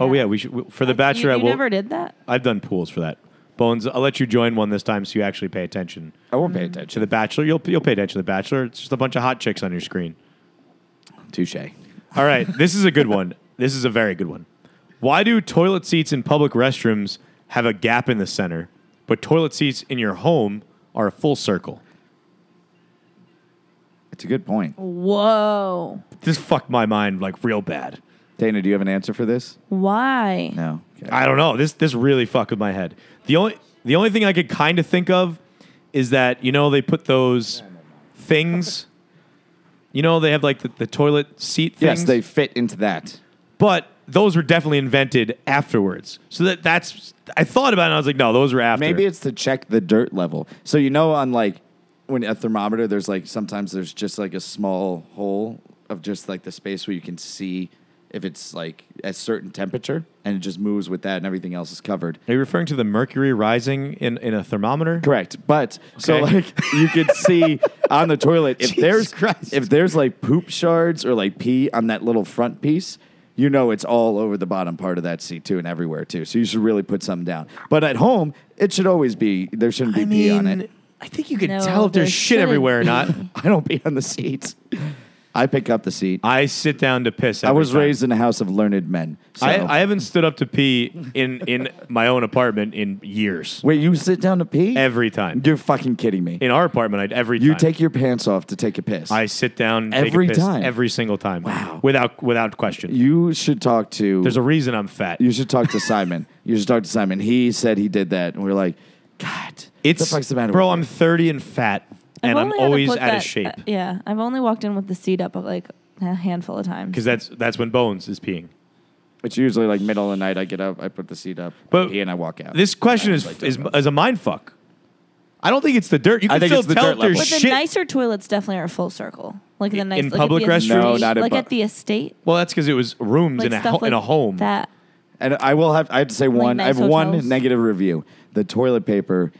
[SPEAKER 3] Oh yeah, we should we- for the
[SPEAKER 6] You,
[SPEAKER 3] Bachelorette.
[SPEAKER 6] you
[SPEAKER 3] we'll-
[SPEAKER 6] never did that?
[SPEAKER 3] I've done pools for that. Bones, I'll let you join one this time so you actually pay attention
[SPEAKER 4] I won't pay
[SPEAKER 3] to
[SPEAKER 4] attention.
[SPEAKER 3] the Bachelor. You'll you'll pay attention to the Bachelor. It's just a bunch of hot chicks on your screen.
[SPEAKER 4] Touche.
[SPEAKER 3] All right, this is a good one. This is a very good one. Why do toilet seats in public restrooms have a gap in the center, but toilet seats in your home are a full circle?
[SPEAKER 4] It's a good point.
[SPEAKER 6] Whoa.
[SPEAKER 3] This fucked my mind like real bad.
[SPEAKER 4] Dana, do you have an answer for this?
[SPEAKER 6] Why?
[SPEAKER 4] No. Okay.
[SPEAKER 3] I don't know. This this really fucked with my head. The only the only thing I could kind of think of is that you know they put those things You know, they have like the, the toilet seat things.
[SPEAKER 4] Yes, they fit into that.
[SPEAKER 3] But those were definitely invented afterwards. So that that's I thought about it and I was like, no, those were after.
[SPEAKER 4] Maybe it's to check the dirt level. So you know, on like when a thermometer, there's like sometimes there's just like a small hole of just like the space where you can see if it's like at certain temperature, and it just moves with that, and everything else is covered.
[SPEAKER 3] Are you referring to the mercury rising in, in a thermometer?
[SPEAKER 4] Correct, but so
[SPEAKER 3] Okay.
[SPEAKER 4] like you could see on the toilet if
[SPEAKER 3] Jesus
[SPEAKER 4] there's
[SPEAKER 3] Christ.
[SPEAKER 4] if there's like poop shards or like pee on that little front piece, you know it's all over the bottom part of that seat too and everywhere too. So you should really put something down. But at home, it should always be there shouldn't be
[SPEAKER 3] I
[SPEAKER 4] pee
[SPEAKER 3] mean,
[SPEAKER 4] on it.
[SPEAKER 3] I think you could
[SPEAKER 6] No,
[SPEAKER 3] tell if
[SPEAKER 6] there
[SPEAKER 3] there's shit
[SPEAKER 6] shouldn't
[SPEAKER 3] everywhere or not.
[SPEAKER 4] I don't pee on the seats. I pick up the seat. I,
[SPEAKER 3] I sit down to piss. Every
[SPEAKER 4] was
[SPEAKER 3] time.
[SPEAKER 4] raised in a house of learned men. So.
[SPEAKER 3] I, I haven't stood up to pee in, in my own apartment in years.
[SPEAKER 4] wait, you sit down to pee?
[SPEAKER 3] Every time
[SPEAKER 4] You're fucking kidding me.
[SPEAKER 3] in our apartment, I'd every
[SPEAKER 4] You
[SPEAKER 3] time.
[SPEAKER 4] take your pants off to take a piss.
[SPEAKER 3] I sit down take a
[SPEAKER 4] Every
[SPEAKER 3] piss
[SPEAKER 4] time.
[SPEAKER 3] every single time.
[SPEAKER 4] Wow.
[SPEAKER 3] without without question.
[SPEAKER 4] you should talk to
[SPEAKER 3] There's a reason I'm fat.
[SPEAKER 4] You should talk to Simon. You should talk to Simon. He said he did that, and we are like, God,
[SPEAKER 3] it's
[SPEAKER 4] what the fuck's the matter?
[SPEAKER 3] bro.
[SPEAKER 4] with
[SPEAKER 3] I'm 30 and fat,
[SPEAKER 6] I've
[SPEAKER 3] and I'm
[SPEAKER 6] only had to
[SPEAKER 3] always
[SPEAKER 6] put
[SPEAKER 3] out
[SPEAKER 6] that-
[SPEAKER 3] of shape
[SPEAKER 6] uh, yeah, I've only walked in with the seat up like a handful of times.
[SPEAKER 3] because that's that's when Bones is peeing.
[SPEAKER 4] you?" It's usually like middle of the night. I get up, I put the seat up,
[SPEAKER 3] But
[SPEAKER 4] he and Oh. I walk out.
[SPEAKER 3] This question is
[SPEAKER 4] like to
[SPEAKER 3] is, is a mind fuck. I don't think it's the dirt. You
[SPEAKER 4] I
[SPEAKER 3] can
[SPEAKER 4] think
[SPEAKER 3] still
[SPEAKER 4] it's the
[SPEAKER 3] tell
[SPEAKER 4] dirt
[SPEAKER 3] if there's
[SPEAKER 6] But
[SPEAKER 4] level.
[SPEAKER 6] the
[SPEAKER 3] shit.
[SPEAKER 6] nicer toilets definitely are full circle, like the
[SPEAKER 3] In-
[SPEAKER 6] nice
[SPEAKER 3] in
[SPEAKER 6] like
[SPEAKER 3] public
[SPEAKER 6] at the
[SPEAKER 3] restrooms?
[SPEAKER 6] estate-
[SPEAKER 4] No, not in
[SPEAKER 6] like
[SPEAKER 4] pub-
[SPEAKER 6] at the estate,
[SPEAKER 3] well, that's because it was rooms
[SPEAKER 6] like
[SPEAKER 3] in a
[SPEAKER 6] stuff
[SPEAKER 3] ho- in
[SPEAKER 6] like
[SPEAKER 3] a home.
[SPEAKER 6] That
[SPEAKER 4] and I will have. I have to say one. I
[SPEAKER 6] nice
[SPEAKER 4] have
[SPEAKER 6] hotels.
[SPEAKER 4] one negative review. The toilet paper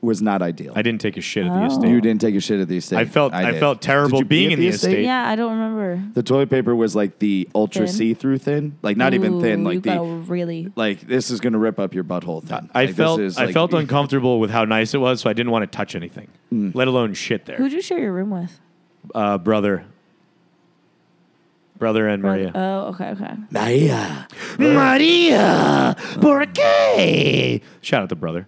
[SPEAKER 4] was not ideal.
[SPEAKER 3] I didn't take a shit at the
[SPEAKER 6] Oh.
[SPEAKER 3] estate.
[SPEAKER 4] you didn't take a shit at the estate.
[SPEAKER 3] I felt- I
[SPEAKER 4] did.
[SPEAKER 3] felt terrible
[SPEAKER 4] Did you pee
[SPEAKER 3] being
[SPEAKER 4] at
[SPEAKER 3] in the estate.
[SPEAKER 6] yeah, I don't remember.
[SPEAKER 4] The toilet paper was like the ultra
[SPEAKER 6] Thin.
[SPEAKER 4] see-through thin, like not even thin,
[SPEAKER 6] Ooh,
[SPEAKER 4] like
[SPEAKER 6] you
[SPEAKER 4] the
[SPEAKER 6] gotta really.
[SPEAKER 4] like this is gonna rip up your butthole thin.
[SPEAKER 3] I
[SPEAKER 4] Like, this
[SPEAKER 3] felt
[SPEAKER 4] is,
[SPEAKER 3] I
[SPEAKER 4] like-
[SPEAKER 3] felt uncomfortable with how nice it was, so I didn't want to touch anything,
[SPEAKER 4] Mm.
[SPEAKER 3] let alone shit there.
[SPEAKER 6] Who'd you share your room with?
[SPEAKER 3] Uh, brother, brother, and Maria.
[SPEAKER 6] Oh, okay, okay.
[SPEAKER 4] Maria.
[SPEAKER 6] uh,
[SPEAKER 3] Maria, por
[SPEAKER 4] Eh,
[SPEAKER 3] qué? Shout out to brother.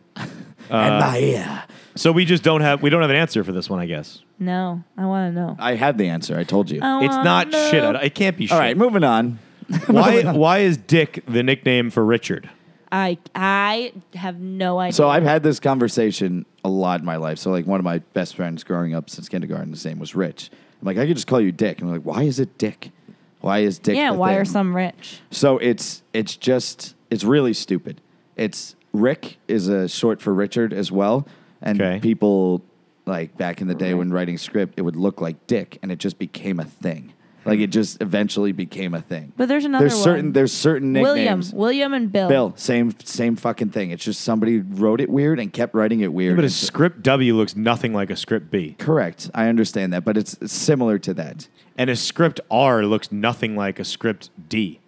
[SPEAKER 3] uh,
[SPEAKER 4] Maria.
[SPEAKER 3] So we just don't have we don't have an answer for this one, I guess.
[SPEAKER 6] No, I want to know.
[SPEAKER 4] I had the answer. I told you.
[SPEAKER 6] I
[SPEAKER 3] It's not
[SPEAKER 6] wanna
[SPEAKER 3] shit.
[SPEAKER 6] know.
[SPEAKER 3] I- It can't be shit.
[SPEAKER 4] All right, moving on.
[SPEAKER 3] why why is Dick the nickname for Richard?
[SPEAKER 6] I I have no idea.
[SPEAKER 4] So I've had this conversation a lot in my life. So like one of my best friends growing up since kindergarten, his name was Rich. I'm like, I could just call you Dick. And I'm like, why is it Dick? Why is Dick?
[SPEAKER 6] yeah,
[SPEAKER 4] the
[SPEAKER 6] why
[SPEAKER 4] thing?
[SPEAKER 6] are some rich?
[SPEAKER 4] So it's it's just it's really stupid. It's Rick is a short for Richard as well, and
[SPEAKER 3] Okay.
[SPEAKER 4] people like back in the day when writing script, it would look like Dick, and it just became a thing. Like it just eventually became a thing.
[SPEAKER 6] But there's another
[SPEAKER 4] there's
[SPEAKER 6] one.
[SPEAKER 4] certain there's certain nicknames.
[SPEAKER 6] William, William, and Bill.
[SPEAKER 4] Bill, same same fucking thing. It's just somebody wrote it weird and kept writing it weird.
[SPEAKER 3] But a
[SPEAKER 4] It's-
[SPEAKER 3] script W looks nothing like a script B,
[SPEAKER 4] correct. I understand that, but it's it's similar to that.
[SPEAKER 3] and a script R looks nothing like a script D.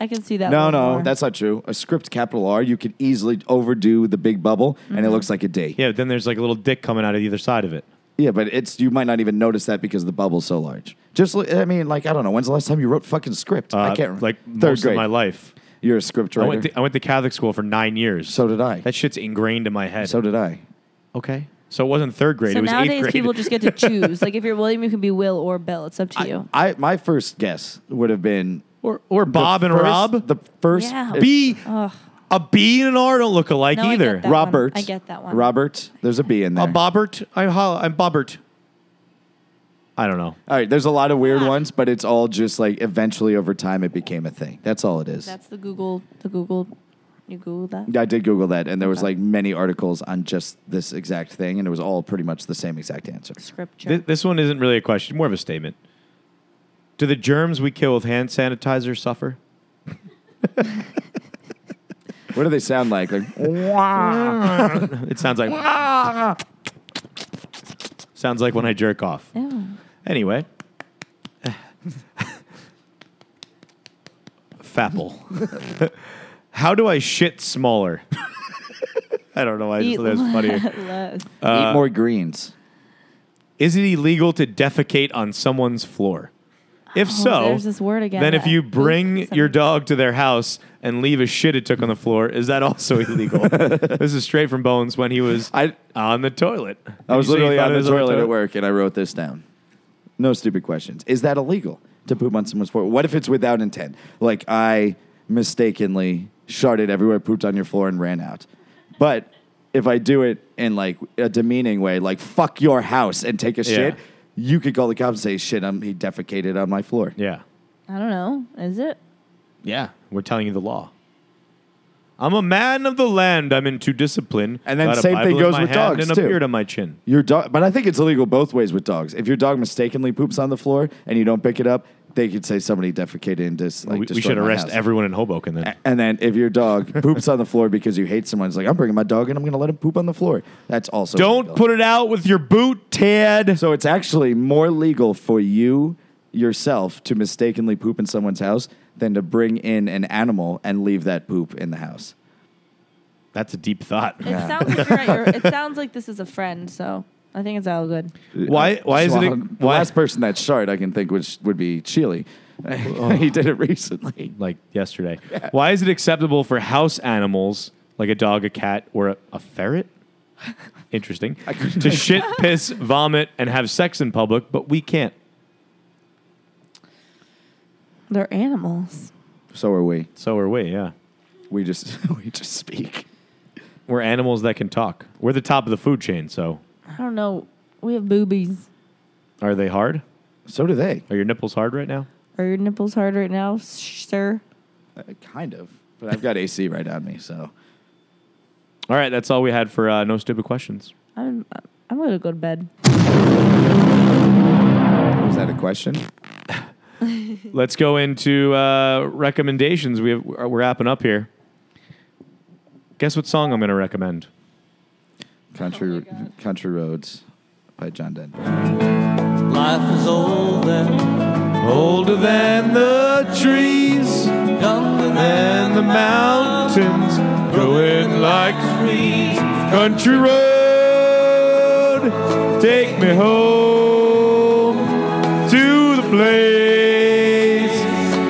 [SPEAKER 6] I can see that.
[SPEAKER 4] No,
[SPEAKER 6] one
[SPEAKER 4] no,
[SPEAKER 6] more.
[SPEAKER 4] that's not true. A script capital R, you could easily overdo the big bubble,
[SPEAKER 6] Mm-hmm.
[SPEAKER 4] and it looks like a D.
[SPEAKER 3] Yeah, but then there's like a little dick coming out of either side of it.
[SPEAKER 4] Yeah, but it's you might not even notice that because the bubble's so large. Just look, I mean, like I don't know. When's the last time you wrote fucking script? I
[SPEAKER 3] Uh,
[SPEAKER 4] can't. rem-
[SPEAKER 3] like
[SPEAKER 4] third
[SPEAKER 3] most
[SPEAKER 4] grade.
[SPEAKER 3] of my life.
[SPEAKER 4] You're a script
[SPEAKER 3] I
[SPEAKER 4] writer.
[SPEAKER 3] went, to, I went to Catholic school for nine years.
[SPEAKER 4] so did I.
[SPEAKER 3] that shit's ingrained in my head.
[SPEAKER 4] So did I.
[SPEAKER 3] okay, so it wasn't third grade.
[SPEAKER 6] So
[SPEAKER 3] it was eighth
[SPEAKER 6] nowadays,
[SPEAKER 3] grade.
[SPEAKER 6] people just get to choose. like if you're William, you can be Will or Bill. It's up to you.
[SPEAKER 4] I my first guess would have been
[SPEAKER 3] or or
[SPEAKER 4] the
[SPEAKER 3] Bob and
[SPEAKER 4] first-
[SPEAKER 3] Rob.
[SPEAKER 4] The first
[SPEAKER 6] Yeah.
[SPEAKER 4] it-
[SPEAKER 3] B
[SPEAKER 6] Ugh.
[SPEAKER 3] a B and an R don't look alike
[SPEAKER 6] No, I
[SPEAKER 3] either.
[SPEAKER 6] get that.
[SPEAKER 4] Robert.
[SPEAKER 6] one. I get that one.
[SPEAKER 4] Robert. There's a B in there.
[SPEAKER 3] A Bobbert. I'm ho- I'm Bobbert. I don't know.
[SPEAKER 4] All right, there's a lot of weird ones, but it's all just like eventually over time it became a thing. That's all it is.
[SPEAKER 6] That's the Google. The Google. You Google that.
[SPEAKER 4] I did Google that, and there was like many articles on just this exact thing, and it was all pretty much the same exact answer.
[SPEAKER 6] Scripture.
[SPEAKER 3] Th- this one isn't really a question, more of a statement. Do the germs we kill with hand sanitizer suffer?
[SPEAKER 4] What do they sound like? Like
[SPEAKER 3] It sounds like sounds like when I jerk off.
[SPEAKER 6] Ew.
[SPEAKER 3] Anyway, Fapple. How do I shit smaller? I don't know why I just
[SPEAKER 6] Eat
[SPEAKER 3] thought that was funny.
[SPEAKER 6] less.
[SPEAKER 4] eat more greens.
[SPEAKER 3] Is it illegal to defecate on someone's floor? If so,
[SPEAKER 6] Oh, there's this word again
[SPEAKER 3] then
[SPEAKER 6] that
[SPEAKER 3] if you
[SPEAKER 6] I hate
[SPEAKER 3] bring
[SPEAKER 6] so
[SPEAKER 3] your
[SPEAKER 6] much.
[SPEAKER 3] dog to their house and leave a shit it took on the floor, is that also illegal? this is straight from Bones when he was
[SPEAKER 4] I-
[SPEAKER 3] on the toilet.
[SPEAKER 4] I was
[SPEAKER 3] You say you
[SPEAKER 4] literally
[SPEAKER 3] thought
[SPEAKER 4] on
[SPEAKER 3] it
[SPEAKER 4] the
[SPEAKER 3] was on
[SPEAKER 4] toilet at work, and I wrote this down. No stupid questions. Is that illegal to poop on someone's floor? What if it's without intent? Like I mistakenly sharded everywhere, pooped on your floor, and ran out. But if I do it in like a demeaning way, like "fuck your house" and take a shit, you could call the cops and say, "Shit, I'm, he defecated on my floor."
[SPEAKER 3] Yeah.
[SPEAKER 6] I don't know. Is it?
[SPEAKER 3] Yeah. We're telling you the law. I'm a man of the land. I'm into discipline.
[SPEAKER 4] And then
[SPEAKER 3] Got a
[SPEAKER 4] same thing
[SPEAKER 3] Bible in
[SPEAKER 4] goes
[SPEAKER 3] my
[SPEAKER 4] with
[SPEAKER 3] hand
[SPEAKER 4] dogs,
[SPEAKER 3] and
[SPEAKER 4] too.
[SPEAKER 3] a beard on my chin.
[SPEAKER 4] Your dog, but I think it's illegal both ways with dogs. If your dog mistakenly poops on the floor and you don't pick it up, they could say somebody defecated and dis, like
[SPEAKER 3] we, we
[SPEAKER 4] destroyed
[SPEAKER 3] should
[SPEAKER 4] my
[SPEAKER 3] arrest
[SPEAKER 4] house. Eh,
[SPEAKER 3] everyone in Hoboken then.
[SPEAKER 4] And then if your dog poops on the floor because you hate someone, it's like I'm bringing my dog and I'm going to let him poop on the floor. That's also
[SPEAKER 3] Don't
[SPEAKER 4] illegal.
[SPEAKER 3] put it out with your boot, Ted.
[SPEAKER 4] So it's actually more legal for you yourself to mistakenly poop in someone's house than to bring in an animal and leave that poop in the house.
[SPEAKER 3] That's a deep thought.
[SPEAKER 6] It sounds like you're at your, it sounds like this is a friend, so I think it's all good.
[SPEAKER 3] Why? Why is
[SPEAKER 4] Well,
[SPEAKER 3] it?
[SPEAKER 4] Uh, the
[SPEAKER 3] Why?
[SPEAKER 4] last person that shart I can think which would be Chile.
[SPEAKER 3] Oh.
[SPEAKER 4] he did it recently.
[SPEAKER 3] like yesterday. Why is it acceptable for house animals like a dog, a cat, or a, a ferret? Interesting. to shit, piss, vomit, and have sex in public, but we can't.
[SPEAKER 6] They're animals.
[SPEAKER 4] So are we.
[SPEAKER 3] So are we. Yeah,
[SPEAKER 4] We just we just speak.
[SPEAKER 3] we're animals that can talk. We're the top of the food chain. So
[SPEAKER 6] I don't know. We have boobies.
[SPEAKER 3] are they hard?
[SPEAKER 4] So do they.
[SPEAKER 3] Are your nipples hard right now?
[SPEAKER 6] Are your nipples hard right now, sir?
[SPEAKER 4] Uh, kind of. But I've got AC right on me, so
[SPEAKER 3] All right, that's all we had for uh, no stupid questions.
[SPEAKER 6] I'm I'm gonna go to bed.
[SPEAKER 4] was that a question?
[SPEAKER 3] Let's go into uh, recommendations. We have, we're wrapping up here. Guess what song I'm going to recommend?
[SPEAKER 4] Country Country Roads by John Denver.
[SPEAKER 7] Life is old and
[SPEAKER 3] Older than the trees.
[SPEAKER 7] younger
[SPEAKER 3] and
[SPEAKER 7] than
[SPEAKER 3] the mountains growing like trees. Country road, take me home to the place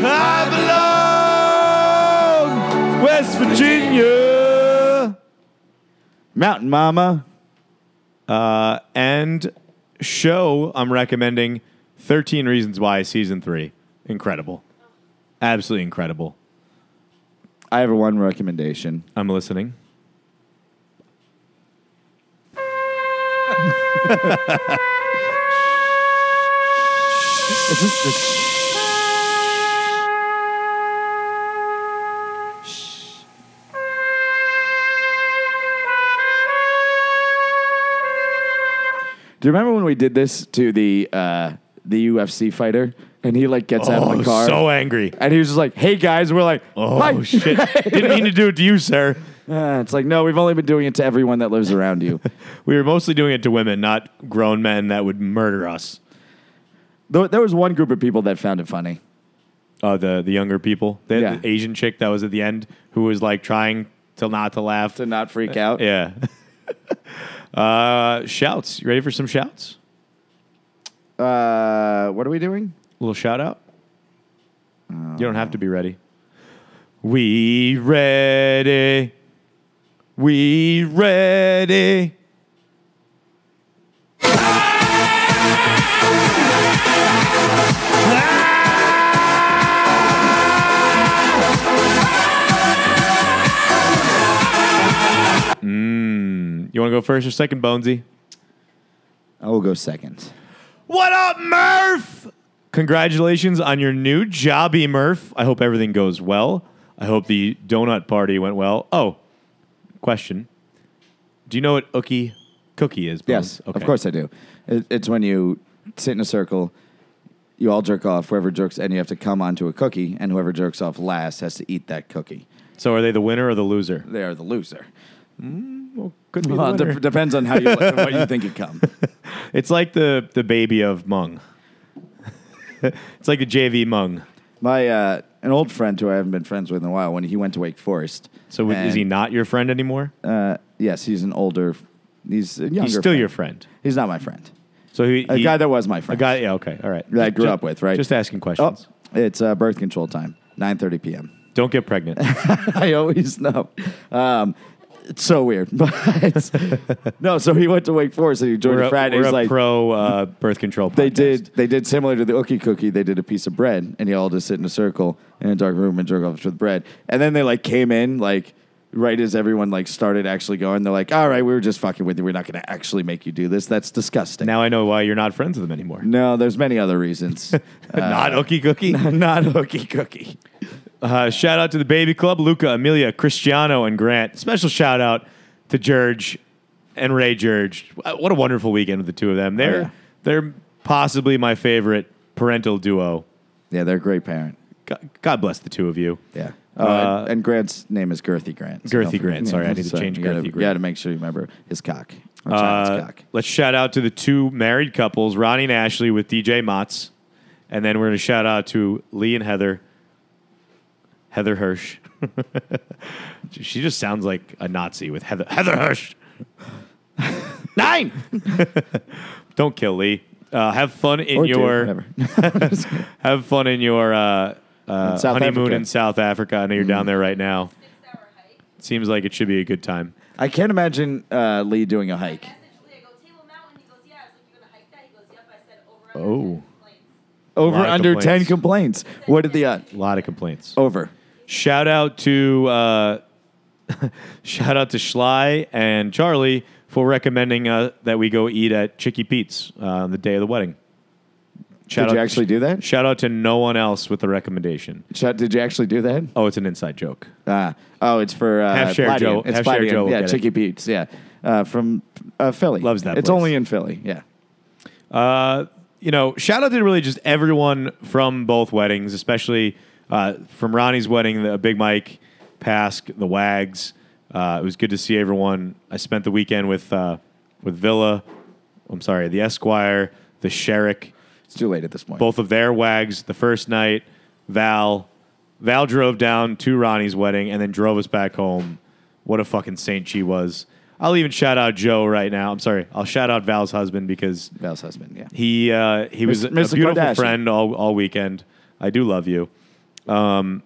[SPEAKER 3] I belong, West Virginia.
[SPEAKER 4] Mountain Mama.
[SPEAKER 3] Uh, and show I'm recommending 13 Reasons Why season three. Incredible, absolutely incredible.
[SPEAKER 4] I have one recommendation.
[SPEAKER 3] I'm listening.
[SPEAKER 4] Is this the Do you remember when we did this to the uh, the UFC fighter and he like gets out of the car
[SPEAKER 3] Oh, so angry.
[SPEAKER 4] and he was just like, "Hey guys," we're like,
[SPEAKER 3] Oh
[SPEAKER 4] "Hi."
[SPEAKER 3] shit! Didn't mean to do it to you, sir.
[SPEAKER 4] Uh, it's like, no, we've only been doing it to everyone that lives around you.
[SPEAKER 3] We were mostly doing it to women, not grown men that would murder us.
[SPEAKER 4] Though there was one group of people that found it funny.
[SPEAKER 3] Uh, the the younger people, the,
[SPEAKER 4] Yeah.
[SPEAKER 3] the Asian chick that was at the end who was like trying to not to laugh.
[SPEAKER 4] To not freak out.
[SPEAKER 3] yeah. uh, shouts. You ready for some shouts?
[SPEAKER 4] Uh, what are we doing?
[SPEAKER 3] A little shout out. You don't have to be ready. We ready. We ready. Mm. You want to go first or second, Bonesy?
[SPEAKER 4] I will go second.
[SPEAKER 3] What up, Murph? Congratulations on your new jobby, Murph. I hope everything goes well. I hope the donut party went well. Oh, question. Do you know what ookie cookie is?
[SPEAKER 4] Yes, of course I do. It, it's when you sit in a circle, you all jerk off, whoever jerks, and you have to come onto a cookie, and whoever jerks off last has to eat that cookie.
[SPEAKER 3] So are they the winner or the loser?
[SPEAKER 4] They are the loser.
[SPEAKER 3] Could be
[SPEAKER 4] Well, it dep- depends on how you what you think you come.
[SPEAKER 3] It's like the, the baby of Hmong. it's like a JV Hmong.
[SPEAKER 4] My uh, an old friend who I haven't been friends with in a while. When he went to Wake Forest,
[SPEAKER 3] So is he
[SPEAKER 4] and,
[SPEAKER 3] not your friend anymore?
[SPEAKER 4] Uh, yes, he's an older. He's a younger.
[SPEAKER 3] He's still your friend.
[SPEAKER 4] He's not my friend.
[SPEAKER 3] So he,
[SPEAKER 4] A
[SPEAKER 3] he-
[SPEAKER 4] guy that was my
[SPEAKER 3] a
[SPEAKER 4] friend.
[SPEAKER 3] guy. Yeah. Okay. All right.
[SPEAKER 4] that I grew
[SPEAKER 3] Ju-
[SPEAKER 4] up with, right?
[SPEAKER 3] Just asking
[SPEAKER 4] Oh,
[SPEAKER 3] questions.
[SPEAKER 4] it's uh, birth control time, 9.30 p.m.
[SPEAKER 3] Don't get pregnant.
[SPEAKER 4] I always know. Um, it's so weird. But no, so he went to Wake Forest and he joined
[SPEAKER 3] we're a,
[SPEAKER 4] Fridays.
[SPEAKER 3] we're a
[SPEAKER 4] like,
[SPEAKER 3] pro uh, birth control.
[SPEAKER 4] they
[SPEAKER 3] podcast.
[SPEAKER 4] did they did similar to the ookie cookie. They did a piece of bread and you all just sit in a circle in a dark room and jerk off with bread. And then they like came in like right as everyone like started actually going, they're like, "All right, we were just fucking with you. We're not going to actually make you do this. That's disgusting."
[SPEAKER 3] Now I know why you're not friends with them anymore.
[SPEAKER 4] no, there's many other reasons.
[SPEAKER 3] not hooky cookie. not hooky cookie. Uh, shout out to the baby club, Luca, Amelia, Cristiano, and Grant. Special shout out to George and Ray George. Uh, What a wonderful weekend with the two of them. They're
[SPEAKER 4] Oh, yeah.
[SPEAKER 3] they're possibly my favorite parental duo.
[SPEAKER 4] yeah, they're a great parent.
[SPEAKER 3] God, God bless the two of you.
[SPEAKER 4] Yeah. Uh,
[SPEAKER 3] Uh,
[SPEAKER 4] and Grant's name is Girthy Grant. so
[SPEAKER 3] Girthy
[SPEAKER 4] don't forget-
[SPEAKER 3] Grant, sorry, I need to change
[SPEAKER 4] you gotta,
[SPEAKER 3] Girthy
[SPEAKER 4] You
[SPEAKER 3] Grant.
[SPEAKER 4] got to make sure you remember his cock. Or
[SPEAKER 3] Uh,
[SPEAKER 4] child's cock.
[SPEAKER 3] Let's shout out to the two married couples, Ronnie and Ashley, with DJ Motz. And then we're going to shout out to Lee and Heather. Heather Hirsch. she just sounds like a Nazi with Heather, Heather Hirsch. Nine! Don't kill Lee. Uh, have fun in
[SPEAKER 4] Or two,
[SPEAKER 3] your
[SPEAKER 4] whatever.
[SPEAKER 3] have fun in your uh, uh,
[SPEAKER 4] South
[SPEAKER 3] honeymoon
[SPEAKER 4] Africa. Mm-hmm.
[SPEAKER 3] in South Africa. I know you're down there right now.
[SPEAKER 5] Six-hour hike.
[SPEAKER 3] Seems like it should be a good time.
[SPEAKER 4] I can't imagine uh, Lee doing a
[SPEAKER 5] I
[SPEAKER 4] hike.
[SPEAKER 5] messaged Lee. I go, Table Mountain. He goes, yeah. I was like, you gonna hike that? He goes, yep. I said,
[SPEAKER 3] Oh.
[SPEAKER 4] Over
[SPEAKER 5] over. under 10 complaints."
[SPEAKER 3] Lot of
[SPEAKER 4] under ten
[SPEAKER 3] complaints.
[SPEAKER 4] complaints. What did the uh,
[SPEAKER 3] A lot of complaints.
[SPEAKER 4] over?
[SPEAKER 3] Shout out to uh, shout out to Schley and Charlie for recommending uh, that we go eat at Chicky Pete's uh, on the day of the wedding. Shout
[SPEAKER 4] Did you
[SPEAKER 3] out-
[SPEAKER 4] actually do that?
[SPEAKER 3] Shout out to no one else with the recommendation.
[SPEAKER 4] Sh- Did you actually do that?
[SPEAKER 3] Oh, it's an inside joke.
[SPEAKER 4] Uh, oh, it's for uh,
[SPEAKER 3] Half share
[SPEAKER 4] Palladium.
[SPEAKER 3] Joe-
[SPEAKER 4] It's
[SPEAKER 3] half share
[SPEAKER 4] Palladium.
[SPEAKER 3] Joe will
[SPEAKER 4] Yeah,
[SPEAKER 3] get it.
[SPEAKER 4] Chicky Pete's. Yeah, uh, from uh, Philly.
[SPEAKER 3] Loves that
[SPEAKER 4] It's
[SPEAKER 3] place.
[SPEAKER 4] only in Philly. Yeah.
[SPEAKER 3] Uh, you know, shout out to really just everyone from both weddings, especially uh, from Ronnie's wedding, the Big Mike, Pask, the Wags. Uh, it was good to see everyone. I spent the weekend with uh, with Villa. I'm sorry, the Esquire, the Sherrick,
[SPEAKER 4] It's too late at this point.
[SPEAKER 3] both of their wags the first night. Val, Val drove down to Ronnie's wedding and then drove us back home. What a fucking saint she was. I'll even shout out Joe right now. I'm sorry. I'll shout out Val's husband because
[SPEAKER 4] Val's husband. Yeah.
[SPEAKER 3] he uh, he was a
[SPEAKER 4] Mr.
[SPEAKER 3] beautiful
[SPEAKER 4] Kardashian.
[SPEAKER 3] friend all, all weekend. I do love you. Um, and-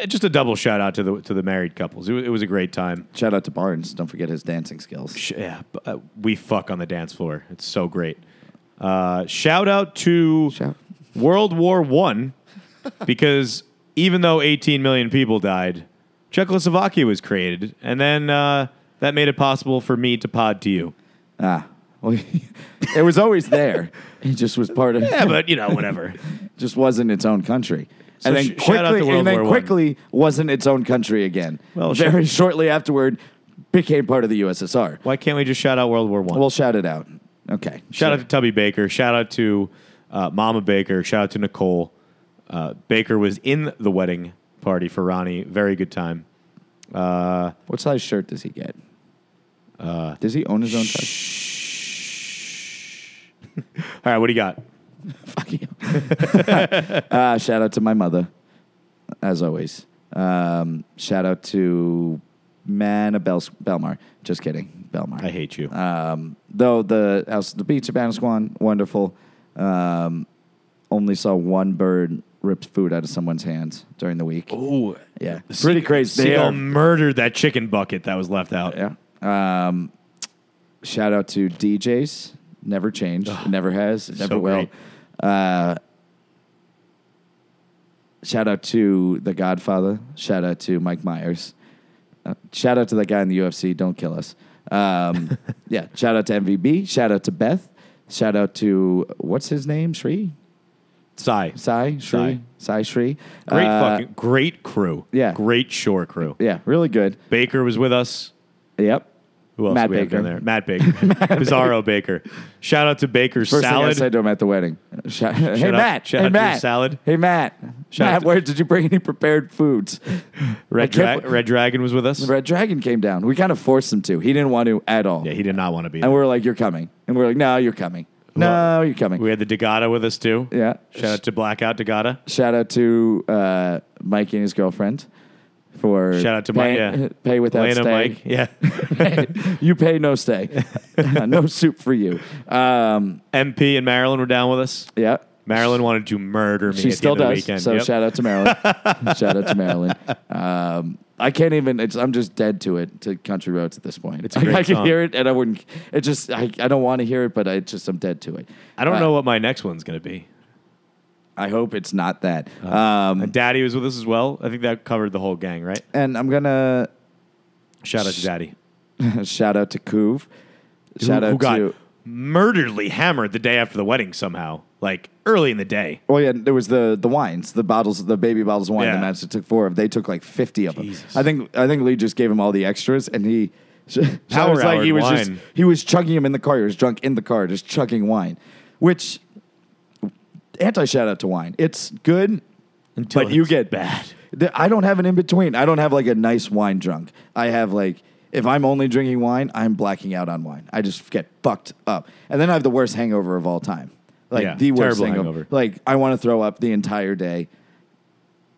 [SPEAKER 3] and just a double shout out to the to the married couples. It was, it was a great time.
[SPEAKER 4] Shout out to Barnes. Don't forget his dancing skills.
[SPEAKER 3] Sh- Yeah, b- uh, we fuck on the dance floor. It's so great. Uh, shout out to
[SPEAKER 4] Shout.
[SPEAKER 3] World War One because even though 18 million people died, Czechoslovakia was created, and then uh, that made it possible for me to pod to you.
[SPEAKER 4] Ah, well, it was always there. It just was part of.
[SPEAKER 3] Yeah, but you know whatever.
[SPEAKER 4] just wasn't its own country.
[SPEAKER 3] So
[SPEAKER 4] and then
[SPEAKER 3] sh-
[SPEAKER 4] quickly,
[SPEAKER 3] shout out to World
[SPEAKER 4] and then
[SPEAKER 3] War One.
[SPEAKER 4] quickly wasn't its own country again.
[SPEAKER 3] Well,
[SPEAKER 4] very shortly afterward, became part of the USSR.
[SPEAKER 3] Why can't we just shout out World War One?
[SPEAKER 4] We'll shout it out. Okay.
[SPEAKER 3] Shout out to Tubby Baker. Shout out to uh, Mama Baker. Shout out to Nicole. Uh, Baker was in the wedding party for Ronnie. Very good time.
[SPEAKER 4] What size shirt does he get? Uh, does he own his own shirt?
[SPEAKER 3] All right, what do you got?
[SPEAKER 4] Fuck you. uh, shout out to my mother, as always. Um, shout out to Mana Bel- Belmar. Just kidding, Belmar.
[SPEAKER 3] I hate you.
[SPEAKER 4] Um, though the house, the beach at Banasquan, wonderful. Um, only saw one bird ripped food out of someone's hands during the week.
[SPEAKER 3] Ooh,
[SPEAKER 4] Yeah, pretty crazy. They
[SPEAKER 3] Seagull
[SPEAKER 4] are-
[SPEAKER 3] murdered that chicken bucket that was left out.
[SPEAKER 4] yeah. Um, shout out to DJs. Never changed. It never has. It never
[SPEAKER 3] so
[SPEAKER 4] will.
[SPEAKER 3] great.
[SPEAKER 4] Uh, shout out to The Godfather. Shout out to Mike Myers. Uh, shout out to that guy in the UFC. Don't kill us. Um, yeah. Shout out to MVB. Shout out to Beth. Shout out to what's his name? Shri
[SPEAKER 3] Sigh.
[SPEAKER 4] Sai Shri Sai Shri.
[SPEAKER 3] Great
[SPEAKER 4] Uh,
[SPEAKER 3] fucking great crew.
[SPEAKER 4] yeah.
[SPEAKER 3] Great shore crew.
[SPEAKER 4] Yeah, really good.
[SPEAKER 3] Baker was with us.
[SPEAKER 4] Yep.
[SPEAKER 3] Who else
[SPEAKER 4] Matt
[SPEAKER 3] do we have
[SPEAKER 4] Baker.
[SPEAKER 3] down there? Matt Baker. Bizarro Baker. Shout out to Baker's
[SPEAKER 4] First thing I
[SPEAKER 3] salad.
[SPEAKER 4] said to him at the wedding. Shout, hey
[SPEAKER 3] out-
[SPEAKER 4] Matt.
[SPEAKER 3] shout out
[SPEAKER 4] hey
[SPEAKER 3] to
[SPEAKER 4] Matt.
[SPEAKER 3] your salad.
[SPEAKER 4] Hey Matt.
[SPEAKER 3] Shout out
[SPEAKER 4] Matt,
[SPEAKER 3] to-
[SPEAKER 4] where did you bring any prepared foods?
[SPEAKER 3] Red,
[SPEAKER 4] I
[SPEAKER 3] Dra-
[SPEAKER 4] can't bel-
[SPEAKER 3] Red Dragon was with us.
[SPEAKER 4] The Red Dragon came down. We kind of forced him to. He didn't want to at all.
[SPEAKER 3] yeah, he did not want to be.
[SPEAKER 4] and
[SPEAKER 3] there.
[SPEAKER 4] we were like, "You're coming," and we are like, "No, you're coming. No,
[SPEAKER 3] Well,
[SPEAKER 4] you're coming."
[SPEAKER 3] We had the Degata with us too.
[SPEAKER 4] yeah.
[SPEAKER 3] Shout out to Blackout Degata.
[SPEAKER 4] Shout out to uh, Mike and his girlfriend for
[SPEAKER 3] Shout out to
[SPEAKER 4] pay,
[SPEAKER 3] Mike. Yeah.
[SPEAKER 4] pay without
[SPEAKER 3] Lana,
[SPEAKER 4] stay.
[SPEAKER 3] Mike. Yeah.
[SPEAKER 4] you pay no stay, no soup for you. Um,
[SPEAKER 3] MP and Marilyn were down with us.
[SPEAKER 4] yeah,
[SPEAKER 3] Marilyn wanted to murder me.
[SPEAKER 4] She
[SPEAKER 3] at the
[SPEAKER 4] still
[SPEAKER 3] end of the
[SPEAKER 4] does.
[SPEAKER 3] weekend.
[SPEAKER 4] So
[SPEAKER 3] Yep.
[SPEAKER 4] shout out to Marilyn. shout out to Marilyn. Um, I can't even. It's, I'm just dead to it to Country Roads at this point. It's
[SPEAKER 3] a great
[SPEAKER 4] I can
[SPEAKER 3] song.
[SPEAKER 4] hear it, and I wouldn't. It just. I, I don't want to hear it, but I just. I'm dead to it.
[SPEAKER 3] I don't
[SPEAKER 4] Uh,
[SPEAKER 3] know what my next one's going to be.
[SPEAKER 4] I hope it's
[SPEAKER 3] Uh-huh.
[SPEAKER 4] not that. Um,
[SPEAKER 3] Daddy was with us as well. I think that covered the whole gang, right?
[SPEAKER 4] and I'm gonna
[SPEAKER 3] Shout out to Daddy.
[SPEAKER 4] Shout out to Coov. Shout
[SPEAKER 3] who,
[SPEAKER 4] out
[SPEAKER 3] who got
[SPEAKER 4] to
[SPEAKER 3] murderedly hammered the day after the wedding somehow, like early in the day.
[SPEAKER 4] Oh yeah, there was the the wines, the bottles, the baby bottles of wine.
[SPEAKER 3] Yeah.
[SPEAKER 4] The Magic took four of. They took like fifty of them.
[SPEAKER 3] Jesus.
[SPEAKER 4] I think I think Lee just gave him all the extras, and he. I was like
[SPEAKER 3] Power-houred
[SPEAKER 4] he was just
[SPEAKER 3] wine.
[SPEAKER 4] he was chugging him in the car. He was drunk in the car, just chugging wine, which anti shout out to wine. It's good, but you
[SPEAKER 3] it's
[SPEAKER 4] get
[SPEAKER 3] bad.
[SPEAKER 4] Th- I don't have an in between. I don't have like a nice wine drunk. I have like if I'm only drinking wine, I'm blacking out on wine. I just get fucked up, and then I have the worst hangover of all time. Like
[SPEAKER 3] Yeah,
[SPEAKER 4] the worst
[SPEAKER 3] terrible
[SPEAKER 4] hangover.
[SPEAKER 3] hangover.
[SPEAKER 4] Like I want to throw up the entire day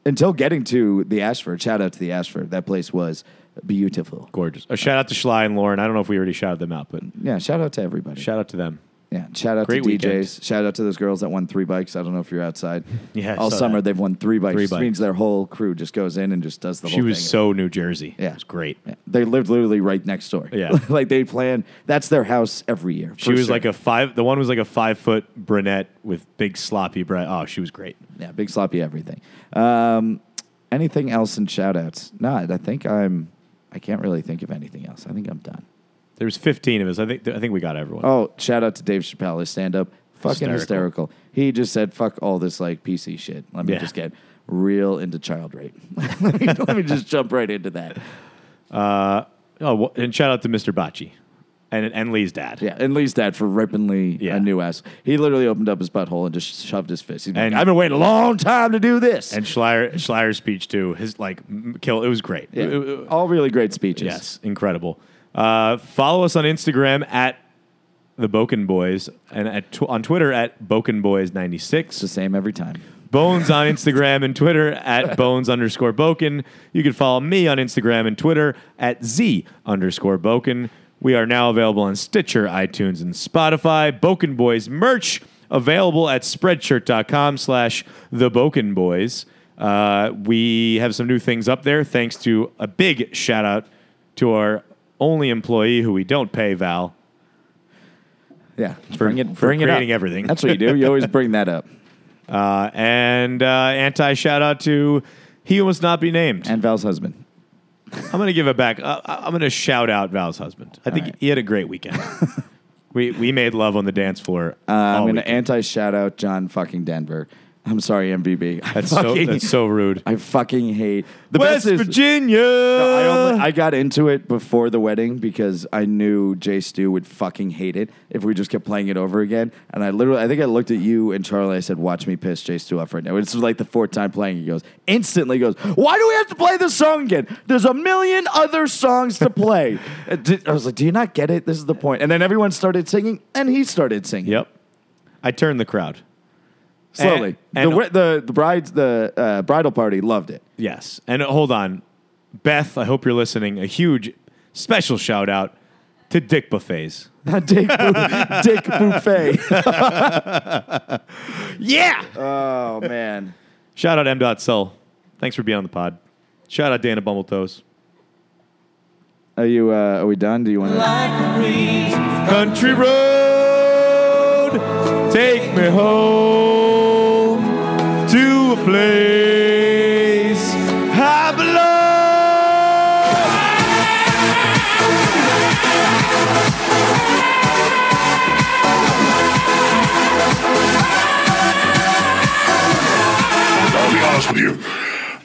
[SPEAKER 4] until getting to the Ashford. Shout out to the Ashford. That place was beautiful.
[SPEAKER 3] Gorgeous. A shout out to Schley and Lauren. I don't know if we already shouted them out, but
[SPEAKER 4] Yeah, shout out to everybody.
[SPEAKER 3] shout out to them.
[SPEAKER 4] yeah, shout out
[SPEAKER 3] Great
[SPEAKER 4] to DJs.
[SPEAKER 3] weekend.
[SPEAKER 4] Shout out to those girls that won three bikes. I don't know if you're outside.
[SPEAKER 3] Yeah, I
[SPEAKER 4] all
[SPEAKER 3] saw
[SPEAKER 4] summer
[SPEAKER 3] that.
[SPEAKER 4] they've won three bikes.
[SPEAKER 3] Three
[SPEAKER 4] which
[SPEAKER 3] bikes.
[SPEAKER 4] means their whole crew just goes in and just does the
[SPEAKER 3] She
[SPEAKER 4] whole
[SPEAKER 3] was
[SPEAKER 4] thing.
[SPEAKER 3] so New Jersey.
[SPEAKER 4] Yeah.
[SPEAKER 3] It was great.
[SPEAKER 4] Yeah, They lived literally right next door.
[SPEAKER 3] Yeah.
[SPEAKER 4] like they plan. That's their house every year.
[SPEAKER 3] She was like a five. The one was like a five foot brunette with big sloppy bre Oh, she was great.
[SPEAKER 4] yeah, big sloppy everything. Um, anything else in shout outs? No, I I think I'm. I can't really think of anything else. I think I'm done.
[SPEAKER 3] There was fifteen of us. I think. I think we got everyone.
[SPEAKER 4] Oh, shout out to Dave Chappelle. His stand up, fucking
[SPEAKER 3] Hysterical.
[SPEAKER 4] hysterical. He just said, "Fuck all this like PC shit. Let me
[SPEAKER 3] Yeah.
[SPEAKER 4] just get real into child rape. let, me, let me just jump right into that."
[SPEAKER 3] Oh, wh- and shout out to Mr. Bocce and and Lee's dad.
[SPEAKER 4] Yeah, and Lee's dad for ripping Lee
[SPEAKER 3] Yeah.
[SPEAKER 4] a new ass. He literally opened up his butthole and just shoved his fist. He's like,
[SPEAKER 3] And-
[SPEAKER 4] I've been waiting a long time to do this.
[SPEAKER 3] And Schleyer Schleyer's speech too. His like m- kill. It was great.
[SPEAKER 4] Yeah.
[SPEAKER 3] It- it-
[SPEAKER 4] All really great speeches.
[SPEAKER 3] Yes, incredible. Uh, follow us on Instagram at the Boken Boys and at tw- on Twitter at Boken Boys ninety
[SPEAKER 4] It's
[SPEAKER 3] six.
[SPEAKER 4] the same every time.
[SPEAKER 3] Bones on Instagram and Twitter at Bones underscore Boken. You can follow me on Instagram and Twitter at Z underscore Boken. We are now available on Stitcher, iTunes, and Spotify. Boken Boys merch available at spreadshirt.com slash the Boken Boys. Uh, we have some new things up there thanks to a big shout out to our only employee who we don't pay, Val.
[SPEAKER 4] Yeah. bring it,
[SPEAKER 3] for
[SPEAKER 4] bring it up.
[SPEAKER 3] creating everything.
[SPEAKER 4] That's what you do. You always bring that up.
[SPEAKER 3] Uh, and uh, anti shout out to he who must not be named.
[SPEAKER 4] And Val's husband.
[SPEAKER 3] I'm gonna give it back. Uh, I'm gonna shout out Val's husband. I think
[SPEAKER 4] right.
[SPEAKER 3] he had a great weekend. we we made love on the dance floor.
[SPEAKER 4] Uh, I'm
[SPEAKER 3] all
[SPEAKER 4] going to
[SPEAKER 3] weekend.
[SPEAKER 4] anti shout out John fucking Denver. I'm sorry, MVB. I
[SPEAKER 3] That's so
[SPEAKER 4] fucking-
[SPEAKER 3] that's so rude.
[SPEAKER 4] I fucking hate the
[SPEAKER 3] West
[SPEAKER 4] best is-
[SPEAKER 3] Virginia.
[SPEAKER 4] I,
[SPEAKER 3] Uh.
[SPEAKER 4] only, I got into it before the wedding because I knew Jay Stu would fucking hate it if we just kept playing it over again. And I literally, I think I looked at you and Charlie. I said, "Watch me piss Jay Stu off right now." This was like the fourth time playing. He goes instantly goes, "Why do we have to play this song again? There's a million other songs to play." Uh, d- I was like, "Do you not get it? This is the point." And then everyone started singing, and he started singing
[SPEAKER 3] yep. I turned the crowd.
[SPEAKER 4] slowly.
[SPEAKER 3] And-
[SPEAKER 4] the,
[SPEAKER 3] and-
[SPEAKER 4] the the brides the uh, bridal party loved it.
[SPEAKER 3] Yes. And uh, hold on, Beth. I hope you're listening. A huge special shout out to Dick Buffets.
[SPEAKER 4] Dick, Bu- Dick Buffet.
[SPEAKER 3] Yeah.
[SPEAKER 4] oh man.
[SPEAKER 3] Shout out M. Dot Cell. Thanks for being on the pod. Shout out Dana Bumbletoes.
[SPEAKER 4] Are you? Uh, are we done? Do you want to?
[SPEAKER 3] Country road, take me home to a place I belong.
[SPEAKER 10] I'll be honest with you.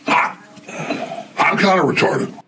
[SPEAKER 10] I, I'm kind of retarded.